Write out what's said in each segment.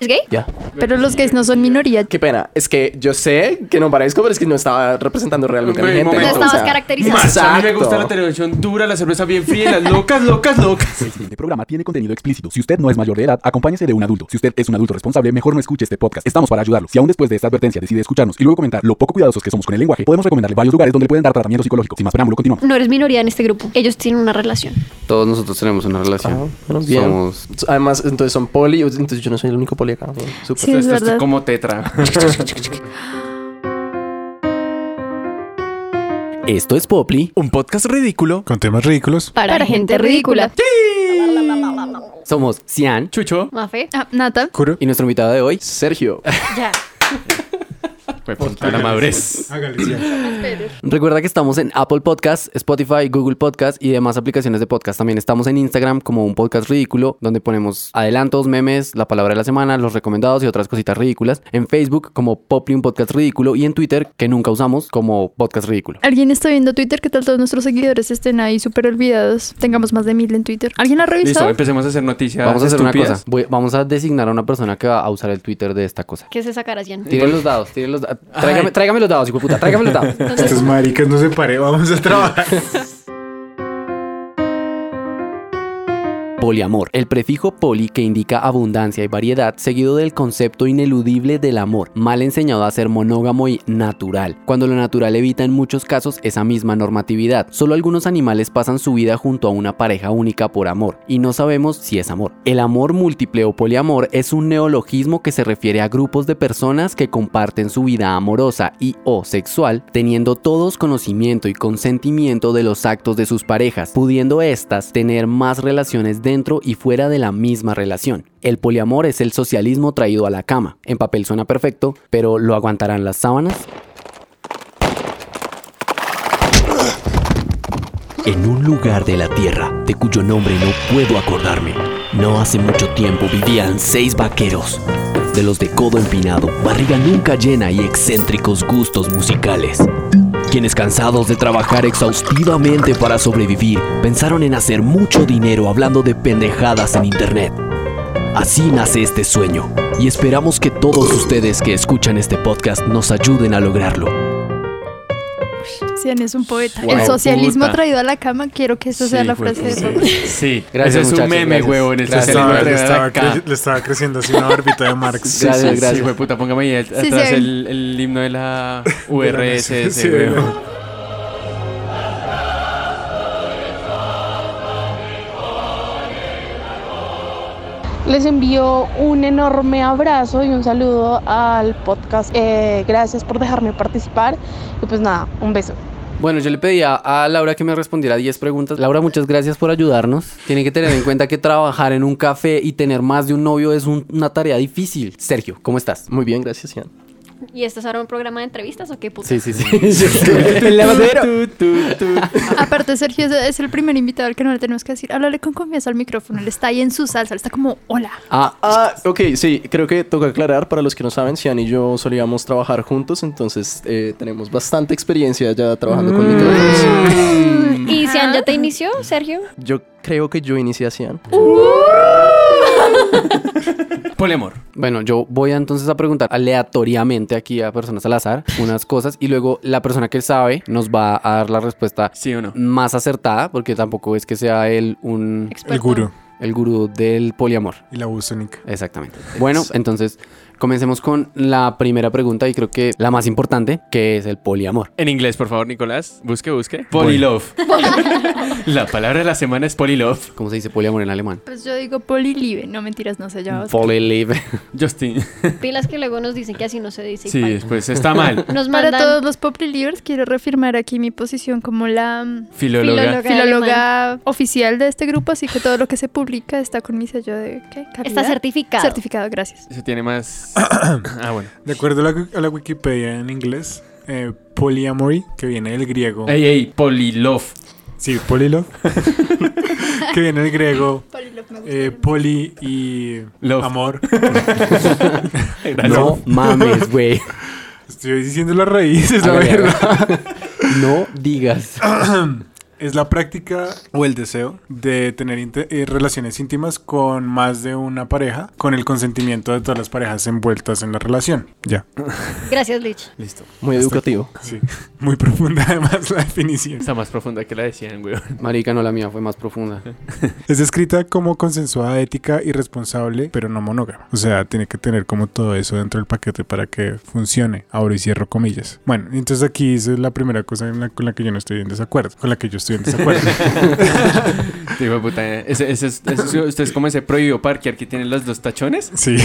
¿Es gay? Ya. Pero los gays no son minoría. Qué pena. Es que yo sé que no parezco, pero es que no estaba representando realmente a mi Güey, gente. momento. No estabas o sea, caracterizado. Más, A mí me Exacto. gusta la televisión dura, la cerveza bien fría, las locas, locas, locas. Este El siguiente programa tiene contenido explícito. Si usted no es mayor de edad, acompáñese de un adulto. Si usted es un adulto responsable, mejor no escuche este podcast. Estamos para ayudarlo. Si aún después de esta advertencia decide escucharnos y luego comentar lo poco cuidadosos que somos con el lenguaje, podemos recomendarle varios lugares donde le pueden dar tratamiento psicológico. Sin más preámbulo, continuamos. No eres minoría en este grupo. Ellos tienen una relación. Todos nosotros tenemos una Ah, relación. bueno, bien. Somos Además, entonces son poli. Entonces yo no soy el único poli acá. Bien, súper. Sí, es Esto es verdad. como tetra. Esto es Popli. Un podcast ridículo. Con temas ridículos. Para, gente ridícula. Somos Cian Chucho. Mafe. Ah, Nata. Curo. y nuestro invitado de hoy. Sergio. Ya. la madurez. Hágale, sí. Recuerda que estamos en Apple Podcasts, Spotify, Google Podcasts y demás aplicaciones de podcast. También estamos en Instagram como un podcast ridículo, donde ponemos adelantos, memes, la palabra de la semana, los recomendados y otras cositas ridículas. En Facebook como Poply, un podcast ridículo. Y en Twitter, que nunca usamos, como podcast ridículo. ¿Alguien está viendo Twitter? ¿Qué tal todos nuestros seguidores estén ahí súper olvidados? Tengamos más de mil en Twitter. ¿Alguien la ha Listo, eh. revisado? empecemos a hacer noticias. Vamos a hacer una estúpidas. cosa. Voy- vamos a designar a una persona que va a usar el Twitter de esta cosa. ¿Qué se sacará, Jan? Tiren los dados, tiren los dados. Tráigame, tráigame los dados, hijo de puta. Tráigame los dados. Entonces, Estos maricas no se pare, vamos a trabajar. Poliamor, el prefijo poli que indica abundancia y variedad, seguido del concepto ineludible del amor, mal enseñado a ser monógamo y natural, cuando lo natural evita en muchos casos esa misma normatividad. Solo algunos animales pasan su vida junto a una pareja única por amor, y no sabemos si es amor. El amor múltiple o poliamor es un neologismo que se refiere a grupos de personas que comparten su vida amorosa y o sexual, teniendo todos conocimiento y consentimiento de los actos de sus parejas, pudiendo éstas tener más relaciones dentro y fuera de la misma relación. El poliamor es el socialismo traído a la cama. En papel suena perfecto, pero ¿lo aguantarán las sábanas? En un lugar de la Tierra, de cuyo nombre no puedo acordarme, no hace mucho tiempo vivían seis vaqueros, de los de codo empinado, barriga nunca llena y excéntricos gustos musicales, quienes cansados de trabajar exhaustivamente para sobrevivir, pensaron en hacer mucho dinero hablando de pendejadas en Internet. Así nace este sueño, y esperamos que todos ustedes que escuchan este podcast nos ayuden a lograrlo. Jan es un poeta. Guau, el socialismo puta. traído a la cama. Quiero que eso sea Sí, la güey, frase de sí. Popli. Sí, Gracias, ese es un muchachos, meme, gracias. huevón. El Gracias. socialismo Estaba- le, traído estaba acá. cre- le estaba creciendo así una órbita de Marx. Gracias, Sí, gracias. Sí, güey, puta, póngame ahí atrás sí. el, el himno de la URSS, Sí, güey. güey. Les envío un enorme abrazo y un saludo al podcast. Eh, gracias por dejarme participar. Y pues nada, un beso. Bueno, yo le pedía a Laura que me respondiera 10 preguntas. Laura, muchas gracias por ayudarnos. Tienen que tener en cuenta que trabajar en un café y tener más de un novio es un- una tarea difícil. Sergio, ¿cómo estás? Muy bien, gracias, Ian. ¿Y esto es ahora un programa de entrevistas o qué puta? sí, sí. El lavadero. Aparte, Sergio es- es el primer invitado al que no le tenemos que decir. Háblale con confianza al micrófono. Él está ahí en su salsa. Él está como, hola. Ah, Ah, ok, sí, creo que toca aclarar para los que no saben, Sian y yo solíamos trabajar juntos, entonces eh, tenemos bastante experiencia ya trabajando Mm. con micrófonos. ¿Y Sian ya te inició, Sergio? Yo creo que yo inicié a Sian. Poliamor. Bueno, yo voy a, entonces a preguntar aleatoriamente aquí a personas al azar unas cosas y luego la persona que sabe nos va a dar la respuesta ¿Sí o no? más acertada porque tampoco es que sea él un El guru el gurú del poliamor. y la bosónica. Exactamente. Bueno, entonces comencemos con la primera pregunta y creo que la más importante, que es el poliamor. En inglés, por favor, Nicolás. Busque, busque. Polylove. la palabra de la semana es polylove. ¿Cómo se dice poliamor en alemán? Pues yo digo polilive. No, mentiras, no se llama. Polilive. Justin. Pilas que luego nos dicen que así no se dice. y Sí, pal. pues está mal. Nos Para mandan todos los Poplilivers quiero reafirmar aquí mi posición como la mm, Filóloga. Filóloga. filóloga oficial de este grupo, así que todo lo que se publica está con mi sello de ¿qué? ¿Calidad? Está certificado. certificado, gracias. Se tiene más. Ah, bueno. De acuerdo a la, wi- a la Wikipedia en inglés, eh, polyamory, que viene del griego. Ey, ey, polylove. Sí, polilo. que viene del griego. eh, poli y Love. amor. No mames, güey. Ah, Estoy diciendo las raíces, A la ver, a ver. verdad. No digas. es la práctica o el deseo de tener inte- eh, relaciones íntimas con más de una pareja, con el consentimiento de todas las parejas envueltas en la relación. Ya, Gracias, Lich. listo. Muy educativo. Sí, muy profunda además la definición. Está más profunda que la decían, weón. Marica, no, la mía fue más profunda. Es descrita como consensuada, ética y responsable, pero no monógama. O sea, tiene que tener como todo eso dentro del paquete para que funcione. Abro y cierro comillas. Bueno, entonces aquí esa es la primera cosa en la- con la que yo no estoy en desacuerdo. Con la que yo estoy en desacuerdo. Digo, puta, ese, ese, es- ese es- usted es como ese prohibido parquear que tiene los dos tachones. sí.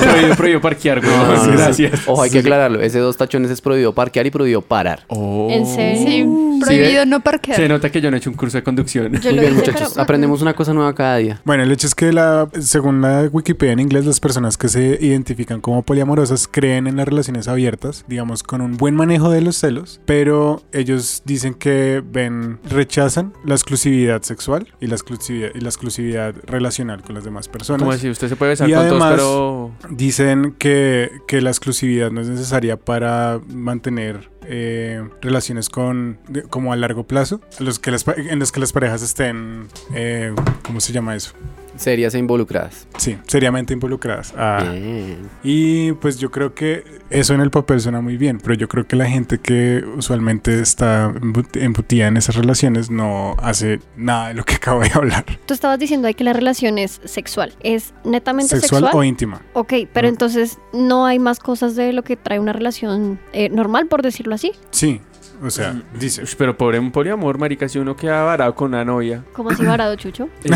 prohibido, prohibido parquear, weón. No, no, no. Gracias. Ojo, hay que aclararlo. Ese dos tachones es prohibido parquear y prohibido parar. Oh. ¿En serio? Sí, prohibido no parquear. Se nota que yo no he hecho un curso de conducción. Yo Muy lo bien, hice, muchachos. pero- Aprendemos una cosa nueva cada día. Bueno, el hecho es que la, según la Wikipedia en inglés, las personas que se identifican como poliamorosas creen en las relaciones abiertas, digamos, con un buen manejo de los celos, pero ellos dicen que ven, rechazan la exclusividad sexual y la exclusividad, y la exclusividad relacional con las demás personas. Como así, usted se puede besar Y con además- todos, Dicen que, que la exclusividad no es necesaria para mantener eh, relaciones con de- como a largo plazo, en los que las, pa- en los que las parejas estén, eh, ¿cómo se llama eso? Serias e involucradas. Sí, seriamente involucradas. Ah. Bien. Y pues yo creo que eso en el papel suena muy bien, pero yo creo que la gente que usualmente está embut- embutida en esas relaciones no hace nada de lo que acabo de hablar, Tú estabas diciendo ahí que la relación es sexual. ¿Es netamente sexual, sexual? o íntima. Ok, pero entonces no hay más cosas de lo que trae una relación eh, normal, por decirlo así. Sí, o sea, dice. pero... Ush, Pero pobre un poliamor, marica, si uno queda varado con una novia. Como así varado, Chucho. eh,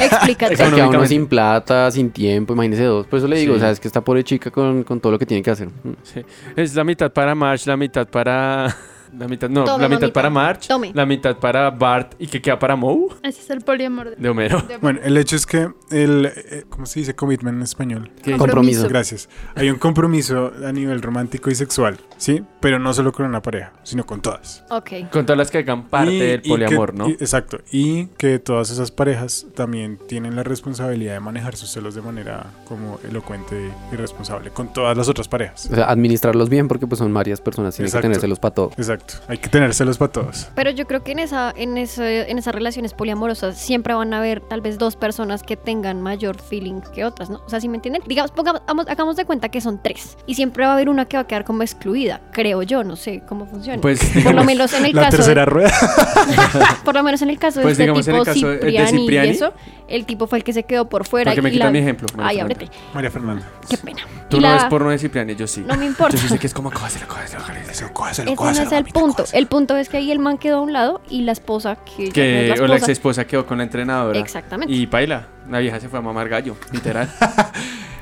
Explícate. O sea, queda uno Económicamente. sin plata, sin tiempo, imagínese dos. Por eso le digo, Sí. o sea, es que está pobre chica con, con todo lo que tiene que hacer. Mm. es la mitad para March, la mitad para... La mitad, no, Tome, la mitad mamita. para March, Tome. la mitad para Bart y que queda para Moe Ese es el poliamor. de- de Homero. Bueno, el hecho es que el, eh, ¿cómo se dice commitment en español? Compromiso. Gracias. Hay un compromiso a nivel romántico y sexual, ¿sí? Pero no solo con una pareja, sino con todas. Ok. Con todas las que hagan parte Y- del y poliamor, que- ¿no? y- exacto. Y que todas esas parejas también tienen la responsabilidad de manejar sus celos de manera como elocuente y responsable con todas las otras parejas. O sea, administrarlos bien porque pues son varias personas, tiene que Exacto. tenérselos para todo. Exacto. Hay que tener celos para todos. Pero yo creo que en, esa, en, ese- en esas relaciones poliamorosas siempre van a haber tal vez dos personas que tengan mayor feeling que otras, ¿no? O sea, si me entienden? Digamos, pongamos, hagamos, hagamos de cuenta que son tres. Y siempre va a haber una que va a quedar como excluida, creo yo, no sé cómo funciona. Pues, por lo digamos- menos en el La caso de- tercera rueda. por lo menos en el caso Pues, de digamos, este en el tipo caso de- de Cipriani, Cipriani. y eso, el tipo fue el que se quedó por fuera. Para que me y quitan la- mi ejemplo. María Ay, Fernanda. ábrete. María Fernanda. Qué pena. Tú Y no la- ves porno de Cipriani, yo sí. No me importa. Yo sí sé que es como, cógelo, cógelo, cógelo, cógelo. Ese no es el punto. El punto es que ahí el man quedó a un lado y la esposa que... ya no es Que, la o la ex esposa. esposa quedó con la entrenadora. Exactamente. Y paila, la vieja se fue a mamar gallo, literal.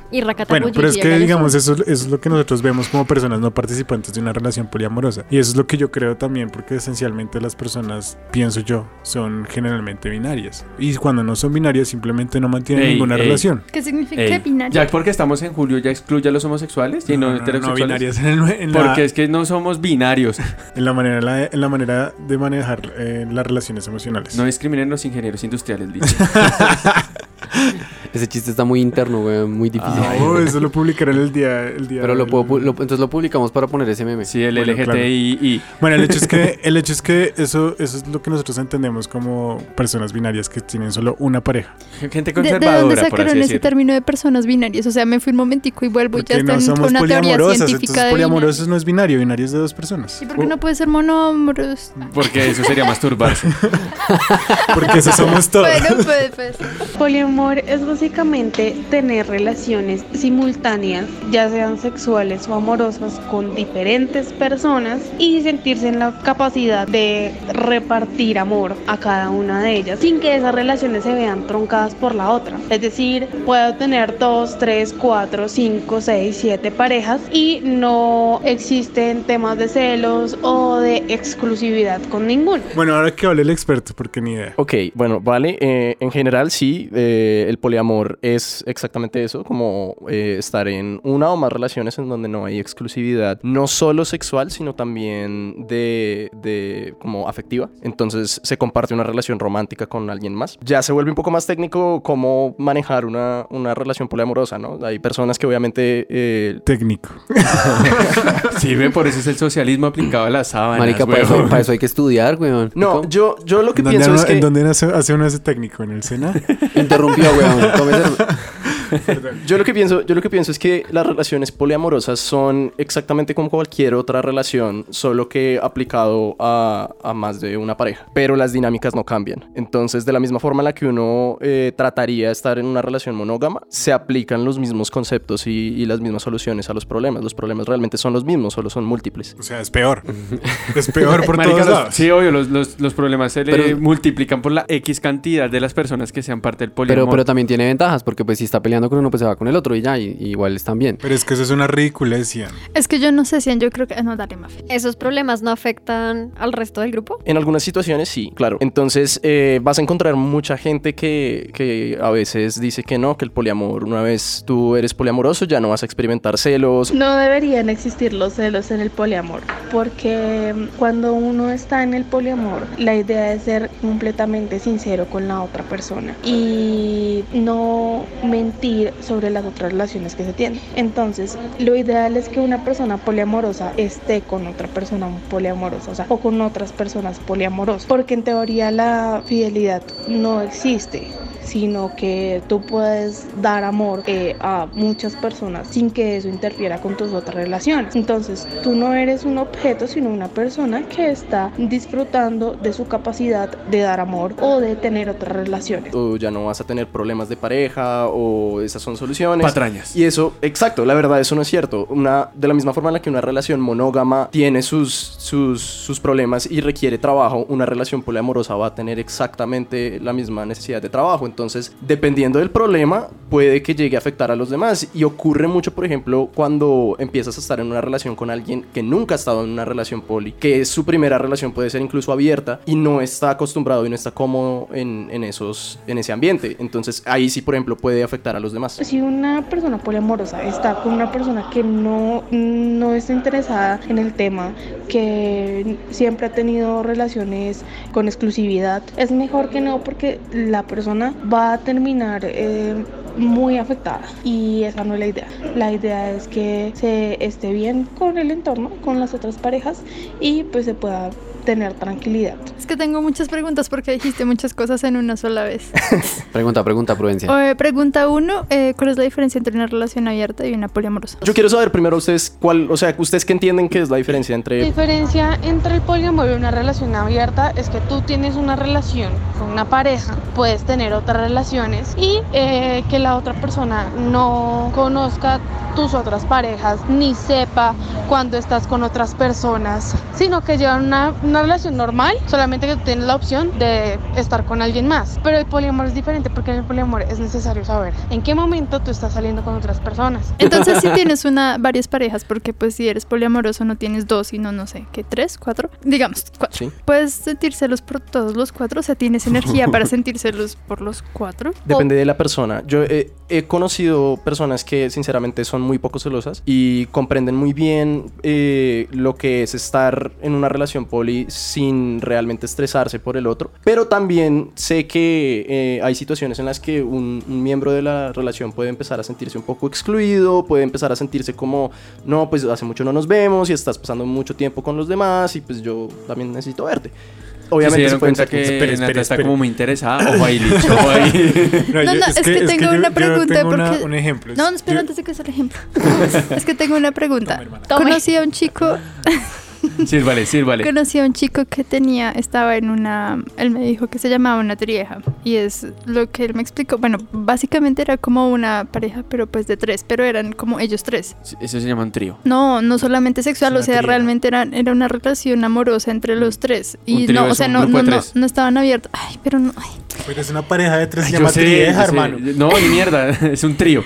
Y Racatamuyo Bueno, pero y es que Yagarezu. digamos, eso, eso es lo que nosotros vemos como personas no participantes de una relación poliamorosa. Y eso es lo que yo creo también, porque esencialmente las personas, pienso yo, son generalmente binarias. Y cuando no son binarias, simplemente no mantienen Ey, ninguna ey. relación. ¿Qué significa Ey, que binario? ya porque estamos en julio, ya excluye a los homosexuales y no, heterosexuales. binarias en, el- en la, Porque es que no somos binarios. en la manera, la- en la manera de manejar eh, las relaciones emocionales. No discriminen los ingenieros industriales, dicho. Ese chiste está muy interno, güey, muy difícil. No, eso lo publicaré el día, el día Pero lo del- puedo, pu- lo- entonces lo publicamos para poner ese meme. Sí, el Bueno, LGTBI. Bueno, el hecho es que, el hecho es que eso, eso es lo que nosotros entendemos como personas binarias que tienen solo una pareja. Gente ¿De- ¿De, conservadora, dónde por sacaron así ese decirlo. término de personas binarias? O sea, me fui un momentico y vuelvo y ya Porque están no somos con una teoría poliamorosas, científica entonces de poliamorosos binario. no es binario, binario es de dos personas. ¿Y por qué no puede ser monómoros? Porque eso sería masturbarse. Porque eso somos todos. Bueno, pues, puede, puede ser. Poliamor es básicamente tener relaciones simultáneas, ya sean sexuales o amorosas, con diferentes personas y sentirse en la capacidad de repartir amor a cada una de ellas sin que esas relaciones se vean truncadas por la otra. Es decir, puedo tener dos, tres, cuatro, cinco, seis, siete parejas y no existen temas de celos o de exclusividad con ninguno. Bueno, ahora que hable el experto, porque ni idea. Ok, bueno, vale. eh, en general, sí, eh, el poliamor poliamor es exactamente eso, como eh, estar en una o más relaciones en donde no hay exclusividad, no solo sexual, sino también de, de como afectiva. Entonces se comparte una relación romántica con alguien más. Ya se vuelve un poco más técnico cómo manejar una, una relación poliamorosa, ¿no? Hay personas que obviamente eh, Técnico. Sirve, por eso es el socialismo aplicado a las sábanas. Marica, para huevón. eso, para eso hay que estudiar, weón. No, yo, yo lo que ¿Dónde pienso uno- es que... ¿En dónde nace- hace uno ese técnico? ¿En el Sena? Interrumpió, weón. Tómese- Yo lo que pienso, yo lo que pienso es que las relaciones poliamorosas son exactamente como cualquier otra relación, solo que aplicado a, a más de una pareja. Pero las dinámicas no cambian. Entonces, de la misma forma en la que uno eh, trataría de estar en una relación monógama, se aplican los mismos conceptos y, y las mismas soluciones a los problemas. Los problemas realmente son los mismos, solo son múltiples. O sea, es peor. Es peor por Marica, todos los- lados. sí, obvio, los, los- los problemas se le Pero- multiplican por la X cantidad de las personas que sean parte del poliamor. Pero, pero también tiene ventajas, porque pues si está peleando con uno, pues se va con el otro y ya, y- y igual están bien. Pero es que eso es una ridiculez, Ian. Es que yo no sé si yo creo que. ah, No, dale, Mafe. ¿Esos problemas no afectan al resto del grupo? En algunas situaciones sí, claro. Entonces eh, vas a encontrar mucha gente que, que a veces dice que no, que el poliamor, una vez tú eres poliamoroso, ya no vas a experimentar celos No deberían existir los celos en el poliamor, porque mm, cuando uno está en el poliamor, la idea es ser completamente sincero con la otra persona y no mentir sobre las otras relaciones que se tienen. Entonces, lo ideal es que una persona poliamorosa esté con otra persona poliamorosa, o sea, o con otras personas poliamorosas, porque en teoría la fidelidad no existe sino que tú puedes dar amor eh, a muchas personas sin que eso interfiera con tus otras relaciones. Entonces, tú no eres un objeto, sino una persona que está disfrutando de su capacidad de dar amor o de tener otras relaciones. o ya no vas a tener problemas de pareja o esas son soluciones. Patrañas. Y eso, exacto, la verdad, eso no es cierto. Una, de la misma forma en la que una relación monógama tiene sus, sus, sus problemas y requiere trabajo, una relación poliamorosa va a tener exactamente la misma necesidad de trabajo. Entonces, dependiendo del problema, puede que llegue a afectar a los demás. Y ocurre mucho, por ejemplo, cuando empiezas a estar en una relación con alguien que nunca ha estado en una relación poli, que es su primera relación, puede ser incluso abierta, y no está acostumbrado y no está cómodo en, en esos, en ese ambiente. Entonces, ahí sí, por ejemplo, puede afectar a los demás. Si una persona poliamorosa está con una persona que no, no está interesada en el tema, que siempre ha tenido relaciones con exclusividad, es mejor que no porque la persona va a terminar eh, muy afectada y esa no es la idea. La idea es que se esté bien con el entorno, con las otras parejas y pues se pueda tener tranquilidad. Es que tengo muchas preguntas porque dijiste muchas cosas en una sola vez. Pregunta, pregunta, Prudencia. Eh, pregunta uno: eh, ¿Cuál es la diferencia entre una relación abierta y una poliamorosa? Yo quiero saber primero ustedes cuál, o sea, ustedes qué entienden que es la diferencia La entre diferencia entre el poliamor y una relación abierta es que tú tienes una relación con una pareja, puedes tener otras relaciones y eh, que la otra persona no conozca tus otras parejas ni sepa cuando estás con otras personas, sino que llevan una, una relación normal, solamente que tú tienes la opción de estar con alguien más. Pero el poliamor es diferente porque en el poliamor es necesario saber en qué momento tú estás saliendo con otras personas. Entonces si tienes una varias parejas porque pues si eres poliamoroso no tienes dos sino no sé qué tres cuatro digamos cuatro Sí. puedes sentírselos por todos los cuatro o sea tienes energía para sentírselos por los cuatro Depende de la persona. Yo he, he conocido personas que sinceramente son muy poco celosas y comprenden muy bien eh, lo que es estar en una relación poli sin realmente estresarse por el otro. Pero también sé que eh, hay situaciones en las que un, un miembro de la relación puede empezar a sentirse un poco excluido, puede empezar a sentirse como, no, pues hace mucho no nos vemos y estás pasando mucho tiempo con los demás y pues yo también necesito verte. Obviamente se Obviamente dieron pueden cuenta ser- que Espera, espera, Nata está espera. como muy interesada. Ojo ahí, Licho, ojo ahí. No, no, yo- es que tengo una pregunta tengo una- porque- un ejemplo. no no, espera Yo- antes de que sea el ejemplo es que tengo una pregunta Toma, hermana. Tome. conocí a un chico Sírvale, sírvale. conocí a un chico que tenía estaba en una él me dijo que se llamaba una trieja y es lo que él me explicó bueno básicamente era como una pareja pero pues de tres pero eran como ellos tres Eso se llama un trío. No, no solamente sexual, Es o una sea, tríada. realmente era, era una relación amorosa entre los tres. Y trío no, es o sea, Mm. un no, grupo no, de no, tres. no estaban abiertos. Ay, pero no. ay. Pero pues, es una pareja de tres, se Yo llama sé, trieja, yo sé. hermano. Pues- No, ni mierda, es un trío.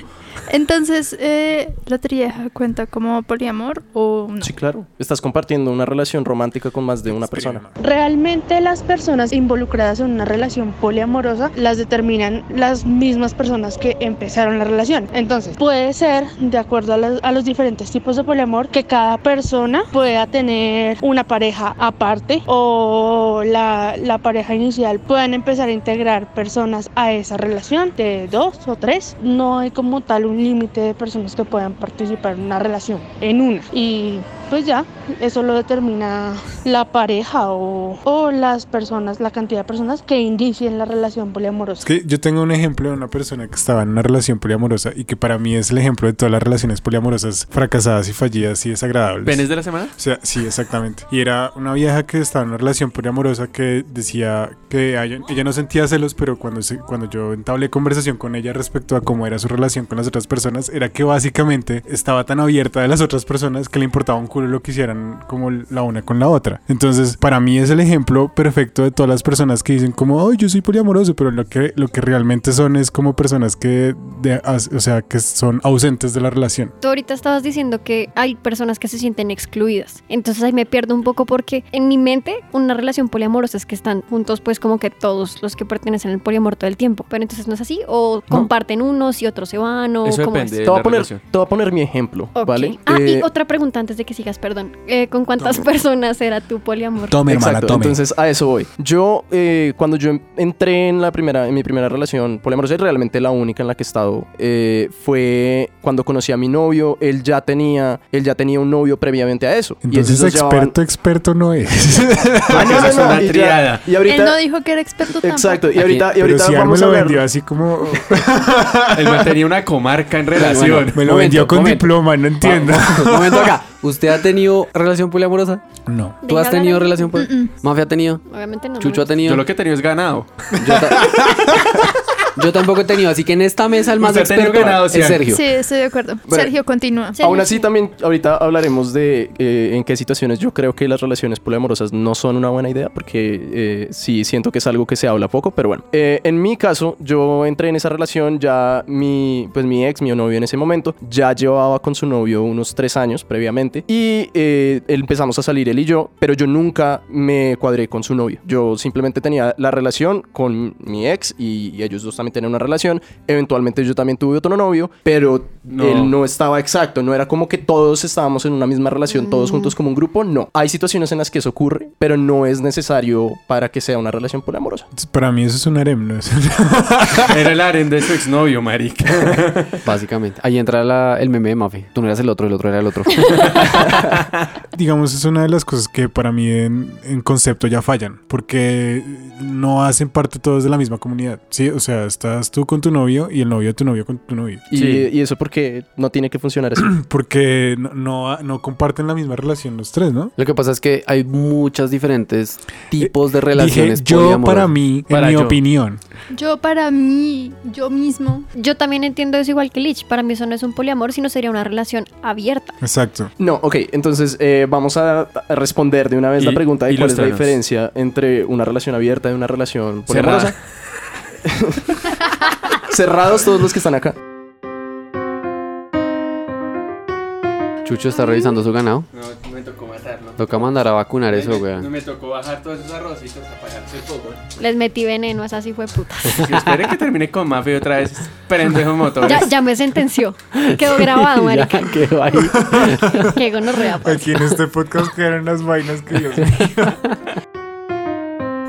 Entonces, eh, ¿la trieja cuenta como poliamor o no? Sí, claro. Estás compartiendo una relación romántica con más de una persona. Realmente las personas involucradas en una relación poliamorosa las determinan las mismas personas que empezaron la relación. Entonces, puede ser, de acuerdo a los, a los diferentes tipos de poliamor, que cada persona pueda tener una pareja aparte o la, la pareja inicial puedan empezar a integrar personas a esa relación de dos o tres. No hay como tal un límite de personas que puedan participar en una relación, en una. Y pues ya, eso lo determina la pareja o, o las personas, la cantidad de personas que indicien la relación poliamorosa. Es que yo tengo un ejemplo de una persona que estaba en una relación poliamorosa y que para mí es el ejemplo de todas las relaciones poliamorosas fracasadas y fallidas y desagradables. ¿Penes de la semana? O sea, sí, exactamente. Y era una vieja que estaba en una relación poliamorosa que decía que a ella, ella no sentía celos, pero cuando, se- cuando yo entablé conversación con ella respecto a cómo era su relación con las otras personas, era que básicamente estaba tan abierta de las otras personas que le importaba un culo lo que hicieran como la una con la otra. Entonces, para mí es el ejemplo perfecto de todas las personas que dicen como, oh, yo soy poliamoroso, pero lo que, lo que realmente son es como personas que, de- as- o sea, que son ausentes de la relación. Tú ahorita estabas diciendo que hay personas que se sienten excluidas. Entonces ahí me pierdo un poco porque en mi mente una relación poliamorosa es que están juntos pues como que todos los que pertenecen al poliamor todo el tiempo. Pero entonces no es así o comparten unos y otros se van o Eso cómo depende es. de Te voy, la a poner, relación. te voy a poner mi ejemplo, Ok. ¿vale? Ah, Eh, y otra pregunta antes de que sigas, perdón. Eh, ¿Con cuántas personas era tu poliamor? Tome, hermana, Exacto, tome. entonces a eso voy. Yo, eh, cuando yo em- entré en, la primera, en mi primera relación poliamorosa, y realmente la única en la que he estado, eh, fue cuando conocí a mi novio. Él ya tenía, él ya tenía un novio previamente a eso. Entonces, y ellos dos experto, llevaban- experto no es. Ah, no, Esa no, es no, una y ya- triada. Y ahorita... Él no dijo que era experto tampoco. Exacto, y ahorita, y Pero ahorita si algo me vamos a lo hablar... vendió así como... El man tenía una comarca en relación. Me lo Momento, vendió con momento. diploma, no entiendo. Un momento acá. ¿Usted ha tenido relación poliamorosa? No. ¿Tú Deja has tenido hablar. relación Mm, poliamorosa? ¿Mafia ha tenido? Obviamente no. ¿Chucho ha Yo tenido? lo que he tenido es ganado. Yo, ta- Yo tampoco he tenido, así que en esta mesa el más Usted ha tenido experto ganado, es Cian. Sergio. Sí, estoy de acuerdo. Bueno. Sergio, continúa. Sí. Aún así también ahorita hablaremos de eh, en qué situaciones yo creo que las relaciones poliamorosas no son una buena idea porque eh, sí siento que es algo que se habla poco, pero bueno. Eh, en mi caso, yo entré en esa relación ya mi, pues mi ex, mi novio en ese momento, ya llevaba con su novio unos tres años previamente y eh, empezamos a salir él y yo, pero yo nunca me cuadré con su novio. Yo simplemente tenía la relación con mi ex y, y ellos dos también tenían una relación. Eventualmente yo también tuve otro novio, pero No. él no estaba exacto, no era como que todos estábamos en una misma relación, todos juntos como un grupo, no. Hay situaciones en las que eso ocurre, pero no es necesario para que sea una relación poliamorosa. Para mí eso es un harem, ¿no? Es- Era el aren de su exnovio, marica. Básicamente. Ahí entra la- el meme de Mafe. Tú no eras el otro, el otro era el otro. digamos, es una de las cosas que para mí en, en concepto ya fallan, porque no hacen parte todos de la misma comunidad. Sí, o sea, estás tú con tu novio y el novio de tu novio con tu novio. Y, Sí. y eso porque no tiene que funcionar así. Porque no, no, no comparten la misma relación los tres, ¿no? Lo que pasa es que hay muchas diferentes tipos de Dije, relaciones yo poliamorosas. para mí, Para en mi yo. opinión. Yo para mí, yo mismo. Yo también entiendo eso igual que Lich. Para mí eso no es un poliamor, sino sería una relación abierta. Exacto. No, ok, entonces eh, vamos a a responder de una vez Y- la pregunta y de cuál los es la truenos. diferencia entre una relación abierta y una relación poliamorosa. Cerrada. Cerrados todos los que están acá. Chucho está revisando su ganado. No, me tocó matarlo. Toca mandar a vacunar eso, weón. me tocó bajar todos esos arrocitos, apagarse el fuego. Les metí veneno, es así fue puta. esperen que termine con Mafe otra vez. Pendejo motores. Ya, ya me sentenció. Quedó grabado, Ya marica. quedó ahí. Qué gonorrea. pues. Aquí en este podcast quedaron las vainas que yo...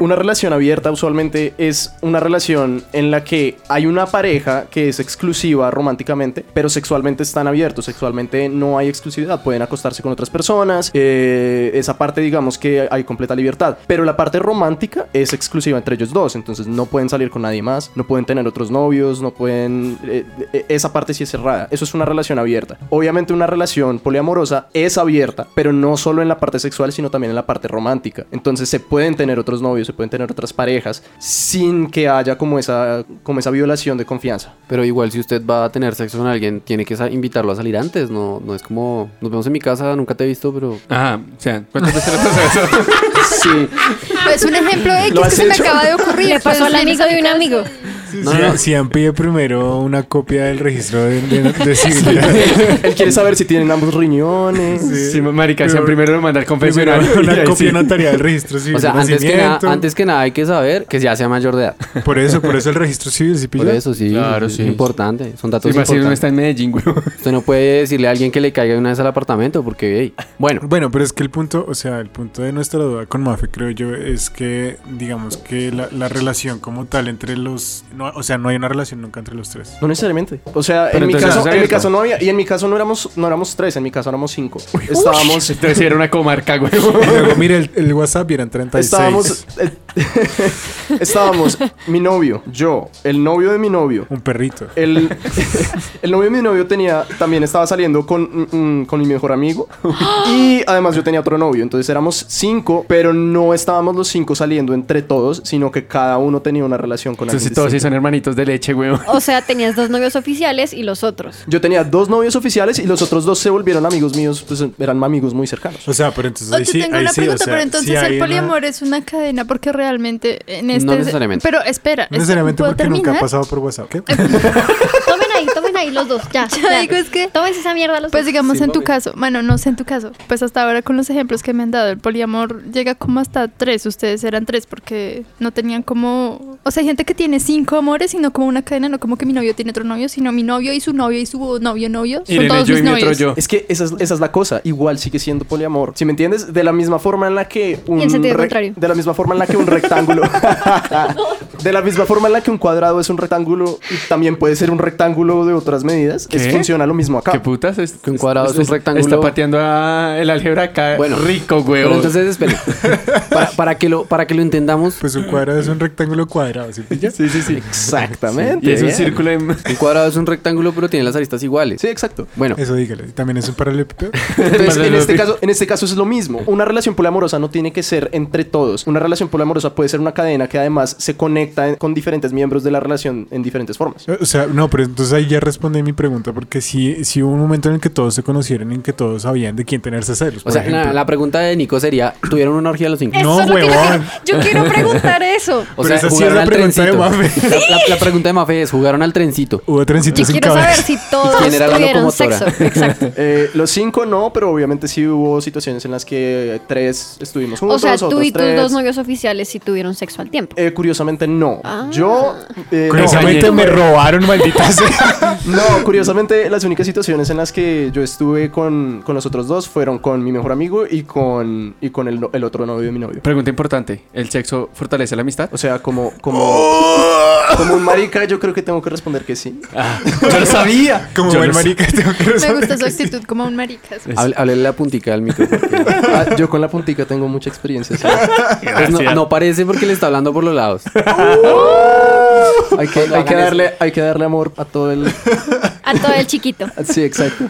Una relación abierta usualmente es una relación en la que hay una pareja que es exclusiva románticamente, pero sexualmente están abiertos, sexualmente no hay exclusividad, pueden acostarse con otras personas, eh, esa parte digamos que hay completa libertad, pero la parte romántica es exclusiva entre ellos dos, entonces no pueden salir con nadie más, no pueden tener otros novios, no pueden... eh, eh, esa parte sí es cerrada, eso es una relación abierta. Obviamente una relación poliamorosa es abierta, pero no solo en la parte sexual, sino también en la parte romántica. Entonces se pueden tener otros novios, se pueden tener otras parejas, sin que haya como esa, como esa violación de confianza. Pero igual si usted va a tener sexo con alguien, tiene que sa- invitarlo a salir antes. No, no es como, nos vemos en mi casa, nunca te he visto, pero... Ajá, o sea, ¿cuántas veces le pasó eso? Sí, Es un ejemplo X ¿Lo Pues, que has se me hecho? acaba de ocurrir. Le pasó Pues, al amigo de un amigo. No, si, no, no. Sian pide primero una copia del registro de, de, de Silvia. Él quiere saber si tienen ambos riñones. Sí. Sí, marica, Pero- sean primero lo mandar al Primero confesionario. y una ahí copia sí. notarial del registro civil. O sea, de antes que, nada, nacimiento. antes que nada hay que saber que ya sea mayor de edad. Por eso, por eso el registro civil, si Por pilla. eso sí, Claro, es sí. importante. Son datos Y más si uno importantes. está en Medellín, güey. Usted no puede decirle a alguien que le caiga de una vez al apartamento porque, hey, bueno, Bueno, pero es que el punto, o sea, el punto de nuestra duda con Mafe, creo yo, es que, digamos que la, la relación como tal entre los. No, o sea, no hay una relación nunca entre los tres. No necesariamente. O sea, Pero en mi, entonces, caso, ¿no en mi sabías? caso no había. Y en mi caso no éramos, no éramos tres, en mi caso éramos cinco. Estábamos. Entonces era una comarca, güey. Y luego, mire, el, el WhatsApp y eran 36. Estábamos. eh, estábamos mi novio, yo, el novio de mi novio. Un perrito. El, el novio de mi novio tenía, también estaba saliendo con, mm, mm, con mi mejor amigo. Y además yo tenía otro novio. Entonces éramos cinco, pero no estábamos los cinco saliendo entre todos, sino que cada uno tenía una relación con Entonces alguien todos sí distinto. son hermanitos de leche, güey. O sea, tenías dos novios oficiales y los otros. Yo tenía dos novios oficiales y los otros dos se volvieron amigos míos, pues eran amigos muy cercanos. O sea, pero entonces O ahí te sí. Oh, tengo ahí una sí, o pregunta, sea, pero sí entonces hay el una- poliamor es una cadena porque realmente en este... necesariamente. Pero espera, No necesariamente este, ¿puedo porque nunca ha terminar? pasado por WhatsApp. ¿Qué? Tomen ahí, tomen ahí los dos. Ya, Ya digo, es que- Tomen esa mierda los Pues dos. digamos en tu caso, bueno, no sé en tu caso, pues hasta ahora con los ejemplos que me han dado, el poliamor llega como hasta tres, ustedes eran tres porque no tenían como, o sea, hay gente que tiene cinco amores y no como una cadena, no como que mi novio tiene otro novio, sino mi novio y su novio y su novio novio, son Irene, todos yo mis y mi otro novios. yo. Es que esa es, esa es la cosa. Igual sigue siendo poliamor. Si me entiendes, de la misma forma en la que un Y en sentido re- contrario. de la misma forma en la que un rectángulo, de la misma forma en la que un cuadrado es un rectángulo y también puede ser un rectángulo de otras medidas. ¿Qué? es- funciona lo mismo acá. ¿Qué putas? Es, Que un cuadrado es un rectángulo. Está pateando a el álgebra acá. Bueno. rico, güey. pero entonces espere. Para, para que lo, para que lo entendamos, Pues un cuadrado es un rectángulo cuadrado, ¿sí pilla? Sí, sí, sí. Exactamente. Y es un bien. círculo en... un cuadrado es un rectángulo, pero tiene las aristas iguales. Sí, exacto. Bueno, Eso dígale. También es un paralelepípedo. Entonces, Vale, en, lo este vi. caso, en este caso es lo mismo. Una relación poliamorosa no tiene que ser entre todos. Una relación poliamorosa puede ser una cadena que además se conecta en- con diferentes miembros de la relación en diferentes formas. O sea, no, pero entonces ahí ya respondí mi pregunta, porque sí, sí hubo un momento en el que todos se conocieron, en que todos sabían de quién tenerse celos. o sea, por ejemplo. la, la pregunta de Nico sería, ¿tuvieron una orgía los cinco? Eso No, es lo que yo huevón. quiero- yo quiero preguntar eso. O Pero sea, esa sí jugaron es la al pregunta de trencito. Mafe. La, la- la pregunta de Mafe es, ¿jugaron al trencito? Hubo Yo trencitos en quiero saber cabeza. si todos quién era la tuvieron locomotora? sexo. Exacto. Eh, los cinco no, pero obviamente sí hubo situaciones en las que tres estuvimos O juntos. sea, tú otros y tus tres. dos novios oficiales sí tuvieron sexo al tiempo. Eh, curiosamente no. Ah. Yo. eh, Curiosamente no, me robaron, maldita sea. No, curiosamente las únicas situaciones en las que yo estuve con, con los otros dos fueron con mi mejor amigo y con, y con el, no- el otro novio de mi novio. Pregunta importante. ¿El sexo fortalece la amistad? O sea, como, como, como un marica, yo creo que tengo que responder que sí. yo lo sabía. Como buen marica, tengo que Me resolver. gusta su actitud como un maricas. Hable- Háblele la puntica al micro. porque- Ah, yo con la puntica tengo mucha experiencia. sí. Pues no, no parece porque le está hablando por los lados. Hay que, hay que darle, hay que darle amor a todo el. A todo el chiquito. Sí, exacto.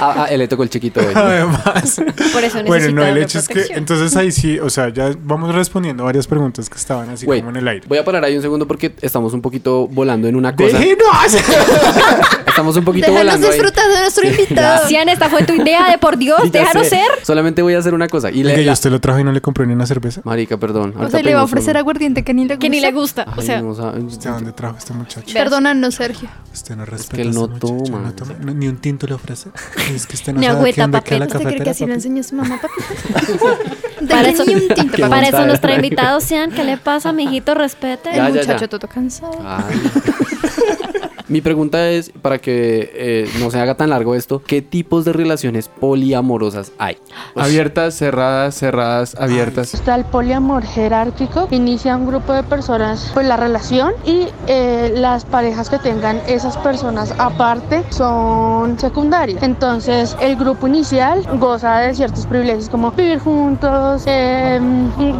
Ah, ah, él le tocó el chiquito. güey. Además. Por eso necesito Bueno, no, el darle hecho es que protección. entonces ahí sí, o sea, ya vamos respondiendo varias preguntas que estaban así Güey, como en el aire. Voy a parar ahí un segundo porque estamos un poquito volando en una cosa. Estamos un poquito Déjanos volando ahí. disfrutar de nuestro invitado. Sian, esta fue tu idea de por Dios, Sí, ya déjanos sé. ser. Solamente voy a hacer una cosa. Y le, Oiga, ¿y la- usted lo trajo y no le compró ni una cerveza? Marica, perdón. O ahorita sea, le va a pedimos ofrecer una. aguardiente que ni le gusta. Que ni le gusta. Ay, O sea, no, o sea, ¿Usted a dónde trajo este muchacho? Perdónanos, Sergio. Usted no respeta que él a este no muchacho, toma. no toma. No, Ni un tinto le ofrece. Es que usted no Ni sabe agüita, qué onda que a la papel. ¿Usted cree que cafetera, así le papi. enseñó su mamá, papito? para Deje eso, ni un tinto, papá. para eso montada. nuestro invitado Sean, ¿qué le pasa, mijito? Respete. Ya, El ya, ya. muchacho todo cansado. Ay. Mi pregunta es, para que eh, no se haga tan largo esto, ¿qué tipos de relaciones poliamorosas hay? Abiertas, cerradas, cerradas, abiertas. Está el poliamor jerárquico, inicia un grupo de personas pues la relación y eh, las parejas que tengan esas personas aparte son secundarias. Entonces el grupo inicial goza de ciertos privilegios como vivir juntos, eh,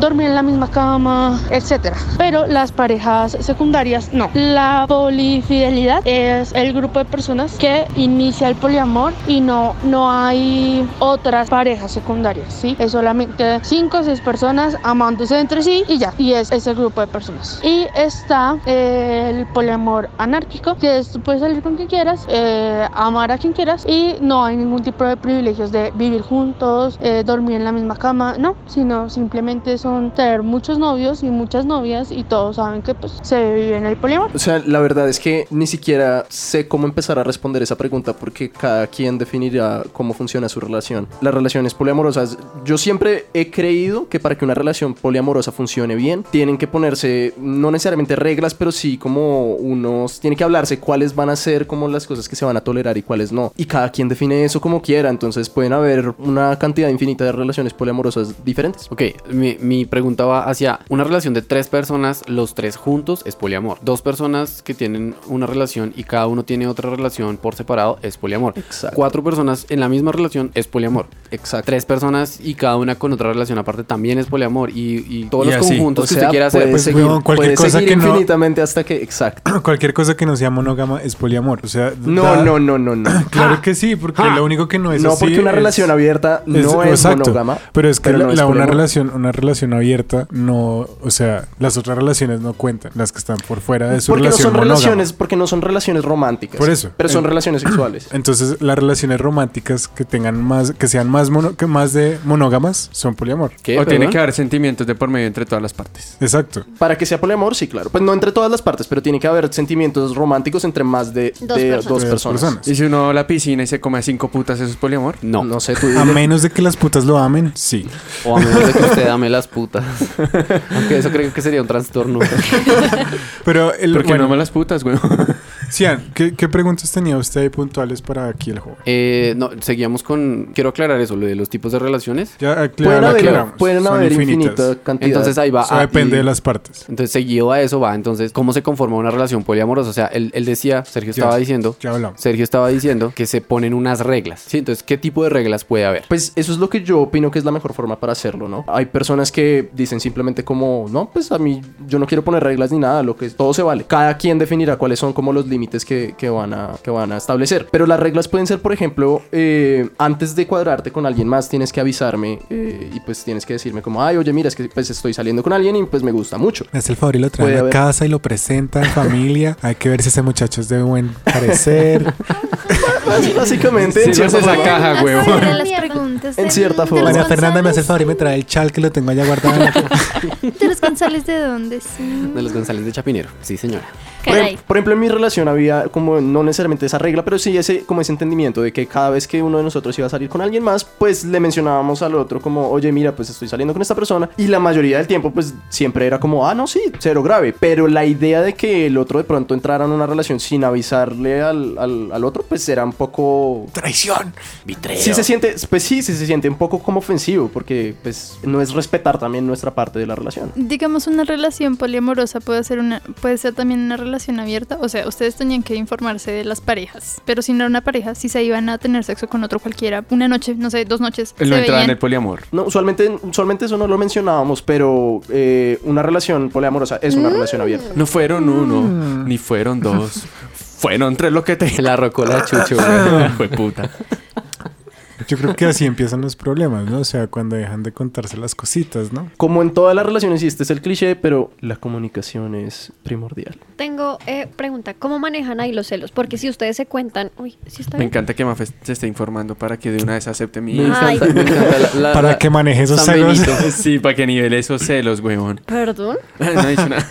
dormir en la misma cama, etcétera. Pero las parejas secundarias no. La polifidelidad poliamorosidad es el grupo de personas que inicia el poliamor y no, no hay otras parejas secundarias, ¿sí? Es solamente cinco o seis personas amándose entre sí y ya. Y es ese grupo de personas. Y está eh, el poliamor anárquico, que es tú puedes salir con quien quieras, eh, amar a quien quieras y no hay ningún tipo de privilegios de vivir juntos, eh, dormir en la misma cama, no, sino simplemente son tener muchos novios y muchas novias y todos saben que pues se vive en el poliamor. O sea, la verdad es que ni siquiera sé cómo empezar a responder esa pregunta porque cada quien definirá cómo funciona su relación. Las relaciones poliamorosas, yo siempre he creído que para que una relación poliamorosa funcione bien, tienen que ponerse, no necesariamente reglas, pero sí como unos, tiene que hablarse cuáles van a ser como las cosas que se van a tolerar y cuáles no. Y cada quien define eso como quiera, entonces pueden haber una cantidad infinita de relaciones poliamorosas diferentes. Ok, mi, mi pregunta va hacia una relación de tres personas, los tres juntos es poliamor. Dos personas que tienen una relación y cada uno tiene otra relación por separado es poliamor. Exacto. Cuatro personas en la misma relación es poliamor. Exacto. Tres personas y cada una con otra relación aparte también es poliamor. Y, y todos Y los así, conjuntos O que usted sea, quiera hacer. puede pues, seguir, weón, cualquier puede cosa seguir que no- infinitamente hasta que... Exacto. Cualquier cosa que no sea monógama es poliamor. O sea, No, da- no, no, no, no. Claro que sí, porque lo único que no es No, así porque una es- relación abierta no es exacto, monógama. Pero es que pero la- no es la- una, poliamor. relación, una relación abierta no, o sea, las otras relaciones no cuentan, las que están por fuera de su Porque no relación son monógama. relaciones, porque no son relaciones románticas. Por eso. Pero son Eh, relaciones sexuales. Entonces, las relaciones románticas que tengan más, que sean más mono- que más de monógamas son poliamor. ¿Qué? o tiene Perdón. que haber sentimientos de por medio entre todas las partes. Exacto. Para que sea poliamor, sí, claro. Pues no entre todas las partes, pero tiene que haber sentimientos románticos entre más de Dos de personas. dos Dos personas. personas. Y si uno va a la piscina y se come a cinco putas, ¿eso es poliamor? No. No sé, tú A dime. menos de que las putas lo amen, sí. O a menos de que usted ame las putas. Aunque eso creo que sería un trastorno. Pero el Porque bueno, no me las putas, güey. Sian, ¿qué, qué preguntas tenía usted ahí puntuales para aquí el juego? Eh, no, seguíamos con. Quiero aclarar eso, lo de los tipos de relaciones. Ya aclar- Pueden haber, aclaramos, pueden son haber infinitas. infinita cantidad. Entonces ahí va. Eso ah, depende y- de las partes. Entonces, seguido a eso va, entonces, ¿cómo se conforma una relación poliamorosa? O sea, él, él decía, Sergio Ya, estaba diciendo, Ya hablamos. Sergio estaba diciendo que se ponen unas reglas. Sí, entonces, ¿qué tipo de reglas puede haber? Pues eso es lo que yo opino que es la mejor forma para hacerlo, ¿no? Hay personas que dicen simplemente como, no, pues a mí yo no quiero poner reglas ni nada, lo que todo se vale. Cada quien definirá cuáles son como los límites que, que van a, que van a establecer. Pero las reglas pueden ser, por ejemplo, eh, antes de cuadrarte con alguien más, tienes que avisarme eh, y pues tienes que decirme como, ay, oye, mira, es que pues estoy saliendo con alguien y pues me gusta mucho. Me hace el favor y lo Puede trae a la haber. casa y lo presenta en familia. Hay que ver si ese muchacho es de buen parecer. Básicamente, en Si no es cierta esa forma- caja, güey. Hacer las preguntas En del- cierta de forma. los María Fernanda me hace el González. favor y me trae el chal que lo tengo allá guardado. en la caja. ¿De los González de dónde? Sí. De los González de Chapinero. Sí, señora. Por, Caray. ejem- por ejemplo, en mi relación había como no necesariamente esa regla, pero sí ese como ese entendimiento de que cada vez que uno de nosotros iba a salir con alguien más, pues le mencionábamos al otro como, oye, mira, pues estoy saliendo con esta persona. Y la mayoría del tiempo, pues siempre era como, ah, no, sí, cero grave. Pero la idea de que el otro de pronto entrara en una relación sin avisarle al, al- al otro, pues era un poco... Vitreo. Sí se siente, pues sí, sí se siente un poco como ofensivo, porque pues no es respetar también nuestra parte de la relación. Digamos una relación poliamorosa puede ser una puede ser también una relación abierta, o sea, ustedes tenían que informarse de las parejas, pero si no era una pareja, si se iban a tener sexo con otro cualquiera, una noche, no sé, dos noches, Él se no entraba en veían. el poliamor. No, usualmente, usualmente eso no lo mencionábamos, pero eh, una relación poliamorosa es una relación abierta. No fueron uno, ni fueron dos. Fueron tres lo que te... La rocola chucho. Fue puta. Yo creo que así empiezan los problemas, ¿no? O sea, cuando dejan de contarse las cositas, ¿no? Como en todas las relaciones, y este es el cliché, pero la comunicación es primordial. Tengo eh, pregunta, ¿cómo manejan ahí los celos? Porque si ustedes se cuentan, uy, sí está Me bien. encanta que Mafes se esté informando para que de una vez acepte mi... Me Ay. encanta- Para que maneje esos celos. Sí, para que nivele esos celos, weón. Perdón. No hizo nada.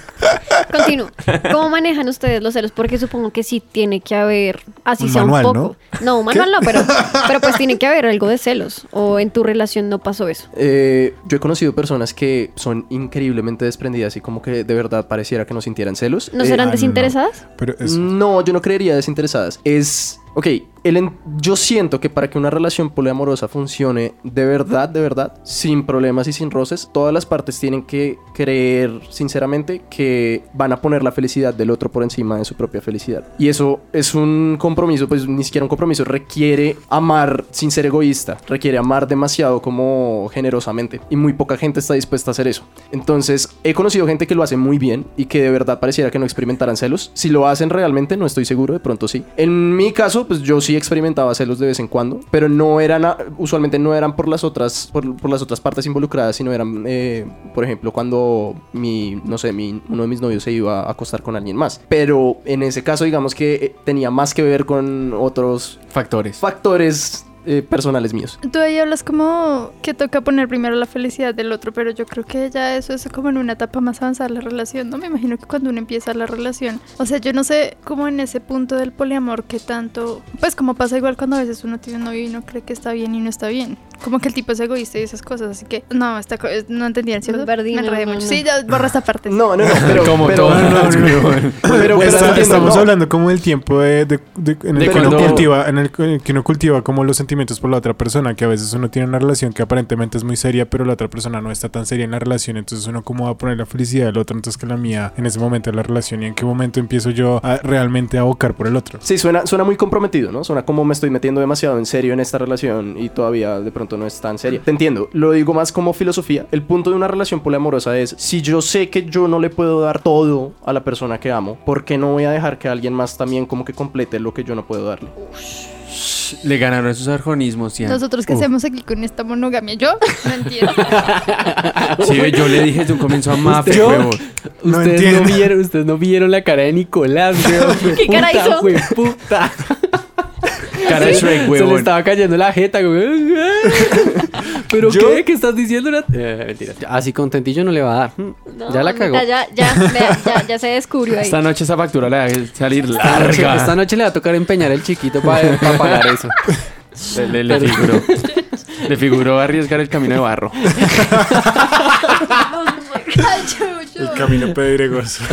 Continúo. ¿Cómo manejan ustedes los celos? Porque supongo que sí tiene que haber, así Un sea manual, un poco. No, un manual no, pero, pero pues tiene que haber algo de celos. O en tu relación no pasó eso. Eh, yo he conocido personas que son increíblemente desprendidas y como que de verdad pareciera que no sintieran celos. ¿No Eh, serán ah, no. desinteresadas? Pero es- No, yo no creería desinteresadas. Es, ok, el en- yo siento que para que una relación poliamorosa funcione de verdad, de verdad, sin problemas y sin roces, todas las partes tienen que creer sinceramente que van a poner la felicidad del otro por encima de su propia felicidad. Y eso es un compromiso, pues ni siquiera un compromiso, requiere amar sin ser egoísta, requiere amar demasiado como generosamente. Y muy poca gente está dispuesta a hacer eso. Entonces, he conocido gente que lo hace muy bien y que de verdad pareciera que no experimentaran celos. Si lo hacen realmente, no estoy seguro, de pronto sí. En mi caso, pues yo sí experimentaba celos de vez en cuando, pero no eran, a- usualmente no eran por las otras, por, por las otras partes involucradas, sino eran, eh, por ejemplo, cuando mi, no sé, mi, uno de mis novios se iba a acostar con alguien más. Pero en ese caso, digamos que eh, tenía más que ver con otros Factores. factores eh, personales míos. Tú ahí hablas como que toca poner primero la felicidad del otro, pero yo creo que ya eso es como en una etapa más avanzada de la relación, ¿no? Me imagino que cuando uno empieza la relación, o sea, yo no sé como en ese punto del poliamor que tanto, pues como pasa igual cuando a veces uno tiene un novio y uno cree que está bien y no está bien, como que el tipo es egoísta y esas cosas, así que no, esta co- eh, no entendían, ¿cierto? Me perdí, Me no, enredé no, mucho. no. Sí, ya borra esta parte. No, no, no, pero... Como pero- todas Ah, las- pero- Pues pero está- entiendo, estamos no. hablando como del tiempo de, de- de- en, el De que uno cuando- cultiva, en el que en el que uno cultiva como los sentimientos por la otra persona, que a veces uno tiene una relación que aparentemente es muy seria, pero la otra persona no está tan seria en la relación, entonces uno cómo va a poner la felicidad del otro entonces que la mía en ese momento de la relación y en qué momento empiezo yo a realmente abocar por el otro. Sí, suena, suena muy comprometido, ¿no? Suena como me estoy metiendo demasiado en serio en esta relación y todavía de pronto no es tan seria. Te entiendo, lo digo más como filosofía. El punto de una relación poliamorosa es, si yo sé que yo no le puedo dar todo a la persona que amo, ¿por qué no voy a dejar que alguien más también como que complete lo que yo no puedo darle? Le ganaron esos arjonismos, Ian. Nosotros que hacemos aquí con esta monogamia, yo no entiendo. Sí, ve, yo le dije desde un comienzo a Mafe, ¿Yo? huevón. No ustedes, no entiendo. vieron, ustedes no vieron la cara de Nicolás, weón. ¿Qué cara Puta, hizo? güey, puta. Cara de Shrek, Se le huevón. estaba cayendo la jeta, güey. ¿Pero qué? ¿Qué estás diciendo? Nat? Eh, mentira. Así contentillo no le va a dar. Hmm, No, ya la mamita, cagó. Ya, ya, vea, ya, ya se descubrió ahí. Esta noche esa factura le va a salir Esta- Esta larga. noche le va a tocar empeñar el chiquito para pagar eso. Le, le- le figuró. Le figuró arriesgar el camino de barro. Ay, yo, yo. El camino pedregoso.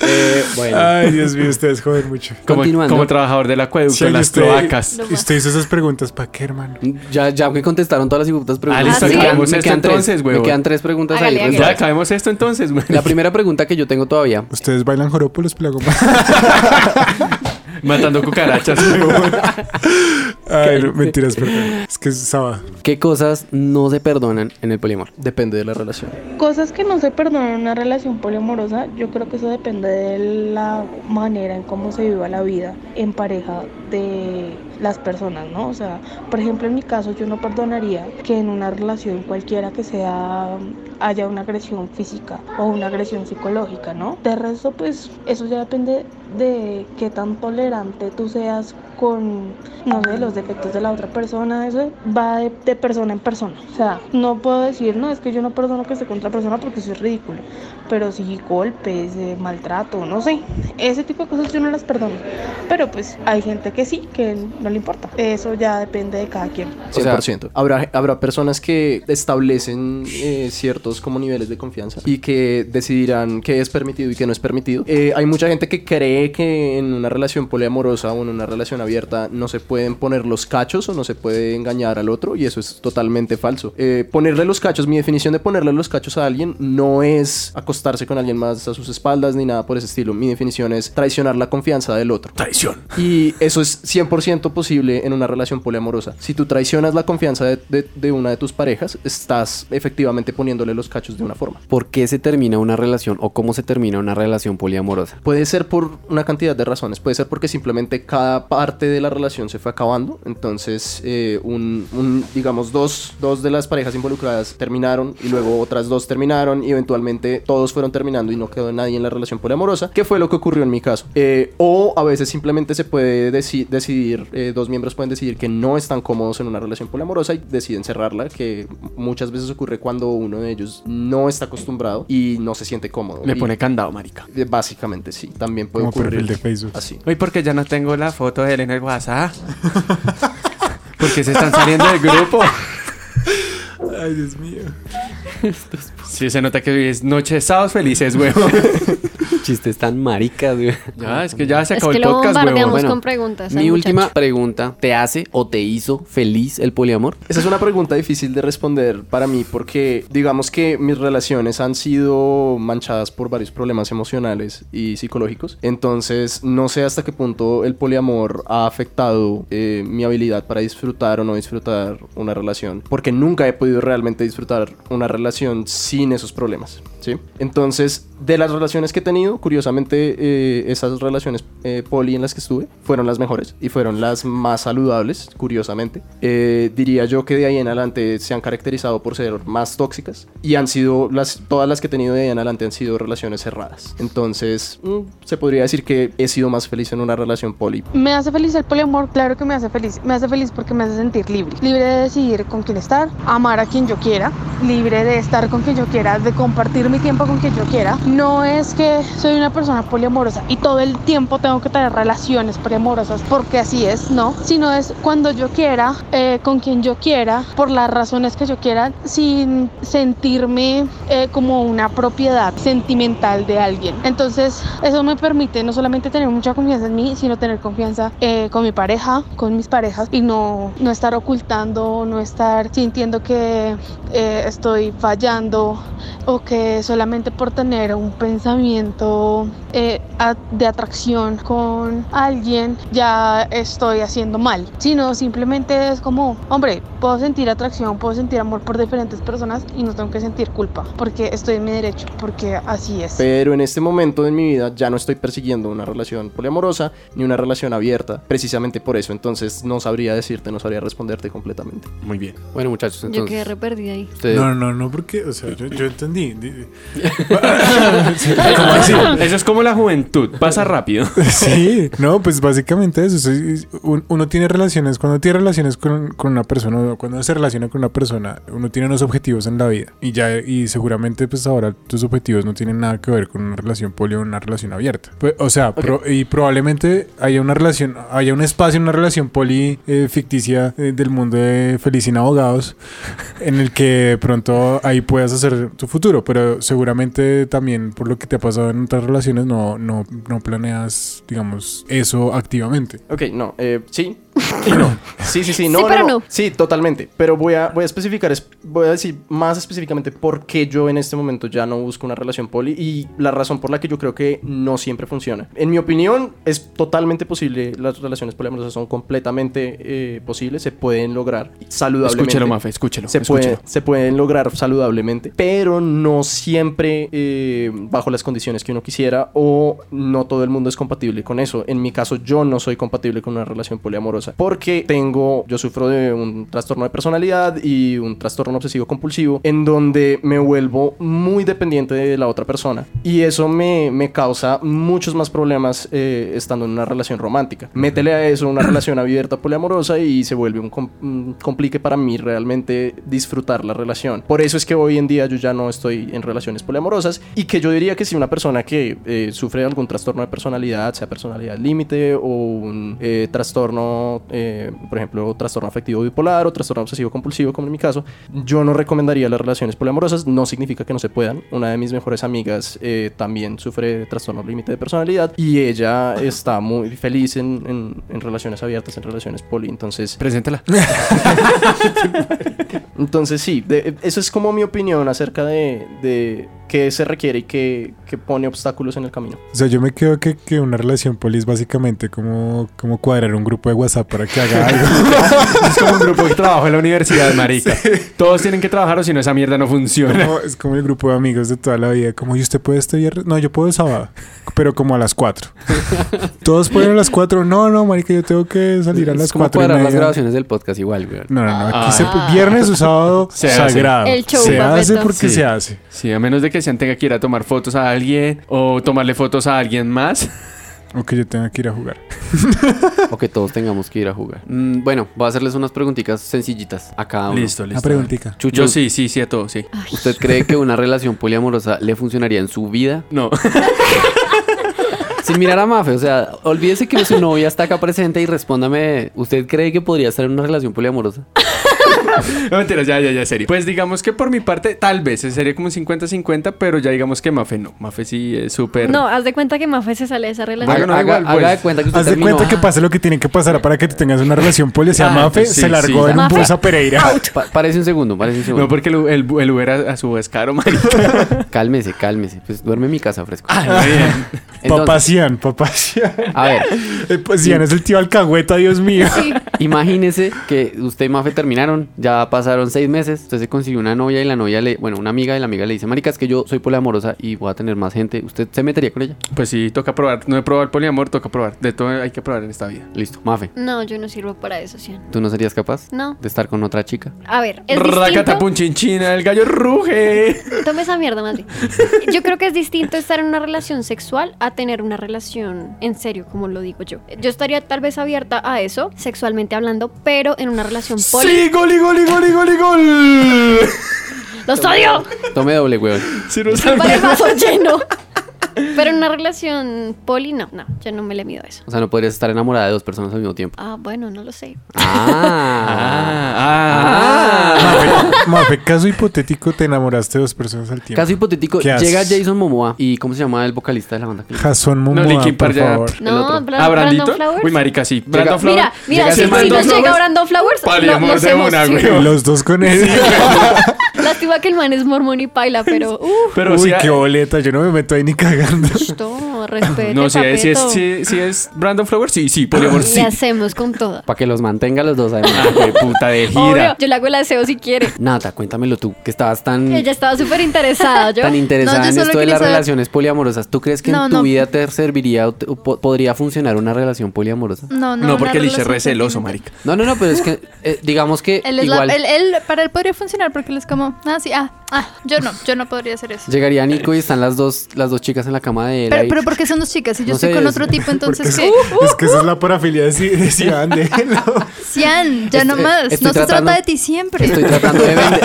Eh, bueno. Ay, Dios mío, ustedes joden mucho. Como, Continuando. como trabajador del acueducto, Sí, en las usted- cloacas. Y usted hizo esas preguntas, ¿para qué, hermano? Ya, ya me contestaron todas las hipoputas preguntas. Ah, listo, me, quedan, acabemos me esto quedan tres, entonces, me huevón. quedan tres preguntas Hágale, ahí. hágale. Ya resueltas. acabemos esto entonces, güey. La primera pregunta que yo tengo todavía. Ustedes bailan joropo los pelagos. Matando cucarachas, huevón. Ay, no, mentiras, perdón. Es que es sábado. ¿Qué cosas no se perdonan en el poliamor? Depende de la relación. Cosas que no se perdonan en una relación poliamorosa, yo creo que eso depende de la manera en cómo se viva la vida en pareja de las personas, ¿no? O sea, por ejemplo, en mi caso yo no perdonaría que en una relación cualquiera que sea haya una agresión física o una agresión psicológica, ¿no? De resto, pues eso ya depende de qué tan tolerante tú seas con, no sé, los defectos de la otra persona, eso va de, de persona en persona. O sea, no puedo decir, no, es que yo no perdono que esté con otra persona porque eso es ridículo. Pero sí golpes, eh, maltrato, no sé. Ese tipo de cosas yo no las perdono. Pero pues hay gente que sí, que no le importa. Eso ya depende de cada quien. 100%. O sea- habrá, habrá personas que establecen eh, ciertos como niveles de confianza y que decidirán qué es permitido y qué no es permitido. Eh, hay mucha gente que cree que en una relación poliamorosa o en una relación abierta no se pueden poner los cachos o no se puede engañar al otro y eso es totalmente falso. Eh, ponerle los cachos, mi definición de ponerle los cachos a alguien no es acostarse con alguien más a sus espaldas ni nada por ese estilo. Mi definición es traicionar la confianza del otro. Y eso es 100% posible en una relación poliamorosa. Si tú traicionas la confianza de, de- de una de tus parejas, estás efectivamente poniéndole los cachos de una forma. ¿Por qué se termina una relación o cómo se termina una relación poliamorosa? Puede ser por una cantidad de razones, puede ser porque simplemente cada parte de la relación se fue acabando, entonces eh, un, un, digamos dos, dos de las parejas involucradas terminaron y luego otras dos terminaron y eventualmente todos fueron terminando y no quedó nadie en la relación poliamorosa, que fue lo que ocurrió en mi caso. Eh, o a veces simplemente se puede deci- decidir, eh, dos miembros pueden decidir que no están cómodos en una relación poliamorosa y deciden cerrarla, que muchas veces ocurre cuando uno de ellos no está acostumbrado y no se siente cómodo. Le Y- pone candado, marica. eh, Básicamente sí, también puede Como perfil ocurrir de Facebook. así. Uy, porque ya no tengo la foto de él en el WhatsApp. Porque se están saliendo del grupo. Ay, Dios mío. Sí, se nota que hoy es noche de sábados felices, huevón. chistes tan maricas, güey. Ya, es que ya se Es acabó que el lo podcast, bombardeamos huevón. Bueno, con preguntas. al Mi última muchacho. pregunta, ¿te hace o te hizo feliz el poliamor? Esa es una pregunta difícil de responder para mí porque digamos que mis relaciones han sido manchadas por varios problemas emocionales y psicológicos. Entonces no sé hasta qué punto el poliamor ha afectado eh, mi habilidad para disfrutar o no disfrutar una relación. Porque nunca he podido realmente disfrutar una relación sin esos problemas. ¿sí? Entonces de las relaciones que he tenido, curiosamente eh, esas relaciones eh, poli en las que estuve fueron las mejores y fueron las más saludables, curiosamente. Eh, diría yo que de ahí en adelante se han caracterizado por ser más tóxicas y han sido las, todas las que he tenido de ahí en adelante han sido relaciones cerradas. Entonces, mm, se podría decir que he sido más feliz en una relación poli. ¿Me hace feliz el poliamor? Claro que me hace feliz. Me hace feliz porque me hace sentir libre. Libre de decidir con quién estar, amar a quien yo quiera, libre de estar con quien yo quiera, de compartir mi tiempo con quien yo quiera. No es que soy una persona poliamorosa y todo el tiempo tengo que tener relaciones poliamorosas porque así es, no. Sino es cuando yo quiera, eh, con quien yo quiera, por las razones que yo quiera, sin sentirme eh, como una propiedad sentimental de alguien. Entonces, eso me permite no solamente tener mucha confianza en mí, sino tener confianza eh, con mi pareja, con mis parejas y no, no estar ocultando, no estar sintiendo que eh, estoy fallando o que solamente por tener un pensamiento eh, a- de atracción con alguien ya estoy haciendo mal, sino simplemente es como, hombre, puedo sentir atracción, puedo sentir amor por diferentes personas y no tengo que sentir culpa porque estoy en mi derecho, porque así es. Pero en este momento de mi vida ya no estoy persiguiendo una relación poliamorosa ni una relación abierta, precisamente por eso. Entonces, no sabría decirte, no sabría responderte completamente. Muy bien. Bueno, muchachos, Yo entonces... quedé re perdida ahí. ustedes- No, no, no, porque, o sea, yo, yo entendí. Di- Eso es como la juventud, pasa rápido. Sí, no, pues básicamente eso. sí, un- Uno tiene relaciones, cuando tiene relaciones con, con una persona, o cuando se relaciona con una persona, uno tiene unos objetivos en la vida. Y ya, y seguramente, pues ahora tus objetivos no tienen nada que ver con una relación poli o una relación abierta. Pues, o sea, pro- y probablemente haya una relación, haya un espacio en una relación poli eh, ficticia eh, del mundo de feliz sin abogados, en el que de pronto ahí puedas hacer tu futuro, pero seguramente también por lo que te ha pasado en otras relaciones no, no, no planeas, digamos, eso activamente. Ok, no, eh, sí. Sí, sí, sí, no, Sí, pero no. Sí, totalmente. Pero voy a, voy a especificar, es- voy a decir más específicamente por qué yo en este momento ya no busco una relación poli y la razón por la que yo creo que no siempre funciona. En mi opinión, es totalmente posible, las relaciones poliamorosas son completamente eh, posibles, se pueden lograr saludablemente. Escúchelo, Mafe, escúchelo. Se, escúchelo. puede, se pueden lograr saludablemente, pero no siempre eh, bajo las condiciones que uno quisiera o no todo el mundo es compatible con eso. En mi caso yo no soy compatible con una relación poliamorosa porque tengo, yo sufro de un trastorno de personalidad y un trastorno obsesivo compulsivo en donde me vuelvo muy dependiente de la otra persona y eso me, me causa muchos más problemas eh, estando en una relación romántica. Métele a eso una relación abierta poliamorosa y se vuelve un, com- un complique para mí realmente disfrutar la relación. Por eso es que hoy en día yo ya no estoy en relaciones poliamorosas y que yo diría que si una persona que eh, sufre de algún trastorno de personalidad, sea personalidad límite o un eh, trastorno, eh, por ejemplo, trastorno afectivo bipolar o trastorno obsesivo compulsivo, como en mi caso, yo no recomendaría las relaciones poliamorosas. No significa que no se puedan. Una de mis mejores amigas eh, también sufre de trastorno límite de personalidad y ella está muy feliz en, en- en relaciones abiertas, en relaciones poli. Entonces, Preséntala. entonces sí, de- eso es como mi opinión acerca de, de qué se requiere y qué, qué pone obstáculos en el camino. O sea, yo me quedo que, que una relación poli es básicamente como, como cuadrar un grupo de WhatsApp para que haga algo. Es como un grupo de trabajo en la universidad, marica. Todos tienen que trabajar o si no esa mierda no funciona. Como- es como el grupo de amigos de toda la vida. Como, ¿y usted puede este viernes? No, yo puedo el sábado, pero como a las 4. Todos pueden a las 4. No, no, marica, yo tengo que salir a es las como 4. cuadrar las grabaciones del podcast igual, güey. No, no, no. Aquí Ah. se- viernes o sábado Se hace. sagrado. El show, se Papeto. hace porque Sí. se hace. Sí, a menos de que sean tenga que ir a tomar fotos a alguien o tomarle fotos a alguien más. O que yo tenga que ir a jugar. O que todos tengamos que ir a jugar. Mm, bueno, voy a hacerles unas preguntitas sencillitas a cada uno. Listo, Ah. Una listo. preguntita. Chucho, Ah, Yo sí, sí, sí a todo, sí. ¿usted cree que una relación poliamorosa le funcionaría en su vida? No. Sin mirar a Mafe, o sea, olvídese que su novia está acá presente y respóndame, ¿usted cree que podría estar en una relación poliamorosa? No mentiras, ya, ya, ya, serio. Pues digamos que por mi parte, tal vez sería como un 50-50, pero ya digamos que Mafe no. Mafe sí es súper. No, haz de cuenta que Mafe se sale de esa relación. Bueno, no, haga, igual, pues. haga de cuenta que usted Haz de terminó. cuenta que pasa lo que tiene que pasar para que tú tengas una relación policía. Ah, Mafe sí, se largó sí. en un Mafe, bus a Pereira. Pa- parece un segundo, parece un segundo. No, porque el, el- el Uber a, a su vez caro, marica. Cálmese, cálmese. Pues duerme en mi casa fresco. Entonces, Papá Cian, papá Cian. A ver, Eh, pues Cian es el tío alcahueta, Dios mío. imagínese que usted y Mafe terminaron, ya pasaron seis meses, usted se consiguió una novia y la novia le, bueno, una amiga y la amiga le dice, marica, es que yo soy poliamorosa y voy a tener más gente, ¿usted se metería con ella? Pues sí, toca probar. No he probado el poliamor, toca probar. De todo hay que probar en esta vida. Listo, Mafe, No, yo no sirvo para eso, Cian. ¿tú no serías capaz No. de estar con otra chica? A ver, es Racata distinto. punchinchina, el gallo ruge. Tome esa mierda más bien. Yo creo que es distinto estar en una relación sexual a tener una relación en serio, como lo digo yo. Yo estaría tal vez abierta a eso, sexualmente hablando, pero en una relación poli. ¡Sí, gol y gol y gol y gol y gol! ¡Los odio! Tome doble, weón. Si no Para el vaso lleno. Pero en una relación poli, no, no, yo no me le mido a eso. O sea, no podrías estar enamorada de dos personas al mismo tiempo. Ah, bueno, no lo sé. Ah. Ah, ah. Mafe, Mafe, caso hipotético, te enamoraste de dos personas al tiempo. Caso hipotético, ¿Qué llega haces? Jason Momoa y ¿cómo se llama el vocalista de la banda? Jason Momoa, Linkin por Park ya- favor. El No, otro. Bra- ¿Ah, Brandito? Flowers. Uy, marica, sí. Brandon Flowers. Mira, mira, Llega si, ese si man. nos llega Flowers, Brandon Flowers, lo, Paliamor los de una, emociono. güey. Los dos con él. Lástima que el man es mormón y paila, pero uff, Pero Uy, sí, eh. qué boleta, yo no me meto ahí ni cagando. esto, respeto. No, si es, si, es, si, si es Brandon Flowers, sí, sí, poliamor, sí. Le hacemos con toda. Para que los mantenga los dos además. Ah, güey, puta de Obvio, gira. yo le hago el aseo si quiere. Nata, cuéntamelo tú, que estabas Mm. tan, Ella estaba súper interesada, yo. tan interesada No, yo en solo esto de quería las saber- relaciones poliamorosas. ¿Tú crees que No, en tu no. vida te serviría o, te- o po- podría funcionar una relación poliamorosa? No, no. No, una porque el hice relación re celoso, sentimental. marica. No, no, no, pero es que eh, digamos que Él es la- igual él- él- para él podría funcionar porque él es como, ah, sí, ah, ah, yo no, yo no podría hacer eso. llegaría Nico y están las dos, las dos chicas en la cama de él. Pero, ahí. pero porque son dos chicas y yo No estoy sé, con es- otro tipo, entonces Porque ¿qué? Es que esa es la parafilia de Ci- de Cian, déjenlo. Cian, ya Estoy- no más. Este, estoy no se tratando- trata de ti siempre. Estoy tratando de vender-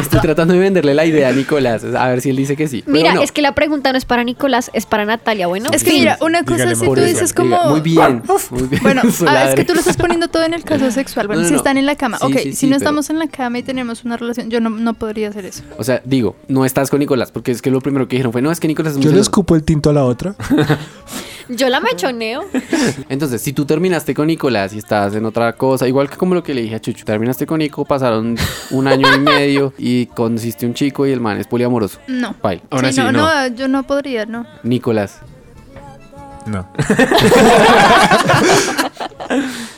Estoy tratando de venderle la idea a Nicolás. A ver si él dice que sí. Pero Mira, no. es que la pregunta no es para Nicolás, es para Natalia, bueno. Es que Sí. mira, una cosa Dígale, es si amor, tú dígale, dices Diga, como... muy bien. Muy bien. Bueno, Su ah, es ladre. que tú lo estás poniendo todo en el caso sexual. No, Bueno, no, si no. están en la cama. Sí, ok, sí, sí, si no pero- estamos en la cama y tenemos una relación, yo no, no podría hacer eso. O sea, digo, no estás con Nicolás, porque es que lo primero que dijeron fue, no, es que Nicolás es muy Yo le celoso". escupo el tinto a la otra. Yo la mechoneo. Entonces, si tú terminaste con Nicolás y estás en otra cosa, igual que como lo que le dije a Chucho, terminaste con Nico, pasaron un año y medio y conociste un chico y el man es poliamoroso. No. Bye. Ahora sí, no, no. no, yo no podría, no. Nicolás. No.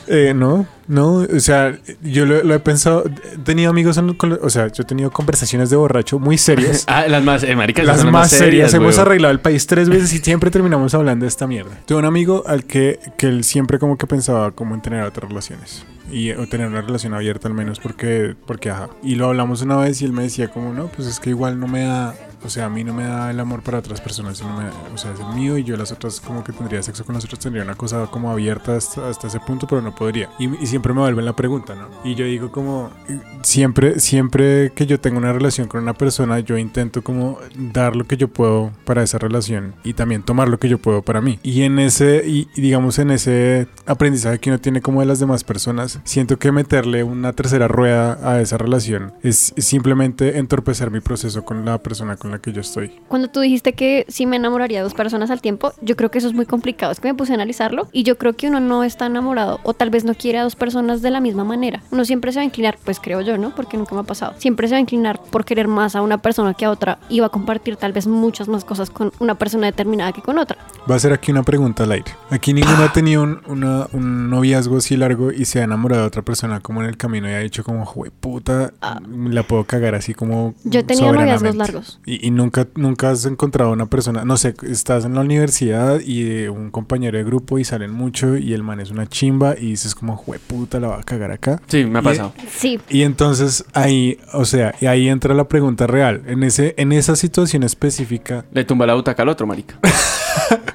Eh, no, no, o sea, yo lo, lo he pensado, he tenido amigos, en- con- o sea, yo he tenido conversaciones de borracho muy serias. Ah, las más, eh, maricas, Las más serias. Hemos weón. arreglado el país tres veces y siempre terminamos hablando de esta mierda. Tuve un amigo al que, que él siempre como que pensaba como en tener otras relaciones. Y, o tener una relación abierta al menos porque, porque ajá. Y lo hablamos una vez y él me decía como, no, pues es que igual no me da... O sea, a mí no me da el amor para otras personas, sino me- o sea, es el mío y yo las otras como que tendría sexo con las otras, tendría una cosa como abierta hasta, hasta ese punto, pero no podría. Y, y siempre me vuelven la pregunta, ¿no? Y yo digo como, eh, siempre, siempre que yo tengo una relación con una persona, yo intento como dar lo que yo puedo para esa relación y también tomar lo que yo puedo para mí. Y en ese, y y digamos en ese aprendizaje que uno tiene como de las demás personas, siento que meterle una tercera rueda a esa relación es simplemente entorpecer mi proceso con la persona con la que yo estoy. Cuando tú dijiste que si me enamoraría de dos personas al tiempo, yo creo que eso es muy complicado. Es que me puse a analizarlo y yo creo que uno no está enamorado o tal vez no quiere a dos personas de la misma manera. Uno siempre se va a inclinar, pues creo yo, ¿no? Porque nunca me ha pasado. Siempre se va a inclinar por querer más a una persona que a otra y va a compartir tal vez muchas más cosas con una persona determinada que con otra. Va a ser aquí una pregunta al aire. Aquí ninguno ¡Ah! ha tenido un, una- un noviazgo así largo y se ha enamorado de otra persona como en el camino y ha dicho como, jueputa, la puedo cagar así como Ah. Yo he tenido soberanamente". noviazgos largos. Y, y nunca, nunca has encontrado una persona, no sé, estás en la universidad y eh, un compañero de grupo y salen mucho y el man es una chimba y dices como, jueputa, la va a cagar acá. Sí, me ha Y- pasado. Sí, Y entonces ahí, o sea, y ahí entra la pregunta real. En, ese, en esa situación específica, Le tumba la butaca al otro, marica.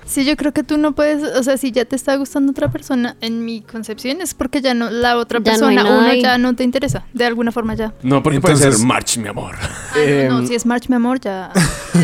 Sí, yo creo que tú no puedes, o sea, si ya te está gustando otra persona, en mi concepción es porque ya no, la otra Ya no hay persona, nada uno ahí. ya no te interesa, de alguna forma ya. No, porque Entonces- puede ser March, mi amor. Em. Ah, no, no, si es March, mi amor, ya.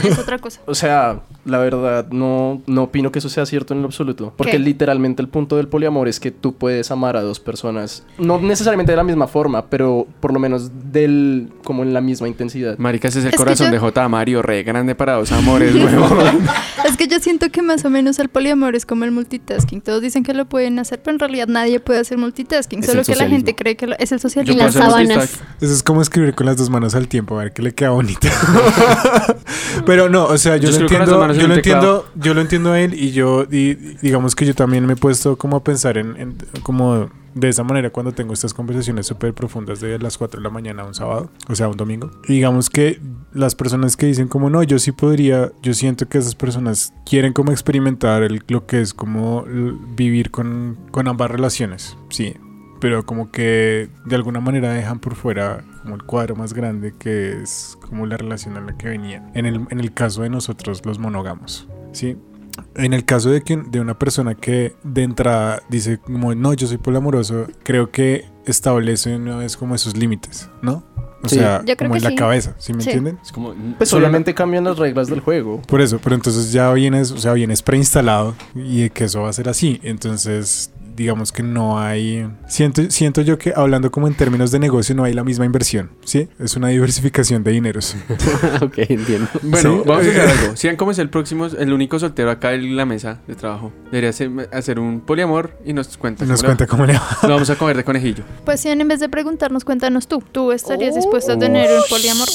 es otra cosa. Em, O sea, la verdad no, no opino que eso sea cierto en lo absoluto. Porque ¿Qué? literalmente el punto del poliamor es que tú puedes amar a dos personas. No necesariamente de la misma forma, pero por lo menos del como en la misma intensidad. Maricas es el Es que corazón yo- de J. Mario, re grande para dos amores, huevón. Es que yo siento que más o menos el poliamor es como el multitasking. Todos dicen que lo pueden hacer, pero en realidad nadie puede hacer multitasking. Es solo el que la socialismo. gente cree que lo- es el Yo Y socialismo. puedo las hacer multistack. sábanas. Eso es como escribir con las dos manos al tiempo, a ver qué le queda bonito. Pero no, o sea, yo, Yo lo escribo con las dos entiendo, manos en yo un lo entiendo, yo lo entiendo a él y yo y- y digamos que yo también me he puesto como a pensar en, en- como de esa manera cuando tengo estas conversaciones súper profundas de las 4 de la mañana a un sábado, o sea, un domingo. Y digamos que las personas que dicen como no, yo sí podría, yo siento que esas personas quieren como experimentar el- lo que es como l- vivir con, con ambas relaciones, sí, pero como que de alguna manera dejan por fuera como el cuadro más grande que es como la relación en la que venían. En el, en el caso de nosotros los monógamos, ¿sí? En el caso de, que, de una persona que de entrada dice como no, yo soy poliamoroso, creo que establece una vez como esos límites, ¿no? O Sí. sea, Yo creo como que en la sí. cabeza, ¿sí me Sí. entienden? Es como. Pues solamente cambian las reglas del juego. Por eso, pero entonces ya vienes, o sea, vienes preinstalado y de que eso va a ser así. Entonces, digamos que no hay. Siento, siento yo que hablando como en términos de negocio, no hay la misma inversión. Sí, es una diversificación de dineros. ok, entiendo. Bueno, Sí. eh, vamos a hacer algo. Sean como es el próximo, el único soltero acá en la mesa de trabajo. Debería ser- hacer un poliamor y nos cuenta. Nos cómo le va. cuenta cómo le va. Lo vamos a comer de conejillo. Pues si en vez de preguntarnos, cuéntanos tú. ¿Tú estarías dispuesto a tener un poliamor?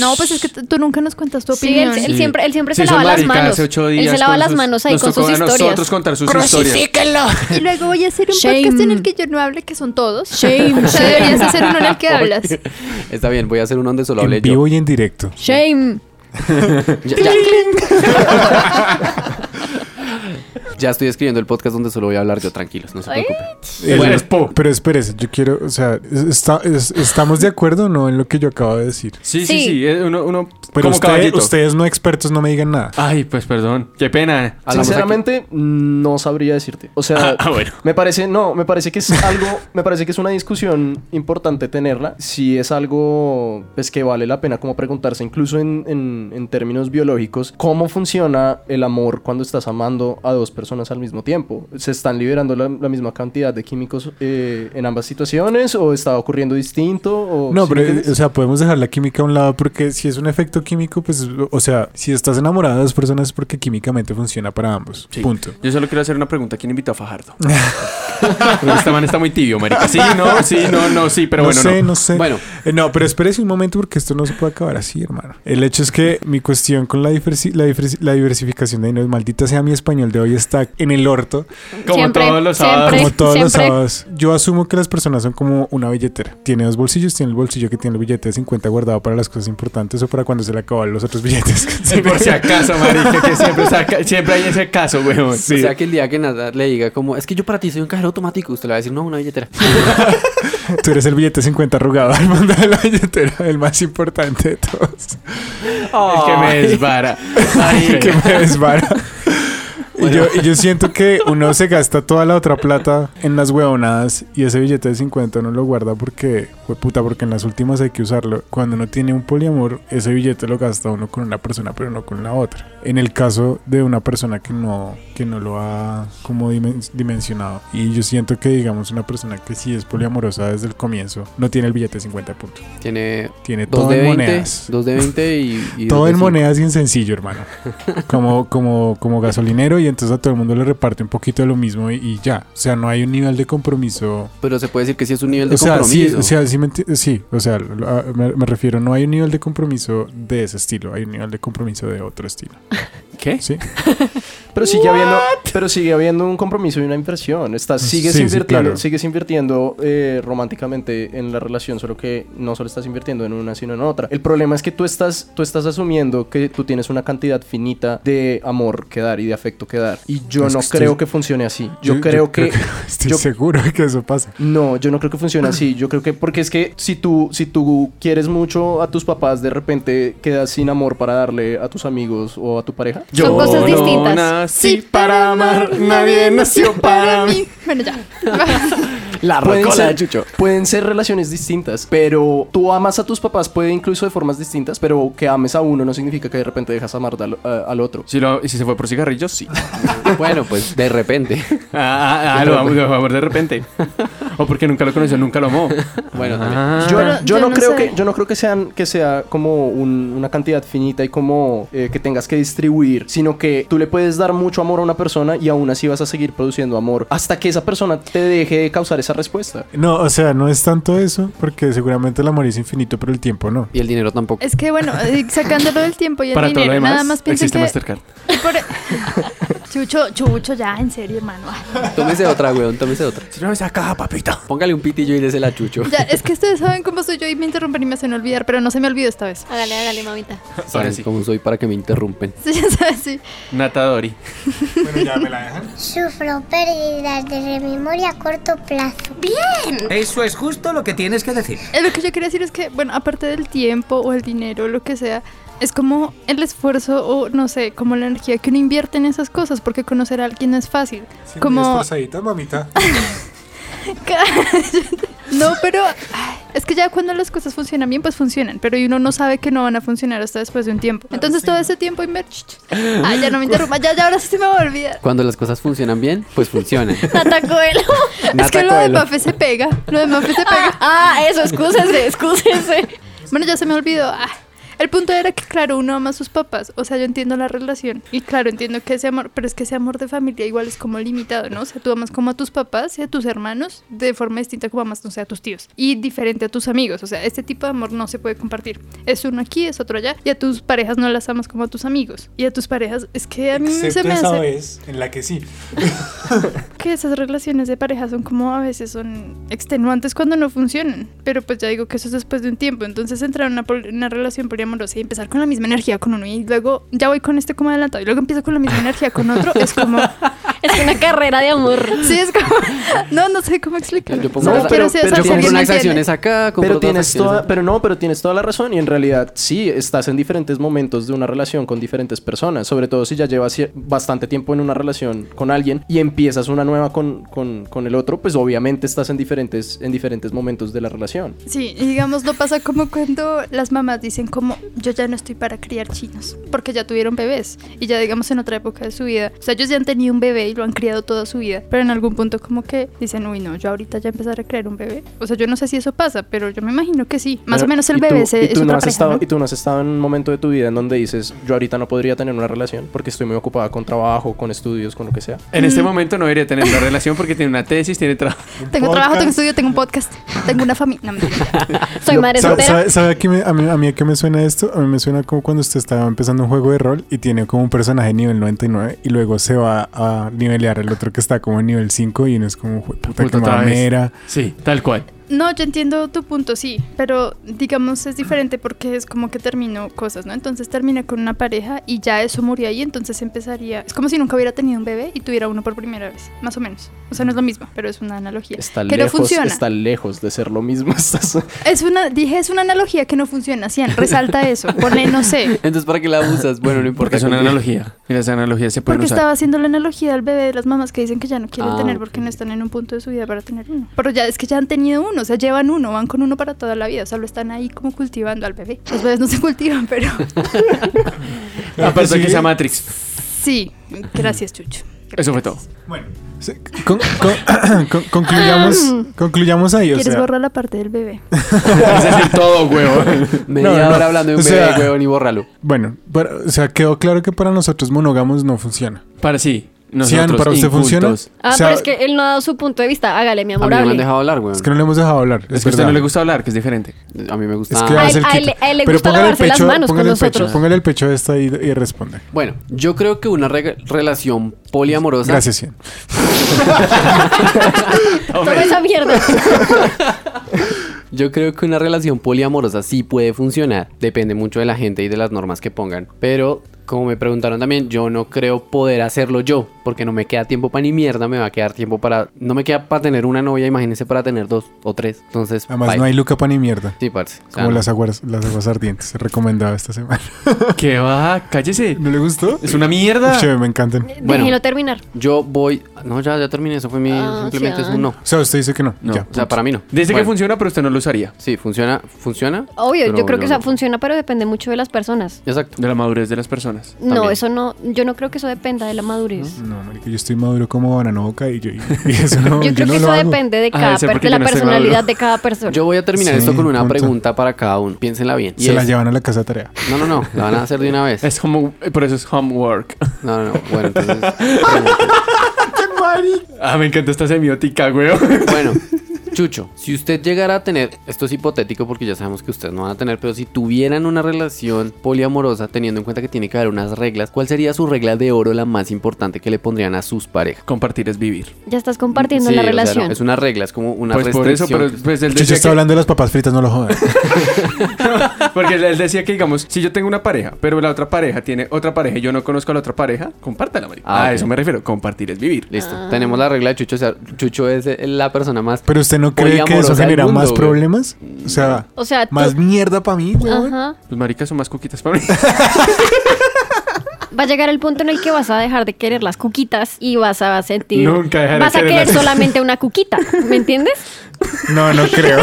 No, pues es que t- tú nunca nos cuentas tu Sí, él, opinión. él siempre, él siempre Sí, se son lava las maricas, manos. hace ocho él días se lava con las sus- manos ahí nos con tocó sus a nosotros historias. contar sus historias. Y luego voy a hacer un Shame. podcast en el que yo no hable, que son todos. O sea, deberías hacer uno en el que hablas. Está bien, voy a hacer uno donde solo hable En yo. vivo y en directo. Shame. Ya, ya- Ya estoy escribiendo el podcast donde solo voy a hablar yo, tranquilos, no se Ay. preocupen. Eh, Bueno, es po. pero espérese, yo quiero, o sea, es- está- es- ¿estamos de acuerdo o no en lo que yo acabo de decir? Sí, sí, Sí. sí. eh, Uno, uno Pero como usted- caballito. ustedes no expertos no me digan nada. Ay, pues perdón. Qué pena. Hablamos Sinceramente, no sabría decirte. O sea, Ah, bueno. me parece, no, me parece que es algo, me parece que es una discusión importante tenerla. Si es algo, pues que vale la pena como preguntarse, incluso en, en- en términos biológicos, cómo funciona el amor cuando estás amando a dos personas al mismo tiempo. ¿Se están liberando la, la misma cantidad de químicos eh, en ambas situaciones o está ocurriendo distinto? O, No, ¿sí me pero, eh, entiendes? o sea, podemos dejar la química a un lado porque si es un efecto químico, pues, o sea, si estás enamorada de dos personas es porque químicamente funciona para ambos. Sí. Punto. Yo solo quiero hacer una pregunta. ¿Quién invitó a Fajardo? este man está muy tibio, marica. Sí, no, sí, no, no, sí, pero no bueno, sé, no. no, sé. Bueno. Eh, no, pero espérese un momento porque esto no se puede acabar así, hermano. El hecho es que mi cuestión con la, diversi- la, diversi- la diversificación de dinero, maldita sea mi español de hoy, está en el orto. Como Siempre, todos los siempre. sábados. Como todos los siempre. sábados. Yo asumo que las personas son como una billetera. Tiene dos bolsillos, tiene el bolsillo que tiene el billete de 50 guardado para las cosas importantes o para cuando se le acaban los otros billetes. Sí, por si acaso, marica, que siempre, saca- siempre hay ese caso, weón. O sea que el día que Nadar le diga como, es que yo para ti soy un cajero automático, usted le va a decir, no, una billetera. Tú eres el billete 50 arrugado al mundo de la billetera, el más importante de todos. Es que me desvara. Ay, que me desvara. Y, yo, y yo siento que uno se gasta toda la otra plata en las huevonadas y ese billete de 50 no lo guarda porque, puta, porque en las últimas hay que usarlo. Cuando uno tiene un poliamor, ese billete lo gasta uno con una persona, pero no con la otra. En el caso de una persona que no, que no lo ha como dimen- dimensionado. Y yo siento que, digamos, una persona que sí es poliamorosa desde el comienzo, no tiene el billete de 50 puntos. Tiene Tiene dos todo de en 20, monedas. dos de 20 y... y dos Todo de en cinco. monedas y en sencillo, hermano. Como, como, como gasolinero y entonces a todo el mundo le reparte un poquito de lo mismo y, y ya. O sea, no hay un nivel de compromiso. Pero se puede decir que sí es un nivel de O sea, sí, compromiso. o sea, sí, me enti- sí, o sea, lo- a- me, me refiero, no hay un nivel de compromiso de ese estilo, hay un nivel de compromiso de otro estilo. ¿Qué? Sí, Pero sigue habiendo, pero sigue habiendo un compromiso y una inversión. Estás, sigues Sí, sí, invirtiendo, claro. sigues invirtiendo eh, románticamente en la relación, solo que no solo estás invirtiendo en una, sino en otra. El problema es que tú estás, tú estás asumiendo que tú tienes una cantidad finita de amor que dar y de afecto que dar. Y yo Es no que estoy- creo que funcione así. Yo, creo, que, estoy yo- seguro de que eso pasa. no, yo no creo que funcione así. Yo creo que porque es que si tú si tú quieres mucho a tus papás, de repente quedas sin amor para darle a tus amigos o a tu pareja. Son cosas no distintas. nací para amar, nadie nació para mí. Bueno, ya. La Pueden rocola ser, de Chucho. pueden ser relaciones distintas, pero tú amas a tus papás, puede incluso de formas distintas, pero que ames a uno no significa que de repente dejas amar al, a- al otro. Si, lo- y si se fue por cigarrillos, sí. Bueno, pues de repente. Ah, ah, ah, lo vamos, lo vamos de repente. O porque nunca lo conoció, nunca lo amó. Bueno, también. Yo, Pero yo yo no, no creo sé. que yo no creo que sean que sea como un- una cantidad finita y como eh, que tengas que distribuir, sino que tú le puedes dar mucho amor a una persona y aún así vas a seguir produciendo amor hasta que esa persona te deje de causar esa respuesta. No, o sea, no es tanto eso, porque seguramente el amor es infinito, pero el tiempo no. Y el dinero tampoco. Es que bueno, eh, sacándolo del tiempo y el Para todo lo dinero, nada demás, más piensen existe que... Mastercard. que por- Chucho, Chucho, ya, en serio, hermano. Ay, Tómese otra, weón, tómese otra. Si no me saca, papito. Póngale un pitillo y désela a Chucho. Ya, es que ustedes saben cómo soy yo y me interrumpen y me hacen olvidar, pero no se me olvidó esta vez. Hágale, hágale, mamita. Saben sí. cómo soy para que me interrumpen. Sí, ya sabes, sí. Natadori. Bueno, ya me la dejan. Sufro pérdidas de memoria a corto plazo. Eso es justo lo que tienes que decir. Eh, Lo que yo quería decir es que, bueno, aparte del tiempo o el dinero, lo que sea, es como el esfuerzo o no sé, como la energía que uno invierte en esas cosas, porque conocer a alguien no es fácil. como mamita. no, pero ay, es que ya cuando las cosas funcionan bien, pues funcionan, pero uno no sabe que no van a funcionar hasta después de un tiempo. Entonces todo ese tiempo invertido. Ah, ya no me interrumpa, ya, ya ahora sí se me va a olvidar. Cuando las cosas funcionan bien, pues funcionan. Nata Coelho. Es que Nata lo de Coelho. Mafe se pega, lo de Mafe se pega. Ah, ah, eso, excúsense, excúsense. Bueno, ya se me olvidó. Ah, El punto era que, claro, uno ama a sus papás. O sea, yo entiendo la relación. Y claro, entiendo que ese amor, pero es que ese amor de familia igual es como limitado, ¿no? O sea, tú amas como a tus papás y a tus hermanos de forma distinta como amas, no sé, a tus tíos. Y diferente a tus amigos. O sea, este tipo de amor no se puede compartir. Es uno aquí, es otro allá. Y a tus parejas no las amas como a tus amigos. Y a tus parejas, es que a mí se me hace vez en la que sí. que esas relaciones de pareja son como a veces son extenuantes cuando no funcionan. Pero pues ya digo que eso es después de un tiempo. Entonces entrar en una, pol- una relación poliamorosa y empezar con la misma energía con uno y luego ya voy con este como adelantado y luego empiezo con la misma energía con otro. Es como... Es una carrera de amor. Sí, es como... No, no sé cómo explicarlo. Yo pongo Solo las- quiero decir, pero o Yo sea, tienes- si compro alguien me unas entiende. acciones acá, compro Pero otras tienes acciones toda, acá. pero no, pero tienes toda la razón y en realidad sí estás en diferentes momentos de una relación con diferentes personas, sobre todo si ya llevas cier- bastante tiempo en una relación con alguien y empiezas una nueva con, con- con el otro, pues obviamente estás en diferentes en diferentes momentos de la relación. Sí, y digamos, no pasa como cuando las mamás dicen como yo ya no estoy para criar chinos, porque ya tuvieron bebés y ya digamos en otra época de su vida. O sea, ellos ya han tenido un bebé y lo han criado toda su vida, pero en algún punto como que dicen, uy, no, yo ahorita ya empezaré a criar un bebé. O sea, yo no sé si eso pasa, pero yo me imagino que sí. Más Pero- o menos el y tú- bebé se, y tú es no otra has pareja, estado, ¿no? Y tú no has estado en un momento de tu vida en donde dices, yo ahorita no podría tener una relación porque estoy muy ocupada con trabajo, con estudios, con lo que sea. En este momento no debería tener una relación porque tiene una tesis, tiene trabajo. Tengo trabajo, podcast. tengo estudio, tengo un podcast, tengo una familia. No, mentira. Soy madre ¿Sabe, soltera. sabe- sabe a, qué me- a mí, a mí a qué me suena esto? A mí me suena como cuando usted estaba empezando un juego de rol y tiene como un personaje nivel 99 y luego se va a nivelear el otro que está como en nivel 5 y uno es como, "Jue- puta, Puta, qué otra vez". mamera. Sí, tal cual. No, yo entiendo tu punto, sí, pero digamos es diferente porque es como que terminó cosas, ¿no? Entonces termina con una pareja y ya eso murió ahí, entonces empezaría. Es como si nunca hubiera tenido un bebé y tuviera uno por primera vez, más o menos. O sea, no es lo mismo, pero es una analogía. Está que no lejos, funciona. está lejos de ser lo mismo. Estás- Es una, dije, es una analogía que no funciona, Cian, resalta eso, ponle, no sé. Entonces, ¿para qué la usas? Bueno, no importa. Porque es una continúa. analogía. Y las analogías se pueden Porque usar. estaba haciendo la analogía del bebé de las mamás que dicen que ya no quieren Ah, tener ok. porque no están en un punto de su vida para tener uno. Pero ya es que ya han tenido uno, o sea, llevan uno, van con uno para toda la vida, o sea, lo están ahí como cultivando al bebé. Los bebés no se cultivan, pero Aparte de que Sí. sea Matrix. sí, gracias Chucho. Eso fue todo. Sí, con- con- con- concluyamos, concluyamos ahí, o ¿Quieres sea, borrar la parte del bebé? Es decir, todo, huevo. Media No, no, hora no. hablando de un O bebé, sea- weón, y bórralo. bueno, pero, o sea, quedó claro que para nosotros monógamos no funciona. Para sí. Sí, Nosotros Ana, ¿para usted incultos. funciona? Ah, O sea, pero es que él no ha dado su punto de vista. Hágale, mi A amor. mí no me han hable. dejado hablar, weón. es que no le hemos dejado hablar. Es que a usted no le gusta hablar, que es diferente. A mí me gusta. Es que va A a él- ser a él- quieto. a él le Pero gusta póngale el lavarse las pecho, manos con póngale el pecho, nosotros. póngale el pecho a esta y, y responde. Bueno, yo creo que una re- relación poliamorosa. Gracias, Ian. Toma esa mierda. Yo creo que una relación poliamorosa sí puede funcionar. Depende mucho de la gente y de las normas que pongan. Pero Como me preguntaron también, yo no creo poder hacerlo yo, porque no me queda tiempo para ni mierda, me va a quedar tiempo para... No me queda para tener una novia, imagínense para tener dos o tres. Entonces... Además, bye. no hay luca pa' ni mierda. Sí, parce. O sea, Como no. las aguas, las aguas ardientes, recomendado esta semana. ¿Qué va? Cállese. ¿No le gustó? Es una mierda. Chévere, me encantan. Bueno. Déjelo terminar. Yo voy... No, ya, ya terminé, eso fue mi... Ah, simplemente sí, es un no. O sea, usted dice que no. No, Ya. o sea, para mí no. Dice que Bueno, funciona, pero usted no lo usaría. Sí, funciona. ¿Funciona? Obvio, Pero yo creo que yo esa no. funciona, pero depende mucho de las personas. Exacto. De la madurez de las personas. No, También. eso no, yo no creo que eso dependa de la madurez. No, marica, yo estoy maduro como banana boca y yo, y- y eso no, Yo creo no que lo eso hago. depende de Ah, cada ese per- porque de la yo no estoy maduro. personalidad de cada persona. Yo voy a terminar Sí, esto con una punto. pregunta para cada uno. Piénsenla bien. Y Se la es- llevan a la casa de tarea. No, no, no. La van a hacer de una vez. Es como, por eso es homework. No, no, no. Bueno, entonces... Ah, me encanta esta semiótica, güey. Bueno, Chucho, si usted llegara a tener, esto es hipotético porque ya sabemos que ustedes no van a tener, pero si tuvieran una relación poliamorosa, teniendo en cuenta que tiene que haber unas reglas, ¿cuál sería su regla de oro, la más importante que le pondrían a sus parejas? Compartir es vivir. Ya estás compartiendo Sí, la o sea, no, relación. es una regla, es como una Pues por eso, restricción. pero pues él Chucho decía está que- hablando de las papas fritas, no lo jodan. Porque él- él decía que, digamos, si yo tengo una pareja, pero la otra pareja tiene otra pareja y yo no conozco a la otra pareja, compártala, marica. Ah, a ok. eso me refiero, compartir es vivir. Listo, Ah. tenemos la regla de Chucho, o sea, Chucho es eh, la persona más... Pero usted no cree que poliamorosa eso del genera mundo, más güey. problemas? O sea, O sea, tú- más mierda para mí, weón. Ajá. Pues maricas son más coquitas para mí. Va a llegar el punto en el que vas a dejar de querer las cuquitas y vas a sentir. Nunca dejaré Vas a de querer querer las- solamente una cuquita. ¿Me entiendes? No, no creo.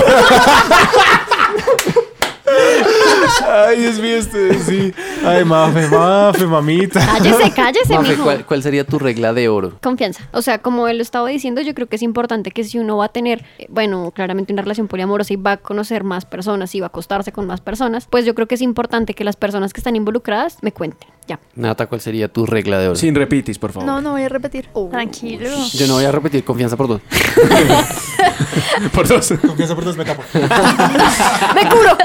Ay, Dios mío, ustedes sí. Ay, mafe, mafe, mamita. Cállese, cállese, Mafe, mijo. ¿cuál, cuál sería tu regla de oro? Confianza. O sea, como él lo estaba diciendo, yo creo que es importante que si uno va a tener, eh, bueno, claramente una relación poliamorosa y va a conocer más personas y va a acostarse con más personas, pues yo creo que es importante que las personas que están involucradas me cuenten. Ya. Nata, ¿cuál sería tu regla de oro? Sin repitis, por favor. No, no voy a repetir. Tranquilo. Yo no voy a repetir confianza por dos. Por dos. Confianza por dos, me tapo. ¡Me curo!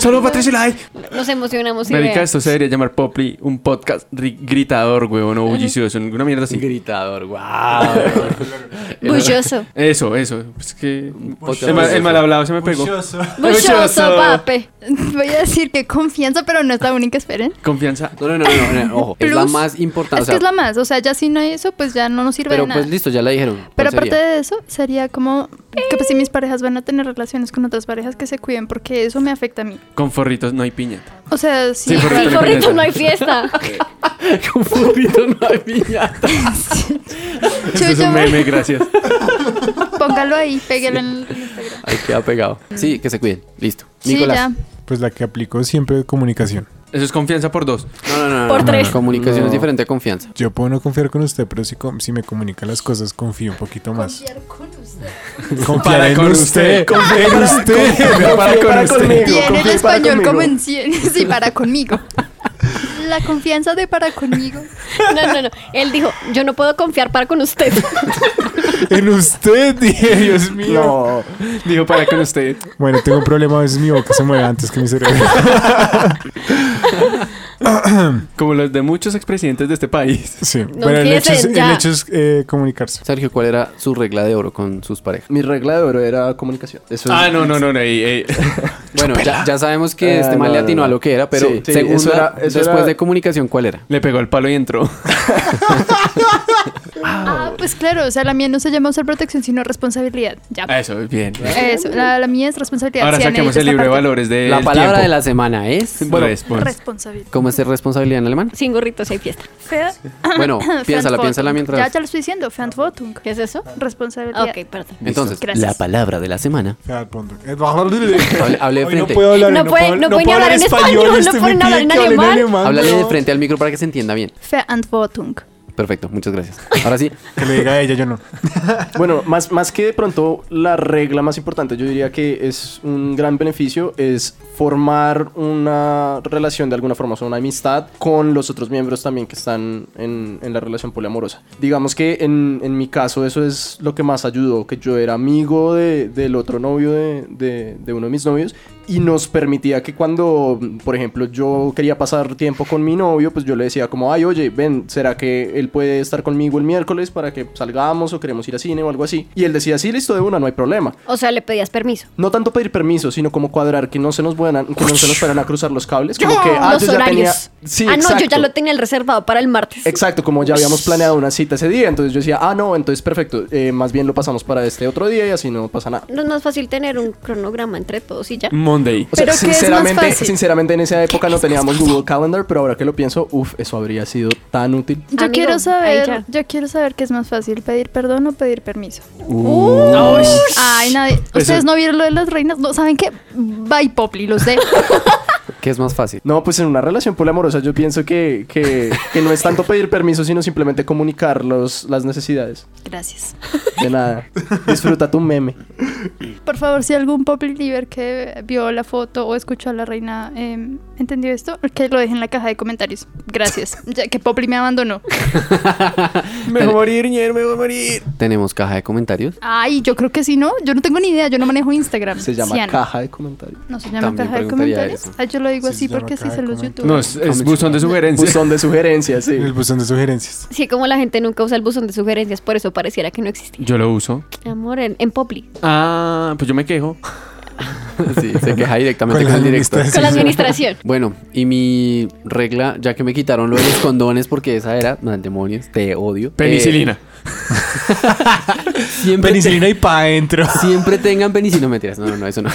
Solo Patricio la hay. Nos emocionamos y Marica, vean. esto se debería llamar Poply, un podcast ri- gritador, güey, o no bullicioso, ninguna mierda así. Eh, Gritador, wow. Bulloso. Eso, eso. Es que. podcast El mal, el mal hablado se me pegó. Puchoso. Bulloso, pape. Voy a decir que confianza, pero no es la única, esperen. Confianza. No, no, no, no, no, ojo. es la Plus, más importante. Es o sea, que es la más, o sea, ya si no hay eso, pues ya no nos sirve pero de nada. pues listo, ya la dijeron. ¿Cuál Pero aparte sería? de eso, sería como que pues, si mis parejas van a tener relaciones con otras parejas que se cuiden, porque eso me afecta a mí. Con forritos no hay piñata. O sea, sí. Sí, porque- Sin forritos no hay fiesta. Con furrito no hay piñata. Esto es Chucho, un meme, gracias. póngalo ahí, pégalo en el Instagram. Ahí queda pegado. Sí, que se cuiden. Listo. Sí, ya. Pues la que aplicó siempre comunicación. Eso es confianza por dos. No, no, no. Por no, tres. no. Comunicación No. es diferente a confianza. Yo puedo no confiar con usted, pero si, com- si me comunica las cosas, confío un poquito más. Confiar Para en con usted. usted. Confiar en usted. Para con usted. Tiene el español como en 100 sí, para conmigo. La confianza de para conmigo. No, no, no. Él dijo, yo no puedo confiar para con usted. En usted, dije, Dios mío. No, Dijo para con usted. Bueno, tengo un problema, a veces mi boca se mueve antes que mi cerebro. Como los de muchos expresidentes de este país. Sí. bueno, el hecho es, empiecen, el ya. hecho es, eh, comunicarse. Sergio, ¿cuál era su regla de oro con sus parejas? mi regla de oro era comunicación. Eso Ah, es- no, no, no, no. ey, ey. Bueno, ya, ya sabemos que Eh, este mal no, le no, atinó no. a lo que era, pero Sí, sí, segunda, eso era- eso después era- de comunicación, ¿cuál era? Le pegó al palo y entró. Ah, pues claro, o sea, la mía no se llama usar protección, sino responsabilidad. Ya. Ah, Eso, bien. Eso, la, la mía es responsabilidad. Ahora Sí, han saquemos editado el libro de esta valores de. La palabra de la semana es. parte. Respuesta. Responsabilidad. ¿Cómo es ser responsabilidad en alemán? Sin gorritos hay fiesta. Bueno, piénsala, Verantwortung. piénsala mientras. Ya, ya lo estoy diciendo, Verantwortung. ¿Qué es eso? Ah, Responsabilidad. Ok, perdón. Entonces, Gracias. la palabra de la semana. Hable, Hable- hable de no frente. puedo hablar, No puede- puedo- no puede ni hablar en español, no puede estoy muy ni hablar bien en que hable alemán. Háblale de no. frente al micro para que se entienda bien. Verantwortung. Perfecto, muchas gracias. Ahora sí, Que le diga a ella, yo no. Bueno, más, más que de pronto la regla más importante, yo diría que es un gran beneficio, es formar una relación de alguna forma, o sea, una amistad con los otros miembros también que están en, en la relación poliamorosa. Digamos que en, en mi caso eso es lo que más ayudó, que yo era amigo de- del otro novio de, de- de uno de mis novios y nos permitía que cuando, por ejemplo, yo quería pasar tiempo con mi novio, pues yo le decía como, ay, oye, ven, ¿será que él puede estar conmigo el miércoles para que salgamos o queremos ir a cine o algo así? Y él decía, sí, listo de una, no hay problema. O sea, le pedías permiso. No tanto pedir permiso, sino como cuadrar que no se nos fueran, que no se nos fueran a cruzar los cables. Como que, ah, los yo ya tenía- horarios. Sí, ah, no, exacto. yo ya lo tenía el reservado para el martes. Exacto, como ya habíamos planeado una cita ese día, entonces yo decía, ah, no, entonces perfecto, eh, más bien lo pasamos para este otro día y así no pasa nada. No es más fácil tener un cronograma entre todos y ya. Monday. O sea, ¿Pero qué es más sinceramente, fácil? sinceramente en esa época no teníamos Google Calendar, pero ahora que lo pienso, uff, eso habría sido tan útil. Yo Amigo, quiero ahí saber, yo quiero saber qué es más fácil, pedir perdón o pedir permiso. Uh. Uy. Ay, nadie. Ustedes Eso- no vieron lo de las reinas, no saben qué. Bye Popli, lo sé. ¿Qué es más fácil? No, pues en una relación poliamorosa yo pienso que, que, que no es tanto pedir permiso, sino simplemente comunicar los, las necesidades. Gracias. De nada. Disfruta tu meme. Por favor, si algún Popli Liver que vio la foto o escuchó a la reina eh, entendió esto, que lo deje en la caja de comentarios. Gracias. Ya que Popli me abandonó. Me voy a morir, ñer, me voy a morir. Tenemos caja de comentarios. Ay, yo creo que si no, yo no tengo ni idea, yo no manejo Instagram. Se llama Cian. caja de comentarios. No se llama También caja de preguntaría comentarios. eso. Ay, yo lo digo Sí, así se llama porque caja así de se los comentarios. youtubers. No, es, es buzón de sugerencias. Buzón de sugerencias, sí. El buzón de sugerencias. Sí, como la gente nunca usa el buzón de sugerencias, por eso pareciera que no existe. Yo lo uso. Amor, en, en Popli. Ah, pues yo me quejo. Sí, se queja directamente Con con la el director. lista. Con la administración. Bueno, y mi regla, ya que me quitaron lo de los condones porque esa era, man, demonios, te odio. Penicilina. Eh, siempre, Penicilina y pa' adentro. siempre tengan penicilina. No, mentiras, no, no, no, eso no.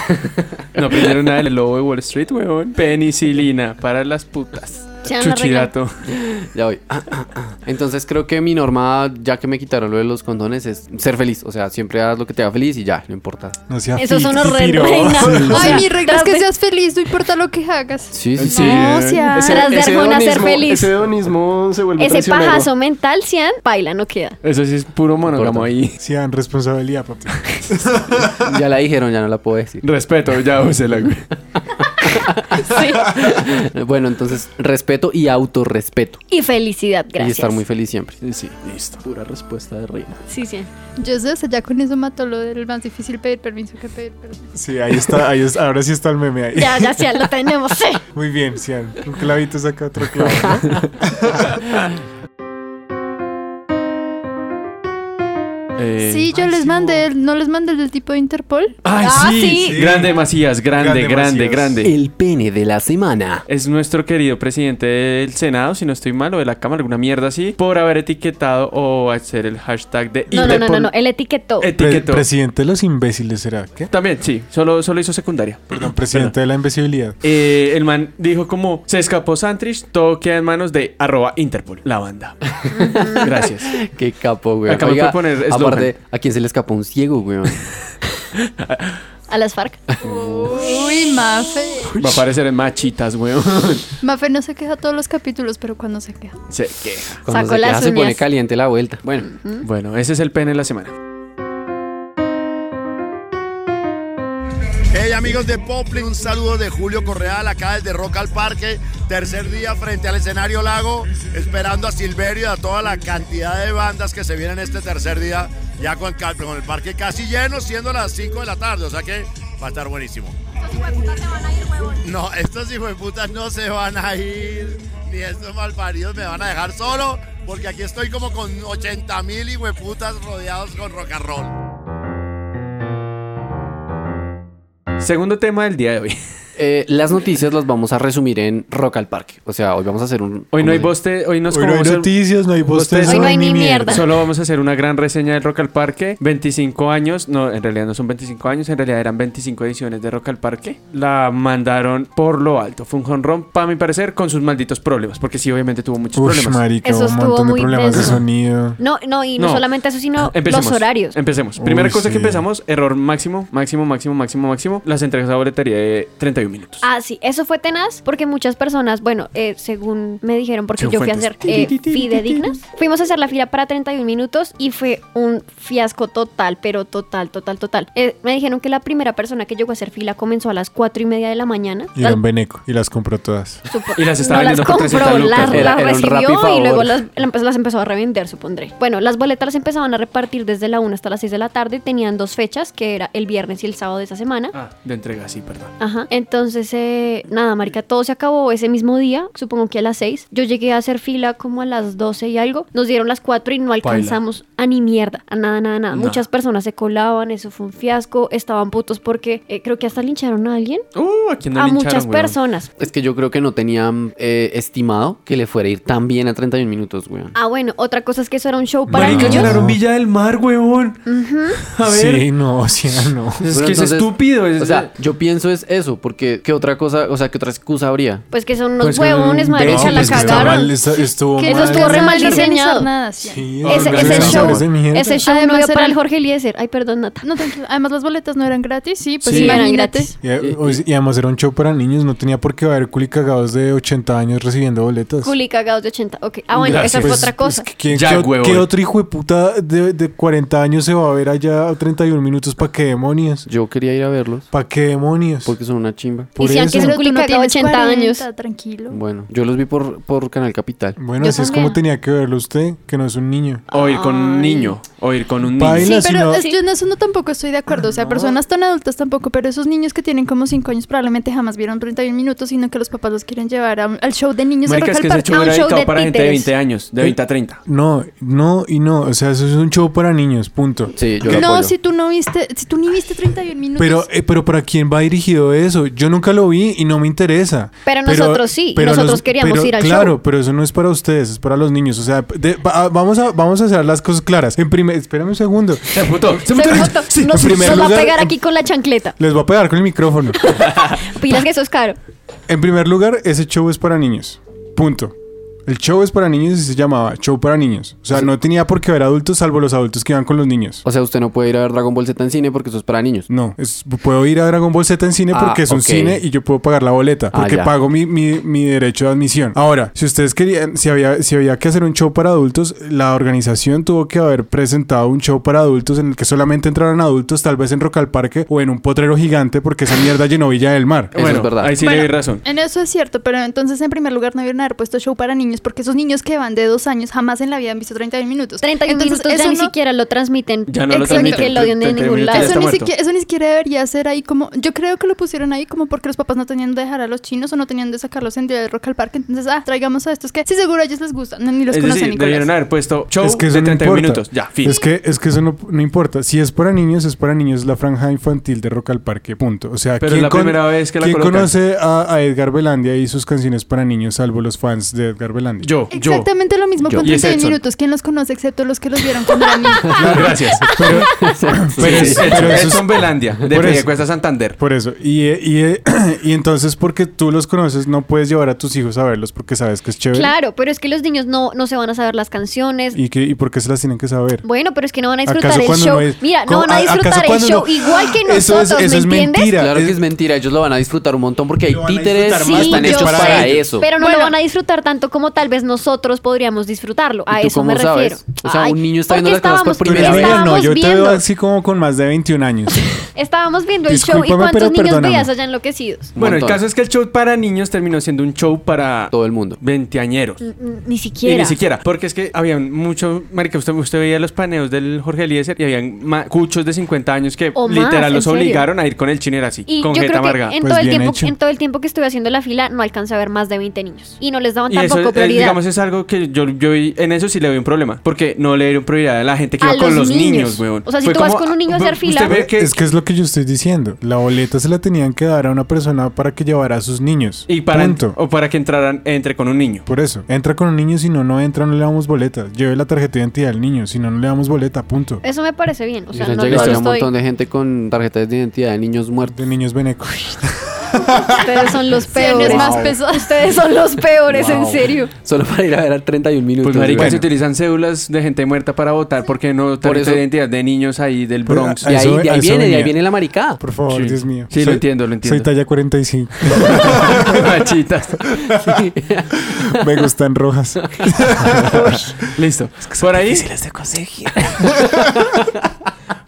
No, primero una del lobo de Wall Street, weón. Penicilina para las putas. Sean la regla. Chuchirato. Ya voy. Entonces creo que mi norma, ya que me quitaron lo de los condones, es ser feliz. O sea, siempre haz lo que te haga feliz y ya, no importa. No sea Esos son fit, los re- piro. reinas. O Ay, sea, mi regla es tras que de- seas feliz, no importa lo que hagas. Sí, sí, sí. No, eh. Cian. Tras de Arjona ser hedonismo- feliz. ese hedonismo se vuelve Ese traicionero. pajazo mental, Cian, baila, no queda. Eso sí es puro monógamo Corta. ahí. Sí, dan responsabilidad, papi. Ya la dijeron, ya no la puedo decir. Respeto, ya úsela, güey. Sí. Bueno, entonces respeto y autorrespeto. Y felicidad, gracias. Y estar muy feliz siempre. Sí, sí, listo. Pura respuesta de reina. Sí, Cian. Yo sé, o sea, ya con eso mató lo del más difícil pedir permiso que pedir permiso. Sí, ahí está, ahí está, ahora sí está el meme ahí. Ya, ya, Cian, lo tenemos. sí. Muy bien, Cian. Un clavito saca otro clavo. ¿no? Eh, Sí, yo les mandé, el- no les mandé el del tipo de Interpol. ¡Ay, Ah, sí! sí. Grande Macías, grande, Grande grande, Macías. grande. El pene de la semana. Es nuestro querido presidente del Senado, si no estoy mal, o de la Cámara, alguna mierda así, por haber etiquetado o hacer el hashtag de No, no, no, no, Interpol. no, el etiquetó. Pre- Etiquetó. presidente de los imbéciles, ¿será? ¿Qué? También, sí, solo, solo hizo secundaria. Perdón, presidente de la imbecilidad. Eh, el man dijo como se escapó Santrich, todo queda en manos de arroba Interpol, la banda. Gracias. Qué capo, güey. Acabo de proponer eslogan. aparte, ¿a quién se le escapó un ciego, güey? A las FARC. Uy, Mafe. Va a aparecer en machitas, weón. Mafe no se queja todos los capítulos, pero cuando se queja. Se queja. Cuando Sacó se, queja, las se pone uñas. caliente la vuelta. Bueno, ¿Mm? Bueno, ese es el pene de la semana. Hey amigos de Poplin, un saludo de Julio Correal acá desde Rock al Parque, tercer día frente al escenario Lago, esperando a Silverio y a toda la cantidad de bandas que se vienen este tercer día, ya con, cal- con el parque casi lleno, siendo las 5 de la tarde, o sea que va a estar buenísimo. No, estos hijos de putas no se van a ir, ni estos malparidos me van a dejar solo, porque aquí estoy como con 80 mil hijos de putas rodeados con rock and roll. Segundo tema del día de hoy. eh, las noticias las vamos a resumir en Rock al Parque. O sea, hoy vamos a hacer un. Hoy no hay voz boste, hoy nos Hoy no hay comemos el- noticias, no hay bostezo, Hoy no hay ni mierda. Solo vamos a hacer una gran reseña del Rock al Parque. 25 años, no, en realidad no son 25 años, en realidad eran 25 ediciones de Rock al Parque. La mandaron por lo alto. Fue un jonrón, para mi parecer, con sus malditos problemas, porque sí, obviamente tuvo muchos Uf, problemas. marica, Eso un estuvo montón de muy problemas de denso. sonido. No, no, y no, No. solamente eso, sino Empecemos. los horarios. Empecemos. Uy, Primera cosa sí. que empezamos, error máximo, máximo, máximo, máximo, máximo. Las entregas a boletería de 31 41 minutos. Ah, sí, eso fue tenaz porque muchas personas, bueno, eh, según me dijeron, porque Según yo fui a hacer fuentes. eh, fidedignas, fuimos a hacer la fila para 31 minutos y fue un fiasco total, pero total, total, total. Eh, me dijeron que la primera persona que llegó a hacer fila comenzó a las 4 y media de la mañana. Y era un Beneco y las compró todas. Supo- Y las estaba no vendiendo las por compró, 300 lucas. Las, Era- las era un recibió rápido y luego favor. las, pues, las empezó a revender, supondré. Bueno, las boletas las empezaban a repartir desde la 1 hasta las 6 de la tarde. Tenían dos fechas, que era el viernes y el sábado de esa semana. Ah, De entrega, sí, perdón. Ajá. Entonces, eh, nada, marica, todo se acabó ese mismo día, supongo que a las 6. Yo llegué a hacer fila como a las 12 y algo. Nos dieron las 4 y no alcanzamos a ni mierda, a nada, nada, nada. No. Muchas personas se colaban, eso fue un fiasco. Estaban putos porque eh, creo que hasta lincharon a alguien. Uh, ¿a quién no A lincharon, muchas weón? personas. Es que yo creo que no tenían eh, estimado que le fuera a ir tan bien a 31 minutos, weón. Ah, bueno, otra cosa es que eso era un show para Marica, niños. llenaron Villa del Mar, huevón. Ujú. A ver. Sí, no, o sea, no. Pues Es que es estúpido, es- o sea, yo pienso es eso, porque ¿qué otra cosa, o sea, qué otra excusa habría? Pues que son unos huevones, marica, pues la cagaron. estuvo Que eso estuvo re mal diseñado. ese, organizadores ese show, de mierda. ese show Además no iba para eran- el Jorge Eliezer. Ay, perdón, Nata. No, tranquilo. además las boletas no eran gratis, sí, pues Sí. imagínate. Eran gratis. Y, eh, y- y además era un show para niños, no tenía por qué haber culicagados de 80 años recibiendo boletas. Culi cagados de 80. Ok. Ah, bueno, esa Gracias. fue Pues, otra cosa. ¿Qué, Ya, qué- huevón. qué otro hijo de puta de, de 40 años se va a ver allá a 31 minutos? ¿Para qué demonios? Yo quería ir a verlos. ¿Para qué demonios? Porque son una chimba. Por si aunque eso. se- Pues Pero tú no Culiacán, tienes 80 40, años. Tranquilo. Bueno, yo los vi por, por Canal Capital. Bueno, Yo así es también. como tenía que verlo usted, que no es un niño. O ir con un niño. O ir con un niño. Baila, sí, si pero no- es- yo en eso no tampoco estoy de acuerdo. O sea, personas tan adultas tampoco, pero esos niños que tienen como 5 años probablemente jamás vieron 31 minutos, sino que los papás los quieren llevar a- al show de niños Marica, de es Rock que al ese Parque. show era dedicado para gente de 20 años, de 20 a 30. No, no y no. O sea, eso es un show para niños, punto. Sí, lo No, apoyo. si tú no viste, si tú ni viste 31 minutos. Pero, pues, eh, pero ¿para quién va dirigido eso? Yo nunca lo vi y no me interesa. Pero nosotros sí, nosotros queríamos pero- ir al Claro, show. pero eso no es para ustedes, es para los niños. O sea, de- va- vamos, a, vamos a hacer las cosas claras. En primer, espérame un segundo. Se puto. Se votó. Sí, nos, en primer nos va a lugar- Ah, pegar aquí con la chancleta. Les voy a pegar con el micrófono. Pilas que eso es caro. En primer lugar, ese show es para niños. Punto. El show es para niños y se llamaba show para niños. O sea, no tenía por qué haber adultos salvo los adultos que iban con los niños. O sea, usted no puede ir a ver Dragon Ball Z en cine porque eso es para niños. No, es- puedo ir a Dragon Ball Z en cine Ah, porque es un ok. cine y yo puedo pagar la boleta Ah, porque ya. pago mi, mi- mi derecho de admisión. Ahora, si ustedes querían, si había, si había que hacer un show para adultos, la organización tuvo que haber presentado un show para adultos en el que solamente entraran adultos, tal vez en Rock al Parque o en un potrero gigante porque esa mierda llenó Villa del Mar. Bueno, ahí sí le doy razón. En eso es cierto, pero entonces en primer lugar no debieron haber puesto show para niños porque esos niños que van de dos años jamás en la vida han visto 31 minutos. 31 Entonces, minutos ya eso ni no- siquiera lo transmiten. Ya no lo Exacto. transmiten. Nickelodeon en 30 ningún minutos lado. ya está Eso ni, muerto. siquiera, eso ni siquiera debería ser ahí como... Yo creo que lo pusieron ahí como porque los papás no tenían de dejar a los chinos o no tenían de sacarlos en día de Rock al Parque. Entonces, ah, traigamos a estos que sí seguro a ellos les gustan. No, ni los Es conocen, decir, Nicolás. debieron haber puesto show es que eso de no 30 importa. minutos. Ya, fin. Es que, es que eso no, no importa. Si es para niños, es para niños la franja infantil de Rock al Parque, punto. O sea, Pero ¿quién es la primera vez que la ¿quién colocan? conoce a, a Edgar Belandia y sus canciones para niños, salvo los fans de Edgar Belandia? Yo, Exactamente lo mismo Yo. con Y es 31 Edson. minutos. ¿Quién los conoce excepto los que los vieron cuando eran niños? Gracias. Pero, pero Sí, es- sí, pero Edson eso es- Edson Belandia, de por eso. Peña Cuesta Santander. Por eso. Y, eh, y, eh, y entonces, porque tú los conoces, no puedes llevar a tus hijos a verlos porque sabes que es chévere. Claro, pero es que los niños no, no se van a saber las canciones. Y, que, y porque se las tienen que saber. Bueno, pero es que no van a ¿Acaso disfrutar el cuando show. no es- Mira, no ¿Cómo? van a ¿A- acaso disfrutar el cuando show no? igual que Eso es- nosotros, eso ¿me es entiendes? mentira. Claro es- que es mentira, ellos lo van a disfrutar un montón porque hay títeres disfrutar y más están porque hechos es para, para ellos. eso. Pero no lo Bueno. van a disfrutar tanto como tal vez nosotros podríamos disfrutarlo. A ¿Y tú eso me cómo sabes? refiero. O sea, Ay, un niño está porque viendo las cosas por estábamos- primera Pero vez. ella no, estábamos yo te viendo. veo así como con más de 21 años. Estábamos viendo el show y Discúlpame, cuántos pero niños perdóname. veías allá enloquecidos. Bueno, el Montón. caso es que el show para niños terminó siendo un show para todo el mundo. Veinteañeros. N- Ni Y siquiera. ni siquiera, porque es que habían mucho, marica, usted, usted veía los paneos del Jorge Eliezer y habían ma- cuchos de 50 años que O más, literal ¿en los serio? obligaron a ir con el chino era así, Y con yo jeta creo que amargada. en, Pues todo el tiempo, en todo el tiempo que estuve haciendo la fila no alcancé a ver más de 20 niños. Y no les daban Y eso, tampoco eh, prioridad. digamos, es algo que yo, yo vi- en eso sí le veo un problema, porque no le dieron prioridad a la gente que A iba con los los niños, niños. weón. O sea, si Fue tú vas como, con un niño a ah, hacer fila- Usted ve que, Es que es lo que yo estoy diciendo. La boleta se la tenían que dar a una persona para que llevara a sus niños. y para, Oh. Punto. o para que entraran, entre con un niño. Por eso, entra con un niño, si no, no entra, no le damos boleta. Lleve la tarjeta de identidad al niño, si no, no le damos boleta, punto. Eso me parece bien. O Y sea, se han no llegado les ya un estoy... montón de gente con tarjetas de identidad de niños muertos. De niños venecos. Ustedes son los Sí, no es peores. más Wow. pesado. Ustedes son los peores, en serio. Solo para ir a ver al 31 minutos. Pues marica, güey. se utilizan cédulas de gente muerta para votar porque no Por tarjeta eso- de identidad de niños ahí del Bronx. Y ahí, de ahí viene, de ahí viene la maricada. Por favor, Sí. Dios mío. Sí, lo entiendo, lo entiendo. Soy talla 45. Machitas. Me gustan rojas. Listo. Por ahí. de conseguir.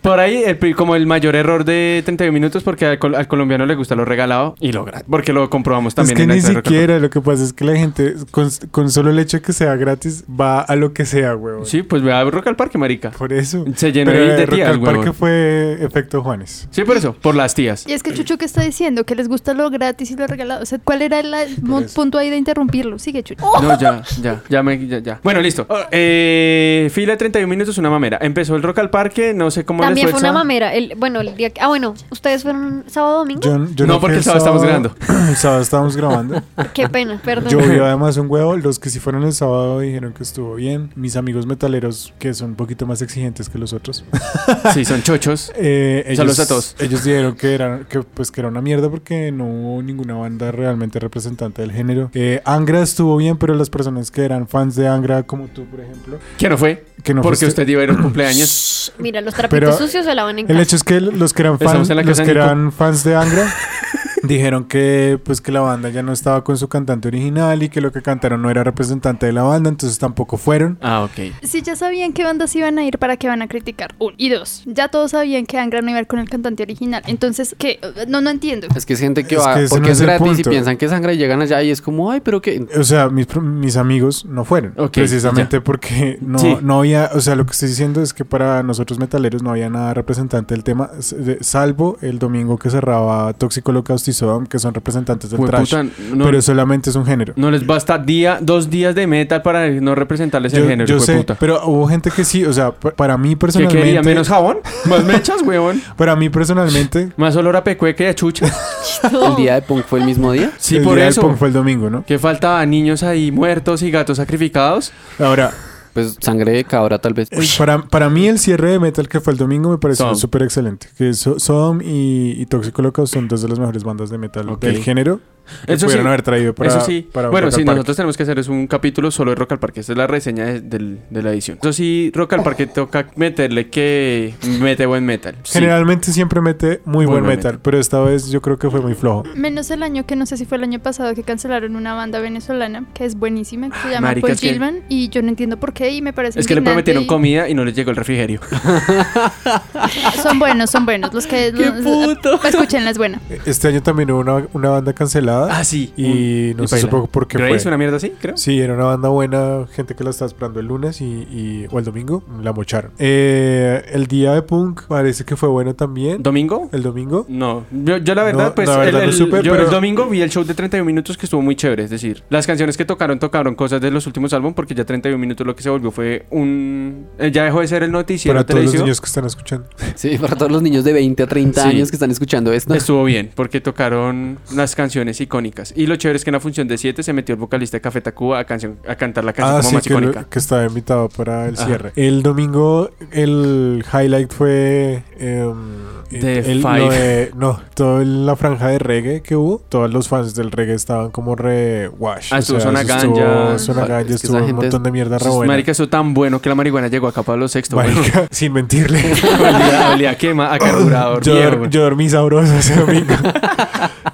Por ahí, el pri- como el mayor error de 31 minutos, porque al, col- al colombiano le gusta lo regalado y lo gratis. Porque lo comprobamos Es también que en ni esta recorte- siquiera, lo que pasa es que la gente, con, con solo el hecho de que sea gratis, va a lo que sea, huevón. Sí, pues ve a Rock al Parque, marica. Por eso. Se llenó Pero ahí de el Rock tías, al Parque güey. fue efecto Juanes. Sí, por eso, por las tías. Y es que Chucho que está diciendo que les gusta lo gratis y lo regalado. O sea, ¿cuál era el el mo- eso. punto ahí de interrumpirlo? Sigue, Chucho. No, ya, ya, ya, me, ya, ya. Bueno, listo. Oh. Eh, fila de 31 minutos, una mamera. Empezó el Rock al Parque, no sé cómo También fue les fue, una el sábado. mamera. El, bueno, el día que- Ah, bueno, ¿ustedes fueron sábado domingo? Yo- yo No, porque el fui sábado estamos El sábado estábamos grabando. Qué pena, perdón. Yo vi además un huevo. Los que sí fueron el sábado dijeron que estuvo bien. Mis amigos metaleros, que son un poquito más exigentes que los otros. Sí, son chochos. Eh, ellos, Saludos a todos. Ellos dijeron que era, que, pues, que era una mierda porque no hubo ninguna banda realmente representante del género. Eh, Angra estuvo bien, pero las personas que eran fans de Angra, como tú, por ejemplo, Que no fue. que no pues, porque fuiste- usted iba a ir a un cumpleaños. Mira, los trapitos Pero sucios se lavan en El casa. hecho es que los que eran, Estamos fans en la los casa de que Nico. eran fans de Angra dijeron que pues que la banda ya no estaba con su cantante original y que lo que cantaron no era representante de la banda, entonces tampoco fueron. Ah, ok. Si ya sabían qué bandas iban a ir, ¿para qué van a criticar? Uno. Y dos, ya todos sabían que Angra no iba a ir con el cantante original. Entonces, ¿qué? No, no entiendo. Es que es gente que Es va que ese porque no es es el gratis y punto. piensan que es sangre y llegan allá y es como, ay, pero que. O sea, mis, pro- mis amigos no fueron. Ok, precisamente porque no, Sí. no había, o sea, lo que estoy diciendo es que para nosotros metaleros no había nada representante del tema, s- de- salvo el domingo que cerraba Tóxico Holocaust y Sodom, que son representantes del Fue trash. puta, no- pero solamente es un género. No les basta día, dos días de metal para no representarles el género. yo hijo de sé, puta. pero hubo gente que sí, o sea, pa- para mí ¿Qué personalmente... quería? ¿Menos jabón? ¿Más mechas, huevón? Para mí personalmente... ¿Más olor a pecueca y a chucha? ¿El día de punk fue el mismo día? Sí, el por día del eso. punk fue el domingo, ¿no? ¿Qué faltaba? ¿Niños ahí muertos y gatos sacrificados? Ahora, Pues sangre de cabra, tal vez. eh, para, para mí el cierre de metal que fue el domingo me pareció Sodom. súper excelente. Que So- Sodom y, y Toxic Holocaust son dos de las mejores bandas de metal Ok. del género. Que Eso pudieron sí. haber traído para... Eso sí. para bueno, Rock sí, al Parque. nosotros tenemos que hacer es un capítulo solo de Rock al Parque. Esta es la reseña de, del- de la edición. Eso sí, Rock al Parque toca meterle que mete buen metal. Sí. Generalmente siempre mete Muy muy, buen buen metal, pero esta vez yo creo que fue muy flojo. Menos el año que no sé si fue el año pasado que cancelaron una banda venezolana que es buenísima, que se llama marica, Paul es que- Gilman y yo no entiendo por qué y me parece Es que le indignante prometieron y- comida y no les llegó el refrigerio. Ah, Son buenos, son buenos los que escuchen las buenas. Este año también hubo una, una banda cancelada. Ah, sí. Y Un- no y sé paila. supongo por qué Grace, fue. una mierda así, creo. Sí, era una banda buena, gente que la estaba esperando el lunes y, y- o el domingo, la mocharon. Eh, el día de punk parece que fue bueno también. ¿Domingo? el domingo. No, yo, yo la verdad, No, pues la verdad el, no el- supe, yo pero- el domingo vi el show de 31 minutos que estuvo muy chévere. Es decir, las canciones que tocaron, tocaron cosas de los últimos álbumes porque ya 31 minutos lo que se volvió fue un. eh, Ya dejó de ser el noticiero para todos los televisivo. niños que están escuchando. Sí, para todos los niños de 20 a 30 Sí. años que están escuchando esto. Estuvo bien, porque tocaron las canciones icónicas. Y lo chévere es que en la función de 7 se metió el vocalista de Café Tacuba a, canción, a cantar la canción Ah, como sí, más que, lo- icónica. que estaba invitado para el Ajá. cierre. El domingo, el highlight fue. em, The el- lo Five. de- no, toda la franja de reggae que hubo, todos los fans del reggae estaban como re wash. Ah, estuvo Zona eso Ganja. Estuvo Zona Es que Ganja, esa estuvo un gente montón de mierda re Sus- buena. Marica, eso tan bueno que la marihuana llegó acá para los sexto. güey. Marica, sin mentirle. olía, olía a quema, a carburador. Yo, viejo, dor- güey. yo dormí sabroso ese domingo.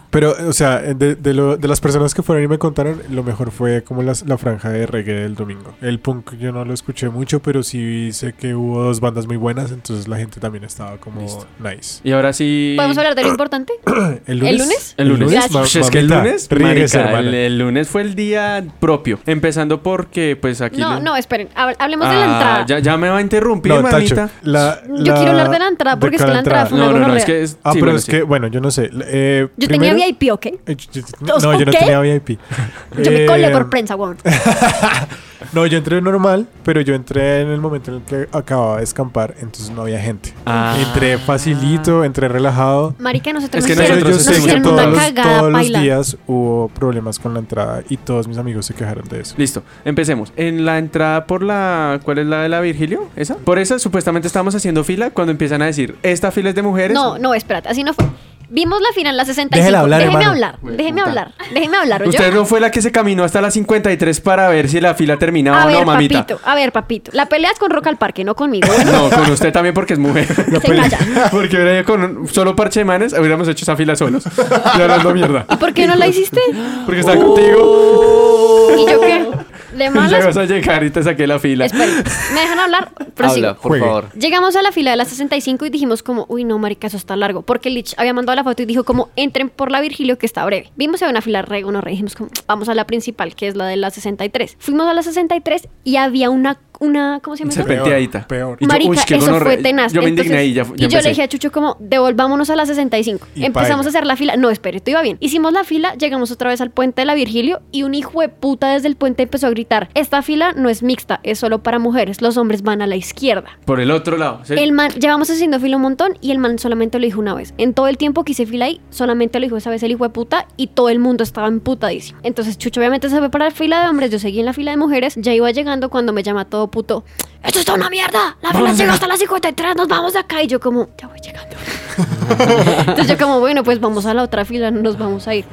Pero, o sea, de, de lo- de las personas que fueron y me contaron, lo mejor fue como las- la franja de reggae del domingo. El punk yo no lo escuché mucho, pero sí sé que hubo dos bandas muy buenas, entonces la gente también estaba como Listo. nice. Y ahora sí. ¿Podemos hablar de lo importante? ¿El lunes? lunes? El lunes. Gracias. ma- Ush, es que el mamita, lunes, ríguese, marica, hermana. el, el lunes fue el día propio. Empezando porque, pues aquí. No, lo- no, esperen. Hab- Hablemos de la Ah, entrada. Ya, ya me va a interrumpir, No, Tacho, mamita. la- Yo la- quiero hablar de la entrada, porque es que la entrada fue una No, no, no, gonorrea. es que es. Ah, sí, pero bueno, es sí. que, bueno, yo no sé. Eh, Yo primero- tenía VIP, ¿ok? Eh, yo- yo- ¿Todos No, yo no ok? tenía VIP. Yo me colé Eh, por prensa, weón. No, yo entré normal, pero yo entré en el momento en el que acababa de escampar, entonces no había gente. Ah. Entré facilito, entré relajado. Marica, nosotros Es que nos Pero hicieron- yo nosotros nos sé que hicieron todos, una los, cagada, todos los paila. días hubo problemas con la entrada y todos mis amigos se quejaron de eso. Listo, empecemos. En la entrada por la... ¿Cuál es la de la Virgilio? ¿Esa? Por esa supuestamente estábamos haciendo fila cuando empiezan a decir, esta fila es de mujeres. No, no, espérate, así no fue. Vimos la final, la 65. Déjela hablar, déjeme hermano. hablar, Güey, déjeme puta. hablar, déjeme hablar. ¿oyó? Usted no fue la que se caminó hasta las 53 para ver si la fila terminaba a o ver, no, mamita. papito, a ver, papito. La pelea es con Roca al Parque, no conmigo. Bueno, No, con usted también porque es mujer. Porque hubiera ido con un solo parche de manes, hubiéramos hecho esa fila solos. Y hablando mierda. ¿Y por qué no la hiciste? Porque estaba contigo. ¿Y yo qué? De Y ya vas malas. a llegar y te saqué la fila. ¿Me dejan hablar? Prosigo. Habla, por favor. Llegamos a la fila de las 65 y dijimos como, uy, no, marica, eso está largo. Porque Lich había mandado la foto y dijo como, entren por la Virgilio, que está breve. Vimos que había una fila re, uno re, dijimos como, vamos a la principal, que es la de la 63. Fuimos a la 63 y había una, una ¿cómo se llama? eso? Serpenteadita. Peor. Marica, eso fue tenaz. Yo me Entonces- indigné ahí, ya, ya y yo empecé. le dije a Chucho como, devolvámonos a la 65. Y Empezamos paila. a hacer la fila. No, espere, esto iba bien. Hicimos la fila, llegamos otra vez al puente de la Virgilio y un hijo de puta desde el puente empezó a gritar, esta fila no es mixta, es solo para mujeres, los hombres van a la izquierda. Por el otro lado. ¿sí? El man, llevamos haciendo fila un montón y el man solamente lo dijo una vez. En todo el tiempo que hice fila ahí, solamente lo dijo esa vez el hijo de puta y todo el mundo estaba emputadísimo. Entonces Chucho obviamente se fue para la fila de hombres, yo seguí en la fila de mujeres, ya iba llegando cuando me llama todo puto. ¡Esto está una mierda! La fila llegó hasta las 53, nos vamos de acá. Y yo como, ya voy llegando. Entonces yo como, bueno, pues vamos a la otra fila, no nos vamos a ir.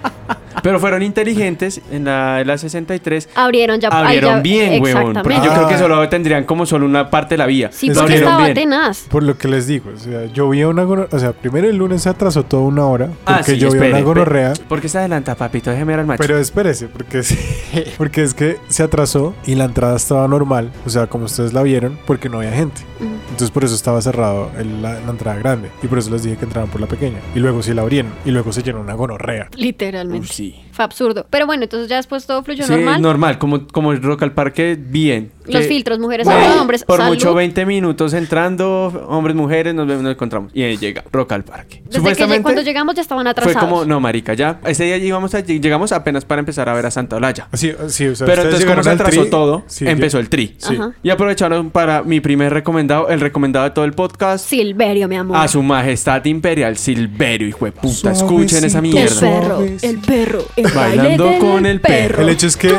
Pero fueron inteligentes en la, en la 63. Abrieron ya. ahí Abrieron ya- bien, huevón. Porque yo Exactamente. creo que solo tendrían como solo una parte de la vía. Sí, Lo porque abrieron estaba bien. tenaz. Por lo que les digo, o sea, yo vi a una gonorrea, o sea, primero el lunes se atrasó toda una hora porque Ah, sí, yo vi a espere, una gonorrea, espere. ¿Por qué se adelanta, papito? Déjeme ver al macho. pero espérese, porque sí, porque es que se atrasó y la entrada estaba normal, o sea, como ustedes la vieron, porque no había gente. Ujú. Entonces por eso estaba cerrado el- la, la entrada grande y por eso les dije que entraran por la pequeña y luego sí la abrieron y luego se llenó una gonorrea. Literalmente. Fue absurdo. Pero bueno, entonces ya después todo fluyó Sí, normal. Como, como el Rock al Parque, bien. Los Que- filtros, mujeres, Güey, salud, hombres, Por salud. mucho 20 minutos entrando, hombres, mujeres, nos, vemos, nos encontramos. Y ahí llega Rock al Parque. Desde que lleg- cuando llegamos ya estaban fue atrasados. como, no, marica, ya. Ese día llegamos, a- llegamos apenas para empezar a ver a Santa Olaya. Sí, sí, o sea, Pero ustedes entonces, como llegaron se al atrasó tri- todo, Sí, empezó lleg- el tri. Sí. Ajá. Y aprovecharon para mi primer recomendado, el recomendado de todo el podcast. Silverio, mi amor. A su majestad imperial Silverio, hijo de puta. Suavecito, Escuchen esa El mierda. perro, el perro, el Bailando baile del con el perro. El hecho es que.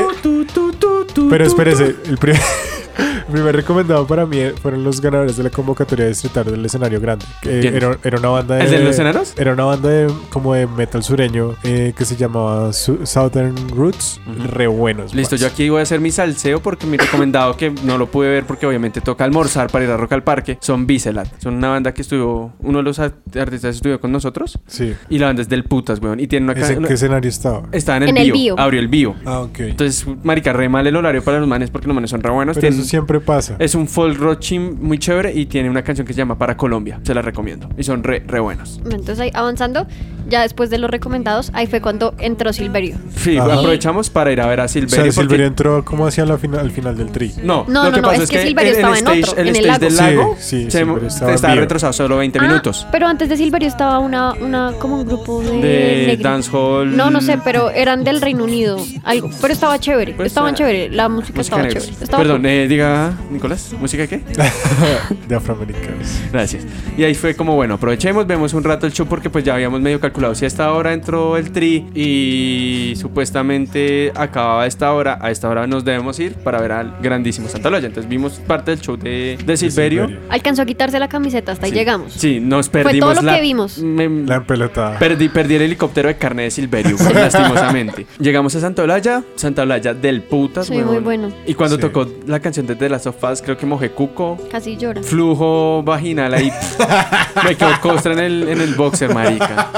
Pero espérese, el primer, el primer recomendado para mí fueron los ganadores de la convocatoria distrital del escenario grande. que ¿Quién? era, era una banda de. ¿El de los enanos? Era una banda de, como de metal sureño eh, que se llamaba Su- Southern Roots. Re buenos. Listo, yo aquí voy a hacer mi salseo porque mi recomendado que no lo pude ver porque obviamente toca almorzar para ir a Rock al Parque son Bicelat. Son una banda que estuvo, uno de los art- artistas estuvo con nosotros. Sí. Y la banda es del putas, weón. Y tiene una, ¿Ese- ca- ¿En una- qué escenario estaba? Está en el En el bio, bio. Abrió el bio. Ah, ok. Entonces, marica, re mal el horario para los manes porque los manes son re buenos. Pero Tienen- eso siempre pasa. Es un folk rock chim muy chévere y tiene una canción que se llama Para Colombia. Se la recomiendo. Y son re, re buenos. Entonces ahí avanzando, ya después de los recomendados, ahí fue cuando entró Silverio. Sí, Ajá. aprovechamos para ir a ver a Ah. O sea, Silverio. porque- Silverio entró como hacia la final, al final del tri. No, No, lo no, que no, pasa es es que que Silverio estaba en el stage, otro, el en el stage del lago. Ah, lago Sí, sí, se, Silverio estaba en estaba vivo. retrasado solo 20 minutos. Pero antes de Silverio estaba una, una como un grupo de, De negritos. dancehall. eh, No, no sé, pero eran del Reino Unido, algo. Pero estaba chévere, estaban ah, chévere, la música, música estaba negra. chévere. Estaba Perdón, cool. eh, diga, Nicolás, ¿música qué? De afroamericanos. Gracias. Y ahí fue como, bueno, aprovechemos, vemos un rato el show porque pues ya habíamos medio calculado si a esta hora entró el tri y supuestamente acababa a esta hora, a esta hora nos debemos ir para ver al grandísimo Santa Loya. Entonces vimos parte del show de, de Silverio. Alcanzó a quitarse la camiseta, hasta ahí llegamos. Sí, nos Fue todo perdimos lo la- que vimos. me- La empelotada. Perdí, perdí el helicóptero de carne de Silverio, güey, lastimosamente. Llegamos a Santa Olaya, Santa Olaya del putas, Sí, muy huevón. bueno. Y cuando Sí. tocó la canción de The Last of Us, creo que mojé cuco, Casi llora. flujo vaginal ahí. me quedó costra en el, en el boxer, marica.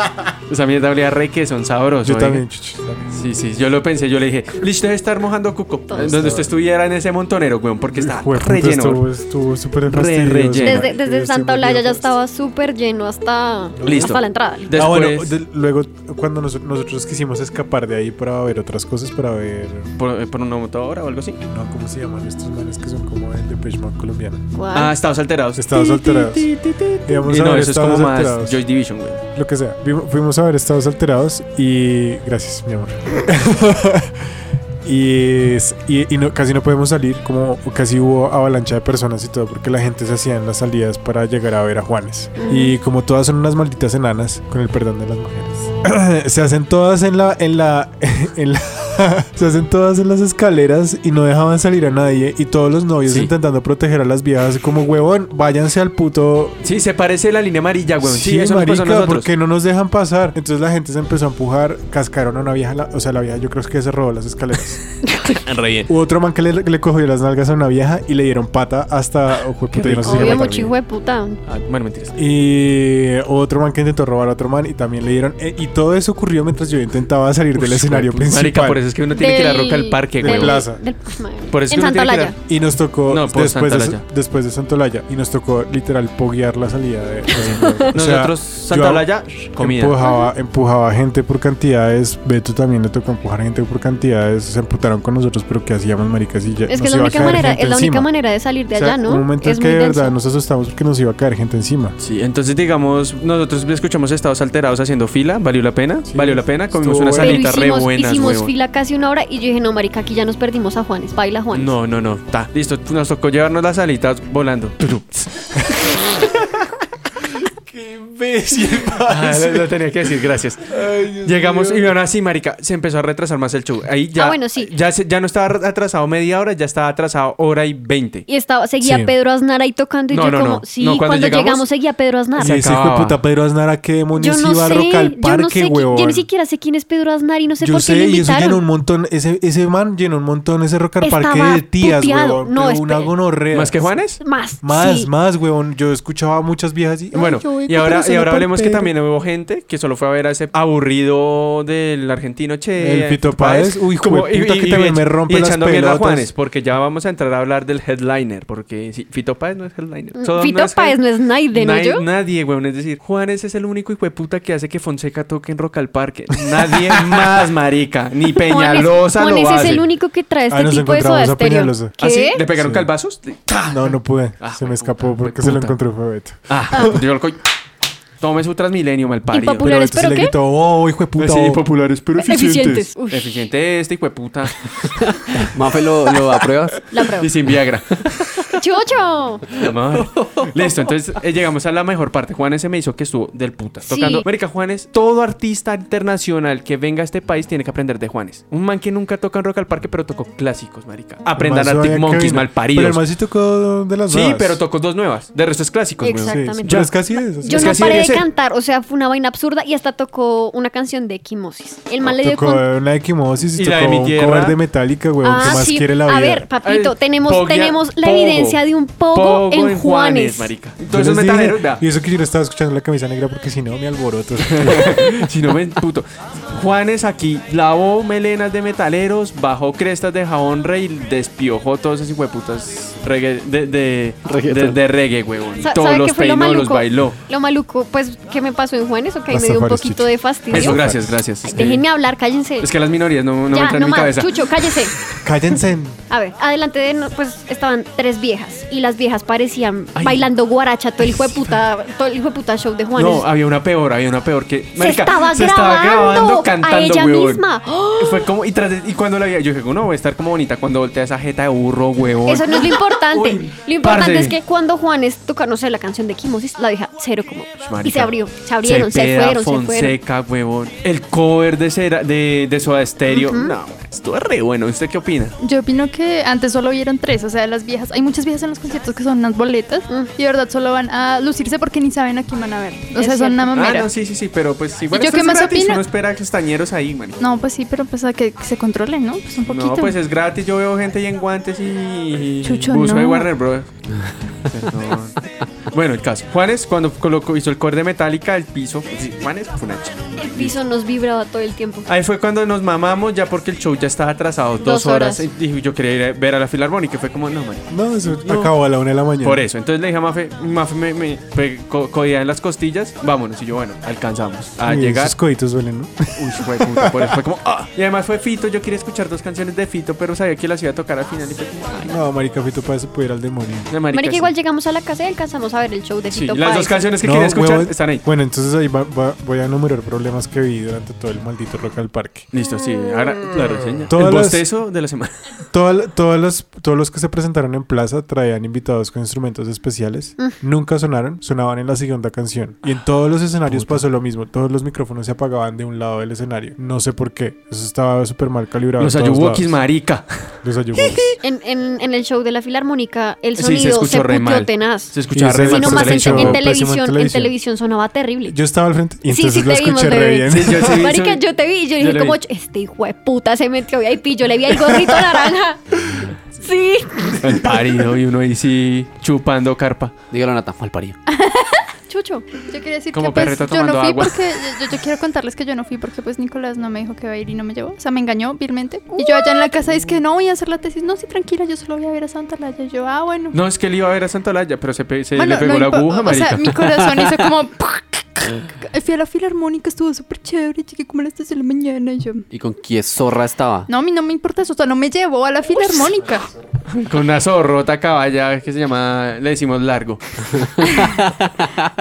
Esa mierda olía re que son sabrosos. Yo oiga. también, chuchu, también. Sí, sí, yo lo pensé, yo le dije, listo debe estar mojando cuco. Donde usted estuviera en ese montonero, weón, porque está Fue puta, relleno. Estuvo estuvo súper Re- fastidioso. relleno. Desde, desde Estoy Santa muy Olaya bien, ya pues. estaba súper lleno hasta, Listo. hasta la entrada. Después- Ah, bueno, de- luego cuando nos- nosotros quisimos escapar de ahí para ver otras cosas, para ver... Por, por una motora o algo así. No, ¿cómo se llaman estos manes que son como el de Peshman colombiano? ¿Cuál? Ah, estados alterados. Estados alterados. Íbamos Y a Eh, no, eso ver es estados como más alterados. Joy Division, güey. Lo que sea. Vimo- Fuimos a ver estados alterados y... Gracias, mi amor. Y, es- y, y no- casi no podemos salir, como casi hubo avalancha de personas y todo, porque la gente se hacía en las salidas para llegar a ver a Juanes. Y como todas son unas malditas enanas, con el perdón de las mujeres, se hacen todas en la, en la, en la, se hacen todas en las escaleras y no dejaban salir a nadie. Y todos los novios Sí. intentando proteger a las viejas, como huevón, váyanse al puto. Sí, se parece a la línea amarilla, weón. Ah, Sí, eso nos pasó a marica, nosotros. ¿por qué no nos dejan pasar? Entonces la gente se empezó a empujar, cascaron a una vieja, la- o sea, la vieja yo creo que se robó las escaleras. Re bien. Hubo otro man que le, le cogió las nalgas a una vieja y le dieron pata hasta. oh, jueputa, yo no sé si la Obvio, mataron. mucho hijo de puta. Ah, bueno, mentiras. Y otro man que intentó robar a otro man y también le dieron. eh, y todo eso ocurrió mientras yo intentaba salir del Uy, escenario hijo de puta. principal. pues, Marica, por eso es que uno tiene que ir a Roca al Parque, de güey. plaza. Del- uy, madre. Por en eso es que uno Santa tiene que ir Olaya. a- Y nos tocó No, por después, de, Santalaya. después de Santolaya. Y nos tocó literal poguear la salida de. Nosotros, Santa Olalla, comida. Empujaba, empujaba gente por cantidades. Beto también le tocó empujar gente por cantidades. Se emputaron con nosotros, pero ¿qué hacíamos, maricas? Y ya Es que es nos la iba a única caer manera, gente es la única encima. manera de salir de O sea, allá, ¿no? Un momento es en que muy de verdad denso. nos asustamos porque nos iba a caer gente encima. Sí, entonces digamos, nosotros escuchamos estados alterados haciendo fila, valió la pena, valió la pena, comimos Estuvo unas bueno. Pero salitas re hicimos, buenas, hicimos huevón. fila casi una hora y yo dije, no, marica, aquí ya nos perdimos a Juanes. Baila Juanes. No, no, no, está, listo, nos tocó llevarnos las salitas volando. Turu. ¡Qué imbécil, Ah, lo, lo tenía que decir, gracias. Llegamos y ahora sí, marica, se empezó a retrasar más el show. Ahí ya, Ah, bueno, sí. ya, se- ya no estaba atrasado media hora, ya estaba atrasado hora y veinte. Y estaba, seguía Sí. Pedro Aznar ahí tocando y No, yo no, como, no. sí, No, cuando, cuando llegamos, llegamos, seguía Pedro Aznar. Y ese hijo de acababa. puta Pedro Aznar a qué Ah, Yo demonios no iba a sé, Rocal yo no Parque, sé, qui- huevón. yo ni siquiera sé quién es Pedro Aznar y no sé Yo por qué sé, lo y eso llenó invitaron. un montón, ese, ese man llenó un montón ese Rock al Estaba Parque de tías, puteado. huevón. No, pero una espere. gonorrea. ¿Más que pues, Juanes? Más, Más, sí. más, huevón. Yo escuchaba a muchas viejas y... "Ay, Bueno, yo voy y con ahora, Pedro y ahora Aznar, hablemos que Pedro". también hubo gente que solo fue a ver a ese aburrido del argentino Che. El Fito Páez. Uy, jueputa, que también me rompe y las echando mierda a pelotas. Juanes, porque ya vamos a entrar a hablar del headliner, porque sí, Fito Páez no es headliner. Solo Mm, Fito es Páez no es Naiden, ¿no Nadie- yo? Nadie, weón. Es decir, Juanes es el único hijo de puta que hace que Fonseca toque en Rock al Parque. Nadie más, marica. Ni Peñalosa Juanes lo Juanes hace. es el único que trae este Ah, nos tipo de encontramos soda a estéreo. Peñalosa. ¿Ah, sí? ¿Qué? ¿Le pegaron Sí. calvazos? ¡Tah! No, no pude. Ah, se me jueputa, escapó porque se lo jueputa. encontré fue Beto. Ah, yo lo co- Tome su Transmilenio, mal parido. Impopular. Populares, Beto se ¿pero le qué? gritó, oh, hijo de Pues puta. oh". populares, pero Eficientes. Uy, Eficiente este, hijo de puta. Mafe, ¿lo, lo apruebas? la prueba. Y sin Viagra. ¡Chocho! Amor. Listo, entonces eh, llegamos a la mejor parte. Juanes se me hizo que estuvo del puta. Sí. Tocando. América Juanes, todo artista internacional que venga a este país tiene que aprender de Juanes. Un man que nunca toca en Rock al Parque, pero tocó clásicos, marica. Aprendan Además, Arctic oigan, Monkeys, Kevin, mal Pero el man paridos. sí tocó de las Sí, nuevas. pero tocó dos nuevas. De resto es clásicos, weón. Exacto. Sí, Exactamente. pero es casi eso. Yo Es que no así debe paré de ser. cantar, o sea, fue una vaina absurda y hasta tocó una canción de Equimosis. El mal le dio Tocó eh, con... una equimosis y, Y la de tocó Mi un Tierra. cover de Metallica, güey. Ah, ¿Qué más sí. quiere la vida? A ver, papito, Ay, tenemos, poguea- tenemos la pogo. evidencia de un pogo, Pogo en Juanes. marica. Yo Entonces, les dije, metaleros, vea. y eso que yo no estaba escuchando la camisa negra porque si no me alboroto. Si no me puto. Juanes aquí lavó melenas de metaleros, bajó crestas de jabón rey, despiojó todos esos hueputas reggae, de, de, de, de reggae, huevón. Sa- Todos ¿sabe qué los fue lo peinó, los maluco? bailó. Lo maluco, pues, ¿qué me pasó en Juanes? Ok, me Hasta dio un Juárez, poquito Chucho. de fastidio. Eso, gracias, gracias. Ay, Eh, Déjenme hablar, cállense. Es que las minorías no, no me ya, entran no en mi más, cabeza. Chucho, cállese. Cállense. A ver, adelante de no- pues estaban tres viejas y las viejas parecían Ay. bailando guaracha todo el hijo de puta, todo el hijo de puta show de Juanes. No, ah, había una peor, había una peor que. se, estaba se estaba grabando grabando cantando, a ella huevón. misma. ¡Oh! Fue como, y, tras de- y cuando la vi, yo dije, no, voy a estar como bonita cuando voltea esa jeta de burro, huevón. Eso no es lo importante. Uy, lo importante parce. es que cuando Juanes tocó, no sé, la canción de Kimosis, la vieja cero como. Marica. Y se abrió, se abrieron, se, Cepeda, fueron, se fueron. Fonseca, huevón. El cover de, cera, de, de Soda Stereo. No, estuvo re bueno. ¿Usted qué opina? Yo opino que antes solo vieron tres, o sea, las viejas. Hay muchas viejas en los conciertos que son unas boletas y de verdad solo van a lucirse porque ni saben a quién van a ver. O Es sea, son cierto. una Ah, mamera. no, sí, sí, sí, pero pues igual ¿Y yo esto qué es más gratis, opino? Uno espera castañeros ahí, man. No, pues sí, pero pues a que se controlen, ¿no? Pues un poquito. No, pues es gratis. Yo veo gente ahí en guantes y. Chucho, buzo de no. Warner Bros. Perdón. Bueno, el caso. Juanes, cuando colocó, hizo el cover de Metallica, el piso. pues sí, Juanes fue una chica. El piso nos vibraba todo el tiempo. Ahí fue cuando nos mamamos, ya porque el show ya estaba atrasado dos, Dos horas. horas. Y yo quería ir a ver a la Filarmónica. y Fue como, no, man. No, eso No. acabó a la una de la mañana. Por eso, entonces le dije a Mafe, Mafe me, me pe- co- codía en las costillas, vámonos. Y yo, bueno, alcanzamos a Y llegar. Esos coitos duelen, ¿no? Uy, fue puta, por eso fue como, ah. Y además fue Fito, yo quería escuchar dos canciones de Fito, pero sabía que las iba a tocar al final. Y fue como, ay, No, marica, Fito para eso pudiera ir al demonio. la marica, Marica, sí. igual llegamos a la casa y alcanzamos a a ver el show de Sí, Fito las dos Páez. canciones que No, quería escuchar huevos. están ahí. Bueno, entonces ahí va- va- voy a enumerar problemas que vi durante todo el maldito Rock al Parque. Listo, sí. Ahora la reseña. Todas el las- bostezo de la semana. Toda la- todas las- todos los que se presentaron en plaza traían invitados con instrumentos especiales. Mm. Nunca sonaron, sonaban en la segunda canción. Y en todos los escenarios pasó lo mismo. Todos los micrófonos se apagaban de un lado del escenario. No sé por qué. Eso estaba súper mal calibrado. Los en todos ayuwokis, lados. marica. Los ayuwokis. En, en- en el show de la filarmónica, el Sí, se sonido se, escuchó re puteó mal. tenaz. Se escuchaba Sí, re mal sí, por no más Nomás en, televisión. en Pésimo en televisión, en televisión. televisión sonaba terrible. Yo estaba al frente y Sí, entonces sí, lo te vimos, escuché re bebé. bien. Sí, yo sí vi Marica, eso. yo te vi, yo dije lo como, vi. este hijo de puta se metió VIP, yo le vi el gorrito naranja. Sí. El parido y uno ahí sí chupando carpa. Dígalo, Nata, mal parido. Chucho. Yo quería decir Como que pues, perrito yo no tomando fui agua. porque yo, yo quiero contarles que yo no fui porque pues Nicolás no me dijo que iba a ir y no me llevó, o sea, me engañó vilmente. Y yo allá en la casa dice que no voy a hacer la tesis, no, sí, tranquila, yo solo voy a ver a Santa Laya. Yo, ah, bueno. No, es que él iba a ver a Santa Olaya, pero se, pe- se Bueno, le pegó no la impo- aguja, O marica. sea, mi corazón hizo como Fui a la filarmónica, estuvo súper chévere, llegué como a las 3 de la mañana y yo, ¿Y con qué zorra estaba? no, a mí no me importa eso, o sea, no me llevó a la filarmónica. Con una zorrota caballa que se llama, le decimos largo.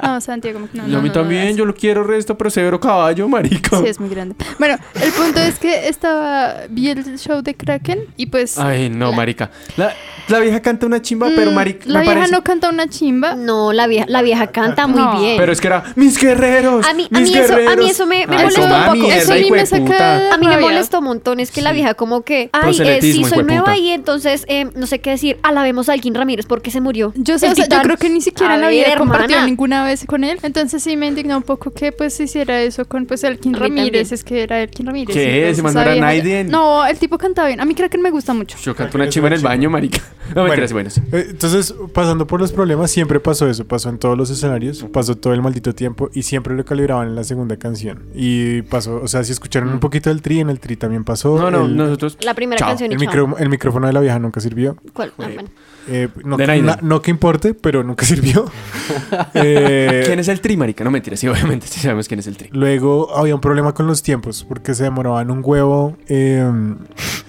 No, Santiago, no, yo no, a mí no, no, también, yo lo quiero resto, pero severo caballo, marica. Sí, es muy grande. Bueno, el punto es que estaba. Vi el show de Kraken y pues. Ay, no, La- marica. La, la vieja canta una chimba, pero mm, marica, La me vieja parece- no canta una chimba. No, la vieja, la vieja canta muy No. bien. Pero es que era, mis guerreros, A mí- a mis mí eso- a mí guerreros". Ah, eso me- me Ay, molesta un toma poco. mierda, Eso a mí hijo de me saca. puta. A mí me rabia. molestó un montón, es que la vieja como que, ay, eh, sí, Proselitismo, soy hijueputa. nueva y entonces eh, no sé qué decir, alabemos a alguien Ramírez porque se murió. Yo, sé, El o sea, yo titán. creo que ni siquiera A la ver, había compartido hermana. ninguna vez con él. Entonces sí me indignó un poco que pues hiciera eso con pues Elkin A mí también. Ramírez. Es que era Elkin Ramírez. ¿Qué? entonces Ese man no esa era vieja- Naiden. No, el tipo cantaba bien. A mí Kraken me gusta mucho. Yo canto una chimba en el baño, marica. No, Bueno. mentiras, bueno, sí. Eh, Entonces, pasando por los problemas, siempre pasó eso. Pasó en todos los escenarios, pasó todo el maldito tiempo y siempre lo calibraban en la segunda canción. Y pasó, o sea, si escucharon un poquito del tri, en el tri también pasó. Mm. No, no, el, nosotros... La primera Chao. canción y el, chao. micro- el micrófono de la vieja nunca sirvió. ¿Cuál? Ah, bueno. Eh, no, De Naiden. na- no que importe, pero nunca sirvió. Eh, ¿Quién es el tri, marica? No, mentiras, sí, obviamente sí sabemos quién es el tri. Luego había un problema con los tiempos, porque se demoraban un huevo eh,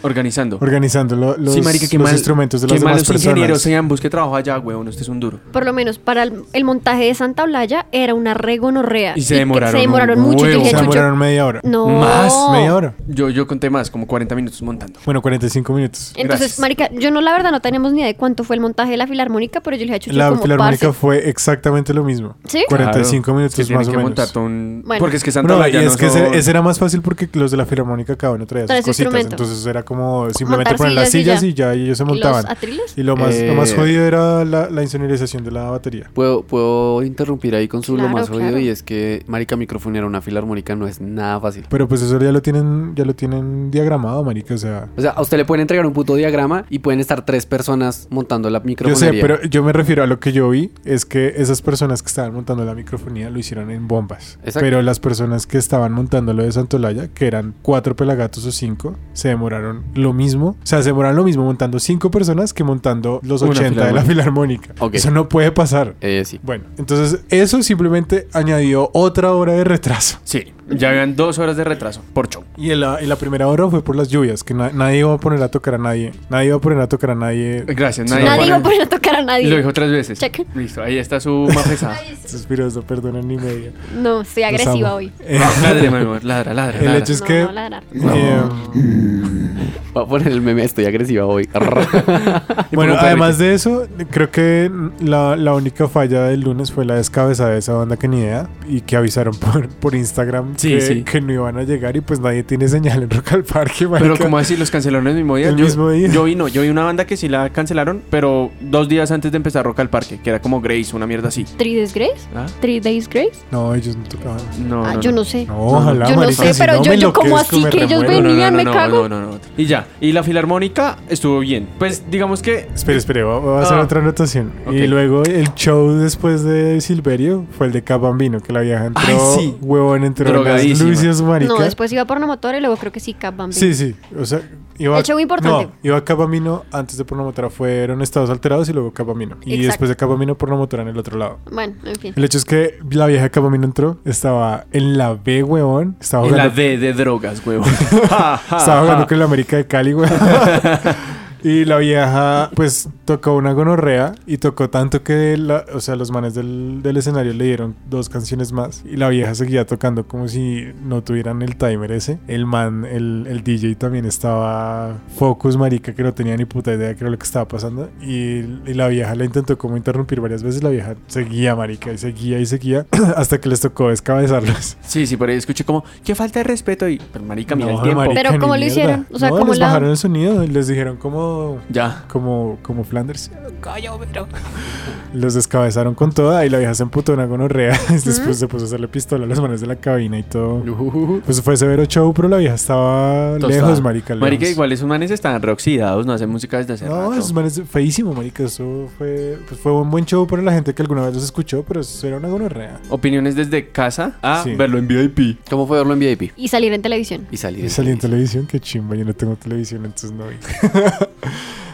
Organizando. organizando lo- los, sí, marica, qué los mal, instrumentos de qué las mal demás los ingenieros personas. sean, busque trabajo allá, weón, usted es un duro. Por lo menos para el, el montaje de Santa Olalla era una regonorrea. Y se que- demoraron se demoraron un mucho. Yo huevo. dije, Se Chucho, demoraron media hora. no. Más, Media hora. Yo, yo conté más, como 40 minutos montando. Bueno, 45 minutos. Entonces, Gracias. marica, yo no, la verdad, no tenemos ni idea de cuánto fue el montaje de la filarmónica, pero yo le dije a Chucho La como, filarmónica "Parce". fue exactamente lo mismo. ¿Sí? 45 minutos que tienen más o que menos. montar todo un- Bueno. Porque es que Santa Bueno, y Olalla es no que ese, son- ese era más fácil porque los de la filarmónica cada uno traía sus Trae su cositas. instrumento. Entonces era como simplemente Montar poner las sillas y sillas y ya, y ellos se ¿Y montaban. ¿Los atriles? Y lo más, lo más Eh. jodido era la, la insonorización de la batería. Puedo, puedo interrumpir ahí con su lo Claro, más jodido claro. y es que marica microfonear una filarmónica no es nada fácil. Pero pues eso ya lo tienen, ya lo tienen diagramado, marica. O sea, O sea, a usted le pueden entregar un puto diagrama y pueden estar tres personas montando la Yo sé, microfonería. pero yo me refiero a lo que yo vi, es que esas personas que estaban montando la microfonía lo hicieron en bombas. Exacto. Pero las personas que estaban montando lo de Santolaya, que eran cuatro pelagatos o cinco, se demoraron lo mismo. O sea, se demoraron lo mismo montando cinco personas que montando los Una 80 de la filarmónica. Ok. Eso no puede pasar. Eh, sí. Bueno, entonces eso simplemente añadió otra hora de retraso. Sí, ya habían dos horas de retraso por show. Y en la, en la primera hora fue por las lluvias, que na- nadie iba a poner a tocar a nadie. Nadie iba a poner a tocar a nadie. Gracias, nadie. Nadie lo iba a pone- poner a tocar a nadie. Lo dijo tres veces. Check. Listo, ahí está su mafesa. Suspiros, no perdonan ni media. No, estoy Los agresiva amo. hoy. Eh, ladre, mi amor, ladra, ladra. El ladra. hecho es no, que... no ladrar. eh, Voy a poner el meme, estoy agresiva hoy. Y pongo Bueno, un además de eso, creo que la, la única falla del lunes fue la descabezada de esa banda que ni idea y que avisaron por, por Instagram Sí, que, sí. que no iban a llegar y pues nadie tiene señal en Rock al Parque. Pero marica. como así los cancelaron el mismo día. El yo, mismo día. Yo vi no, yo vi una banda que sí la cancelaron, pero dos días antes de empezar Rock al Parque, que era como Grace, una mierda así. ¿Three Days Grace? ¿Ah? ¿Three Days Grace? No, ellos no tocaban. No, ah, no, yo no. no sé. No, ojalá, Yo no marica, sé, si pero yo- me yo como enloquezco, así me que ellos remuero. ven- No, no, Venían, no, me no, cago. no, no, no. Y ya, y la filarmónica estuvo bien. Pues digamos que Espera, espera, voy a- voy a hacer Ah. otra anotación. Y Ok. luego el show después de Silverio fue el de Cap Bambino, que la vieja entró, Ay, sí. huevón, entró unas Drogadísima. luces, marica. No, después iba por Motora y luego creo que sí, Cap Bambino. Sí, sí. O sea, iba, El show importante. No, iba a Capamino antes de Pornomotora fueron Estados Alterados y luego Capamino. Y Exacto. después de Capamino, Pornomotora en el otro lado. Bueno, en fin. El hecho es que la vieja Capamino entró, estaba en la B, huevón. Estaba en jugando, la D de drogas, huevo. estaba jugando con la América de Cali, huevón. Y la vieja, pues, tocó una gonorrea y tocó tanto que, la- o sea, los manes del, del escenario le dieron dos canciones más y la vieja seguía tocando como si no tuvieran el timer ese. El man, el, el DJ también estaba focus, marica, que no tenía ni puta idea de qué era lo que estaba pasando. Y, y la vieja la intentó como interrumpir varias veces. La vieja seguía, marica, y seguía y seguía hasta que les tocó descabezarlos. Sí, sí, por ahí escuché como, qué falta de respeto y, pero marica, mira el No, tiempo. marica, Pero, ni ¿cómo lo hicieron? O sea, No, ¿cómo les la- bajaron el sonido y les dijeron como... Ya. Como, como Flanders. Los descabezaron con toda y la vieja se emputó una gonorrea. y Después se puso a hacerle pistola a las manos de la cabina y todo. Pues fue severo show, pero la vieja estaba Tostada. lejos, marica. Marica, lejos. igual esos manes están reoxidados, no hacen música desde hace No, rato. es, man, es feísimo, marica. Eso fue, pues fue un buen show para la gente que alguna vez los escuchó, pero eso era una gonorrea. Opiniones desde casa a Sí. verlo en VIP. ¿Cómo fue verlo en VIP? Y salir en televisión. Y salir. Y salí en televisión, qué chimba, yo no tengo televisión, entonces no vi.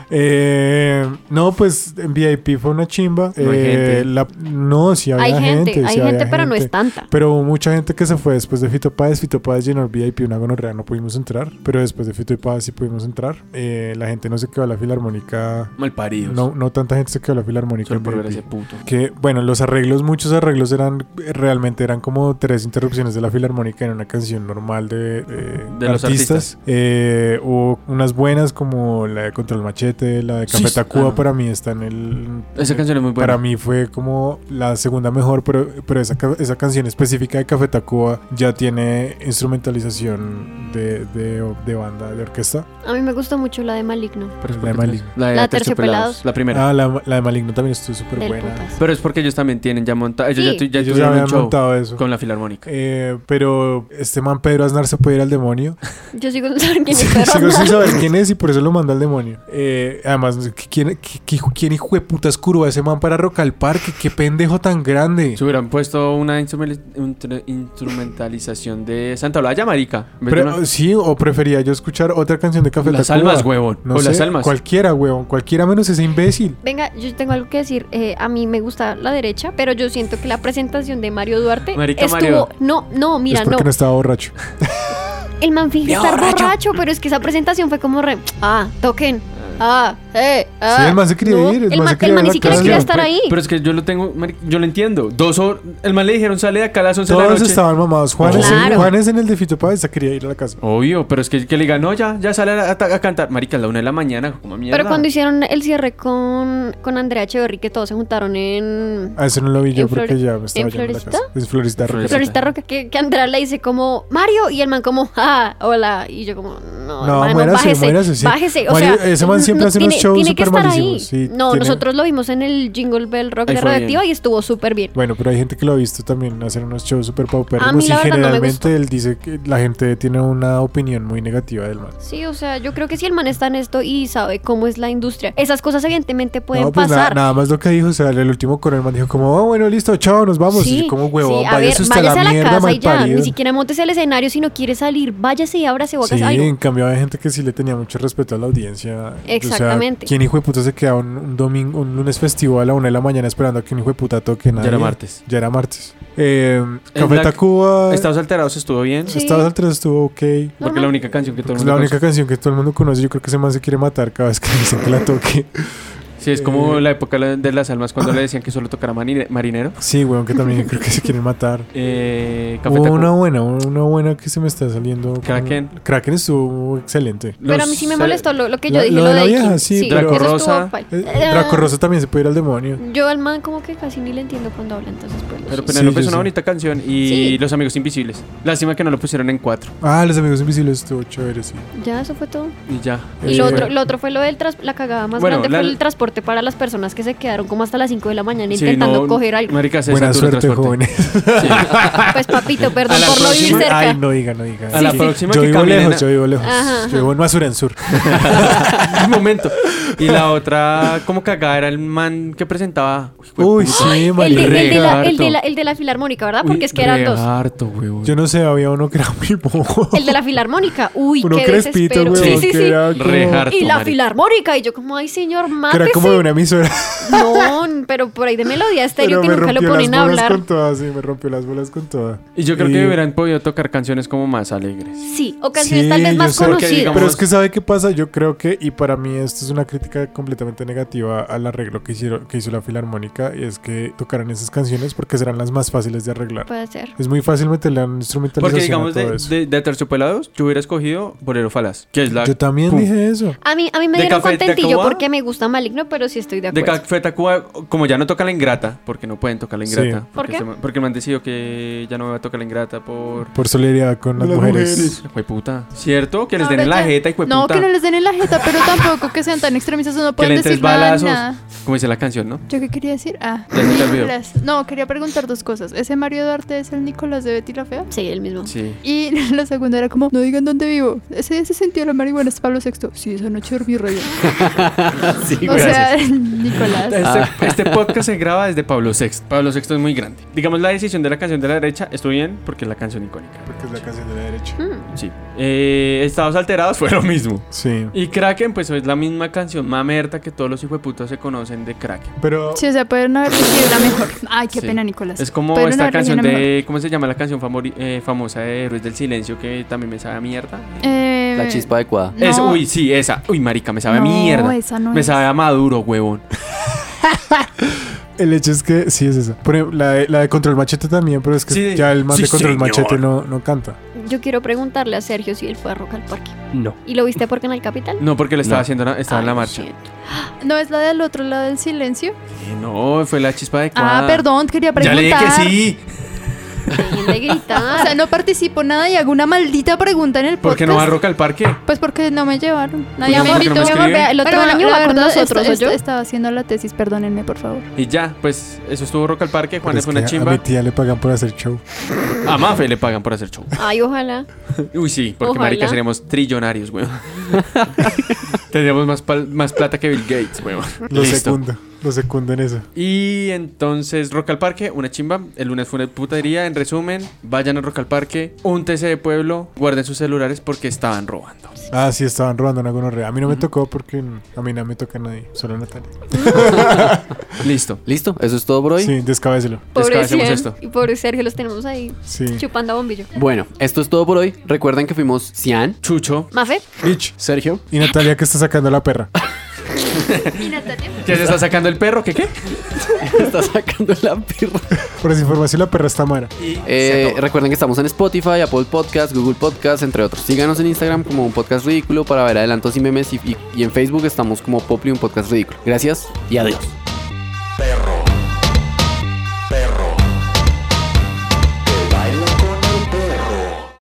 Eh, no, pues en VIP fue una chimba. No hay Eh, gente. la- no, sí había Hay gente, gente. hay sí había gente, pero no es tanta. Pero hubo mucha gente que se fue después de Fito Páez. Fito Páez llenó el VIP, una gonorrea, no pudimos entrar. Pero después de Fito Páez sí pudimos entrar. Eh, la gente no se quedó a la filarmónica. Malparidos. No, no tanta gente se quedó a la filarmónica. Solo en por ver a VIP. ese puto. Que bueno, los arreglos, muchos arreglos eran realmente eran como tres interrupciones de la filarmónica en una canción normal de, de De los artistas. Eh, hubo unas buenas como la de Contra el Machete, la de Sí, Café Tacuba claro. para mí está en el Esa canción es muy buena. Para mí fue como la segunda mejor, pero, pero esa, ca- esa canción específica de Café Tacuba ya tiene instrumentalización de, de- de banda, de orquesta. A mí me gusta mucho la de Maligno. Pero es La de porque- Maligno. La de La de Terciopelados. Terciopelados. La primera. Ah, la, la de Maligno también estuvo súper Del buena. putas. Pero es porque ellos también tienen ya montado. Ellos Sí. ya, tu- ya Ellos ya tuvieron un habían show montado eso. con la filarmónica. Eh, pero este man Pedro Aznar se puede ir al demonio. Yo sigo sin saber quién es Pedro Sigo sigo sin Aznar. saber quién es y por eso lo manda al demonio. Eh, además, ¿quién, qué- qué- quién hijo de puta curva ese man para Rock al Parque? ¿Qué pendejo tan grande? Se hubieran puesto una instrumen- intru- instrumentalización de Santa Blaya, marica. En vez de Pre- una- sí, o prefería yo escuchar otra canción de Café Las Tacuba. almas, huevón. No O las sé, almas. Cualquiera, huevón. Cualquiera menos ese imbécil. Venga, yo tengo algo que decir. Eh, a mí me gusta la derecha, pero yo siento que la presentación de Mario Duarte Marica, estuvo. Mario. No, no, mira, es porque no. no, estaba borracho. El man finge Viejo estar borracho. borracho. pero es que esa presentación fue como re. Ah, toquen. Ah, eh, ah. Sí, el man se quería No, ir, el El man man, se el quería man ni ir a la siquiera casa. quería estar ahí. Pero es que yo lo tengo, marica, yo lo entiendo. Dos horas. El man le dijeron, sale de acá a las 11 de la Todos noche. estaban mamados. Juanes, Claro. Juanes en el de Fito Páez se quería ir a la casa. Obvio, pero es que, que le ganó ya, ya sale a, a- a cantar. Marica, a la una de la mañana, como mierda. Pero cuando hicieron el cierre con, con Andrea Echeverry, que todos se juntaron en. A eso no lo vi yo ¿En Flor- porque ya me estaba en yendo a la Florista? casa. Es Florista Rock. Florista Roca, que, que Andrea le dice como Mario y el man como ah, hola y yo como no, No, hermano, muérase, bájese, muérase, sí. bájese, o Mario- sea, ese man siempre no hace unos tiene- shows tiene que súper estar ahí. malísimos, sí, no, tiene- nosotros lo vimos en el Jingle Bell Rock Ahí de fue Radioactiva bien. y estuvo súper bien. Bueno, pero hay gente que lo ha visto también hacer unos shows súper A mí paupérrimos y la verdad no me generalmente él dice que la gente tiene una opinión muy negativa del man. Sí, o sea, yo creo que si el man está en esto y sabe cómo es la industria, esas cosas evidentemente pueden no, pues na- pasar. nada más lo que dijo, o sea, el último con el man dijo como, "Ah, bueno, listo, chao, nos vamos. Sí, y yo como huevo, sí, a ver, váyase usted váyase a la mierda, casa y ya, malparido". ni siquiera montes al escenario si no quiere salir, váyase y ábrase o haga Sí, algo. en cambio hay gente que sí le tenía mucho respeto a la audiencia. Exactamente. O sea, ¿Quién hijo de puta se queda un, un domingo, un lunes festivo a la una de la mañana esperando a que un hijo de puta toque nada? Ya era martes. Ya era martes. Eh, En Café la- Tacuba. Estados alterados estuvo bien. Estados Alterados estuvo ok. Porque la única canción que todo el Es mundo la única conoce. canción que todo el mundo conoce. Yo creo que ese man se quiere matar cada vez que le dicen que la toque. Sí, es eh, como la época de las almas cuando le decían que solo tocara mani- marinero. Sí, weón, que también creo que se quieren matar. Eh, Café Hubo Tacuba. una buena, una buena que se me está saliendo. con- Kraken. Kraken estuvo excelente. Pero a mí sí me Los- molestó lo, lo que yo La- dije, lo lo, de la de vieja, Ikin. sí, eso Draco estuvo Rosa. pal. Eh, Draco Rosa también se puede ir al demonio. Yo al man como que casi ni le entiendo cuando habla, entonces pues lo Pero siento. Penélope Sí, es sí, una sí. bonita canción y Sí. Los Amigos Invisibles. Lástima que no lo pusieron en cuatro. Ah, Los Amigos Invisibles estuvo chévere, sí. Ya, eso fue todo. Y ya. Eh, Y lo otro, lo otro fue lo del tras- la cagada más Bueno, grande la- fue el transporte para las personas que se quedaron como hasta las 5 de la mañana Sí, intentando no, coger algo. marica, se Buena satura el suerte, transporte. jóvenes. Pues papito, perdón por no vivir próxima- cerca. Ay, no diga, no diga. A la próxima yo que vivo caminen lejos, a- yo vivo lejos. Ajá, ajá. Yo vivo en Masura, en Sur. Un momento. Y la otra, como cagada, era el man que presentaba. Uy, sí, El de, el de la, el, de la, Regarto. el de la filarmónica, ¿verdad? Uy, Ah, Porque es que eran dos. regarto, huevón. Yo no sé, había uno que era muy bobo. El de la filarmónica. Uy, Uno qué crespito, desespero. huevón, Sí, sí, que sí. era como- Re harto, y la marica. filarmónica. Y yo como, ay, señor, Que mátese. era como de una emisora. No, pero por ahí de melodía estéreo Pero que me nunca lo rompió las ponen a bolas hablar. con toda, sí, me rompió las bolas con toda. Y yo creo Y- que hubieran podido tocar canciones como más alegres. Sí, o canciones tal vez yo más sé. conocidas. Pero es que sabe qué pasa, yo creo que, y para mí esto es una crítica completamente negativa al arreglo que, hicieron, que hizo la Filarmónica, y es que tocaran esas canciones porque serán las más fáciles de arreglar. Puede ser. Es muy fácil meterle a un instrumentalización Porque digamos a todo de, eso. de, de Terciopelados, yo hubiera escogido Bolero Falaz, que es la... Yo también Pum. dije eso. A mí, a mí me ¿De dieron Café Tacuba? contentillo porque me gusta Maligno, pero sí estoy de De acuerdo. Café Tacuba, como ya no toca la ingrata, porque no pueden tocar la Sí. ingrata. ¿Por porque qué? se me- porque me han decidido que ya no va a tocar la ingrata por... Por solidaridad con las, Las mujeres. mujeres. Jueputa. ¿Cierto? Que les den Ahora en la ya- jeta y jueputa. No, que no les den en la jeta, pero tampoco que sean tan extremistas. No Que le pueden den tres decir nada, balazos. nada. Como dice la canción, ¿no? ¿Yo qué quería decir? Ah. Ya se te olvidó. Nicolás. No, quería preguntar dos cosas. ¿Ese Mario Duarte es el Nicolás de Betty la Fea? Sí, el mismo. Sí. Y la segunda era como, no digan dónde vivo. Ese día se sintió la marihuana, es Pablo VI. Sí, esa noche dormí re bien. Sí, o sea, gracias. Nicolás. Este, este podcast se graba desde Pablo VI. Pablo VI es muy grande. Digamos, la decisión de la canción de la derecha estuvo bien porque es la canción icónica. Porque es la canción de la derecha. Mm. Sí. Eh, Estados alterados fue lo mismo. Sí. Y Kraken, pues es la misma canción mamerta que todos los hijueputas se conocen de Kraken. Pero Sí, o sea, pueden haber elegido la mejor. Ay, qué Sí. pena, Nicolás. Es como Pudieron esta haber elegido canción la mejor. de. ¿Cómo se llama la canción famori- eh, famosa de Héroes del Silencio que también me sabe a mierda? Eh, La chispa adecuada. No. Es- uy, sí, esa. Uy, marica, me sabe No, a mierda. esa no me es. sabe a maduro, huevón. el hecho es que sí es esa. Por ejemplo, la de, la de Control Machete también, pero es que Sí. ya el man Sí, de Control señor. Machete no, no canta. Yo quiero preguntarle a Sergio si él fue a Rock al Parque. No. ¿Y lo viste por Canal Capital? No, porque lo estaba No. haciendo, la- estaba en la marcha. ¿No es la del otro lado del silencio? Eh, No, fue la chispa adecuada. Ah, perdón, quería Ya preguntar. Ah, le dije que sí. Dejen de O gritar. sea, no participo nada y hago una maldita pregunta en el podcast. ¿Por qué no va a Rock al Parque? Pues porque no me llevaron. Nadie Pues no, me porque invitó. no me escribe. El otro Pero bueno, año la va con verdad, nosotros, esta- ¿oyó? esta- Estaba haciendo la tesis, perdónenme, por favor. Y ya, pues eso estuvo Rock al Parque. Juan Pero es es una que a- A chimba. mi tía le pagan por hacer show. A Mafe le pagan por hacer show. Ay, ojalá. Uy, sí, porque Ojalá. marica seríamos trillonarios, weón. Tendríamos más, pal- más plata que Bill Gates, weón. Lo secunda. Lo secunda en eso. Y entonces, Rock al Parque, una chimba. El lunes fue una putería. En resumen, vayan a Rock al Parque, un TC de pueblo, guarden sus celulares porque estaban robando. Ah, sí, estaban robando una gonorrea. A mí no me tocó porque a mí no me toca nadie. Solo Natalia. Listo. Listo, eso es todo por hoy. Sí, descabécelo. Pobre Descabecemos Ciel esto. y pobre Sergio los tenemos ahí Sí. chupando a bombillo. Bueno, esto es todo por hoy. Recuerden que fuimos Cian, Chucho, Mafe, Bitch. Sergio, Y Natalia que está sacando la perra. ¿qué se está sacando el perro? ¿Qué qué? está sacando la pirra. Por esa información, la perra está mara. Eh, recuerden que estamos en Spotify, Apple Podcast, Google Podcast, entre otros. Síganos en Instagram como un podcast ridículo para ver adelantos y memes y, y- y en Facebook estamos como Popli un podcast ridículo. Gracias y adiós.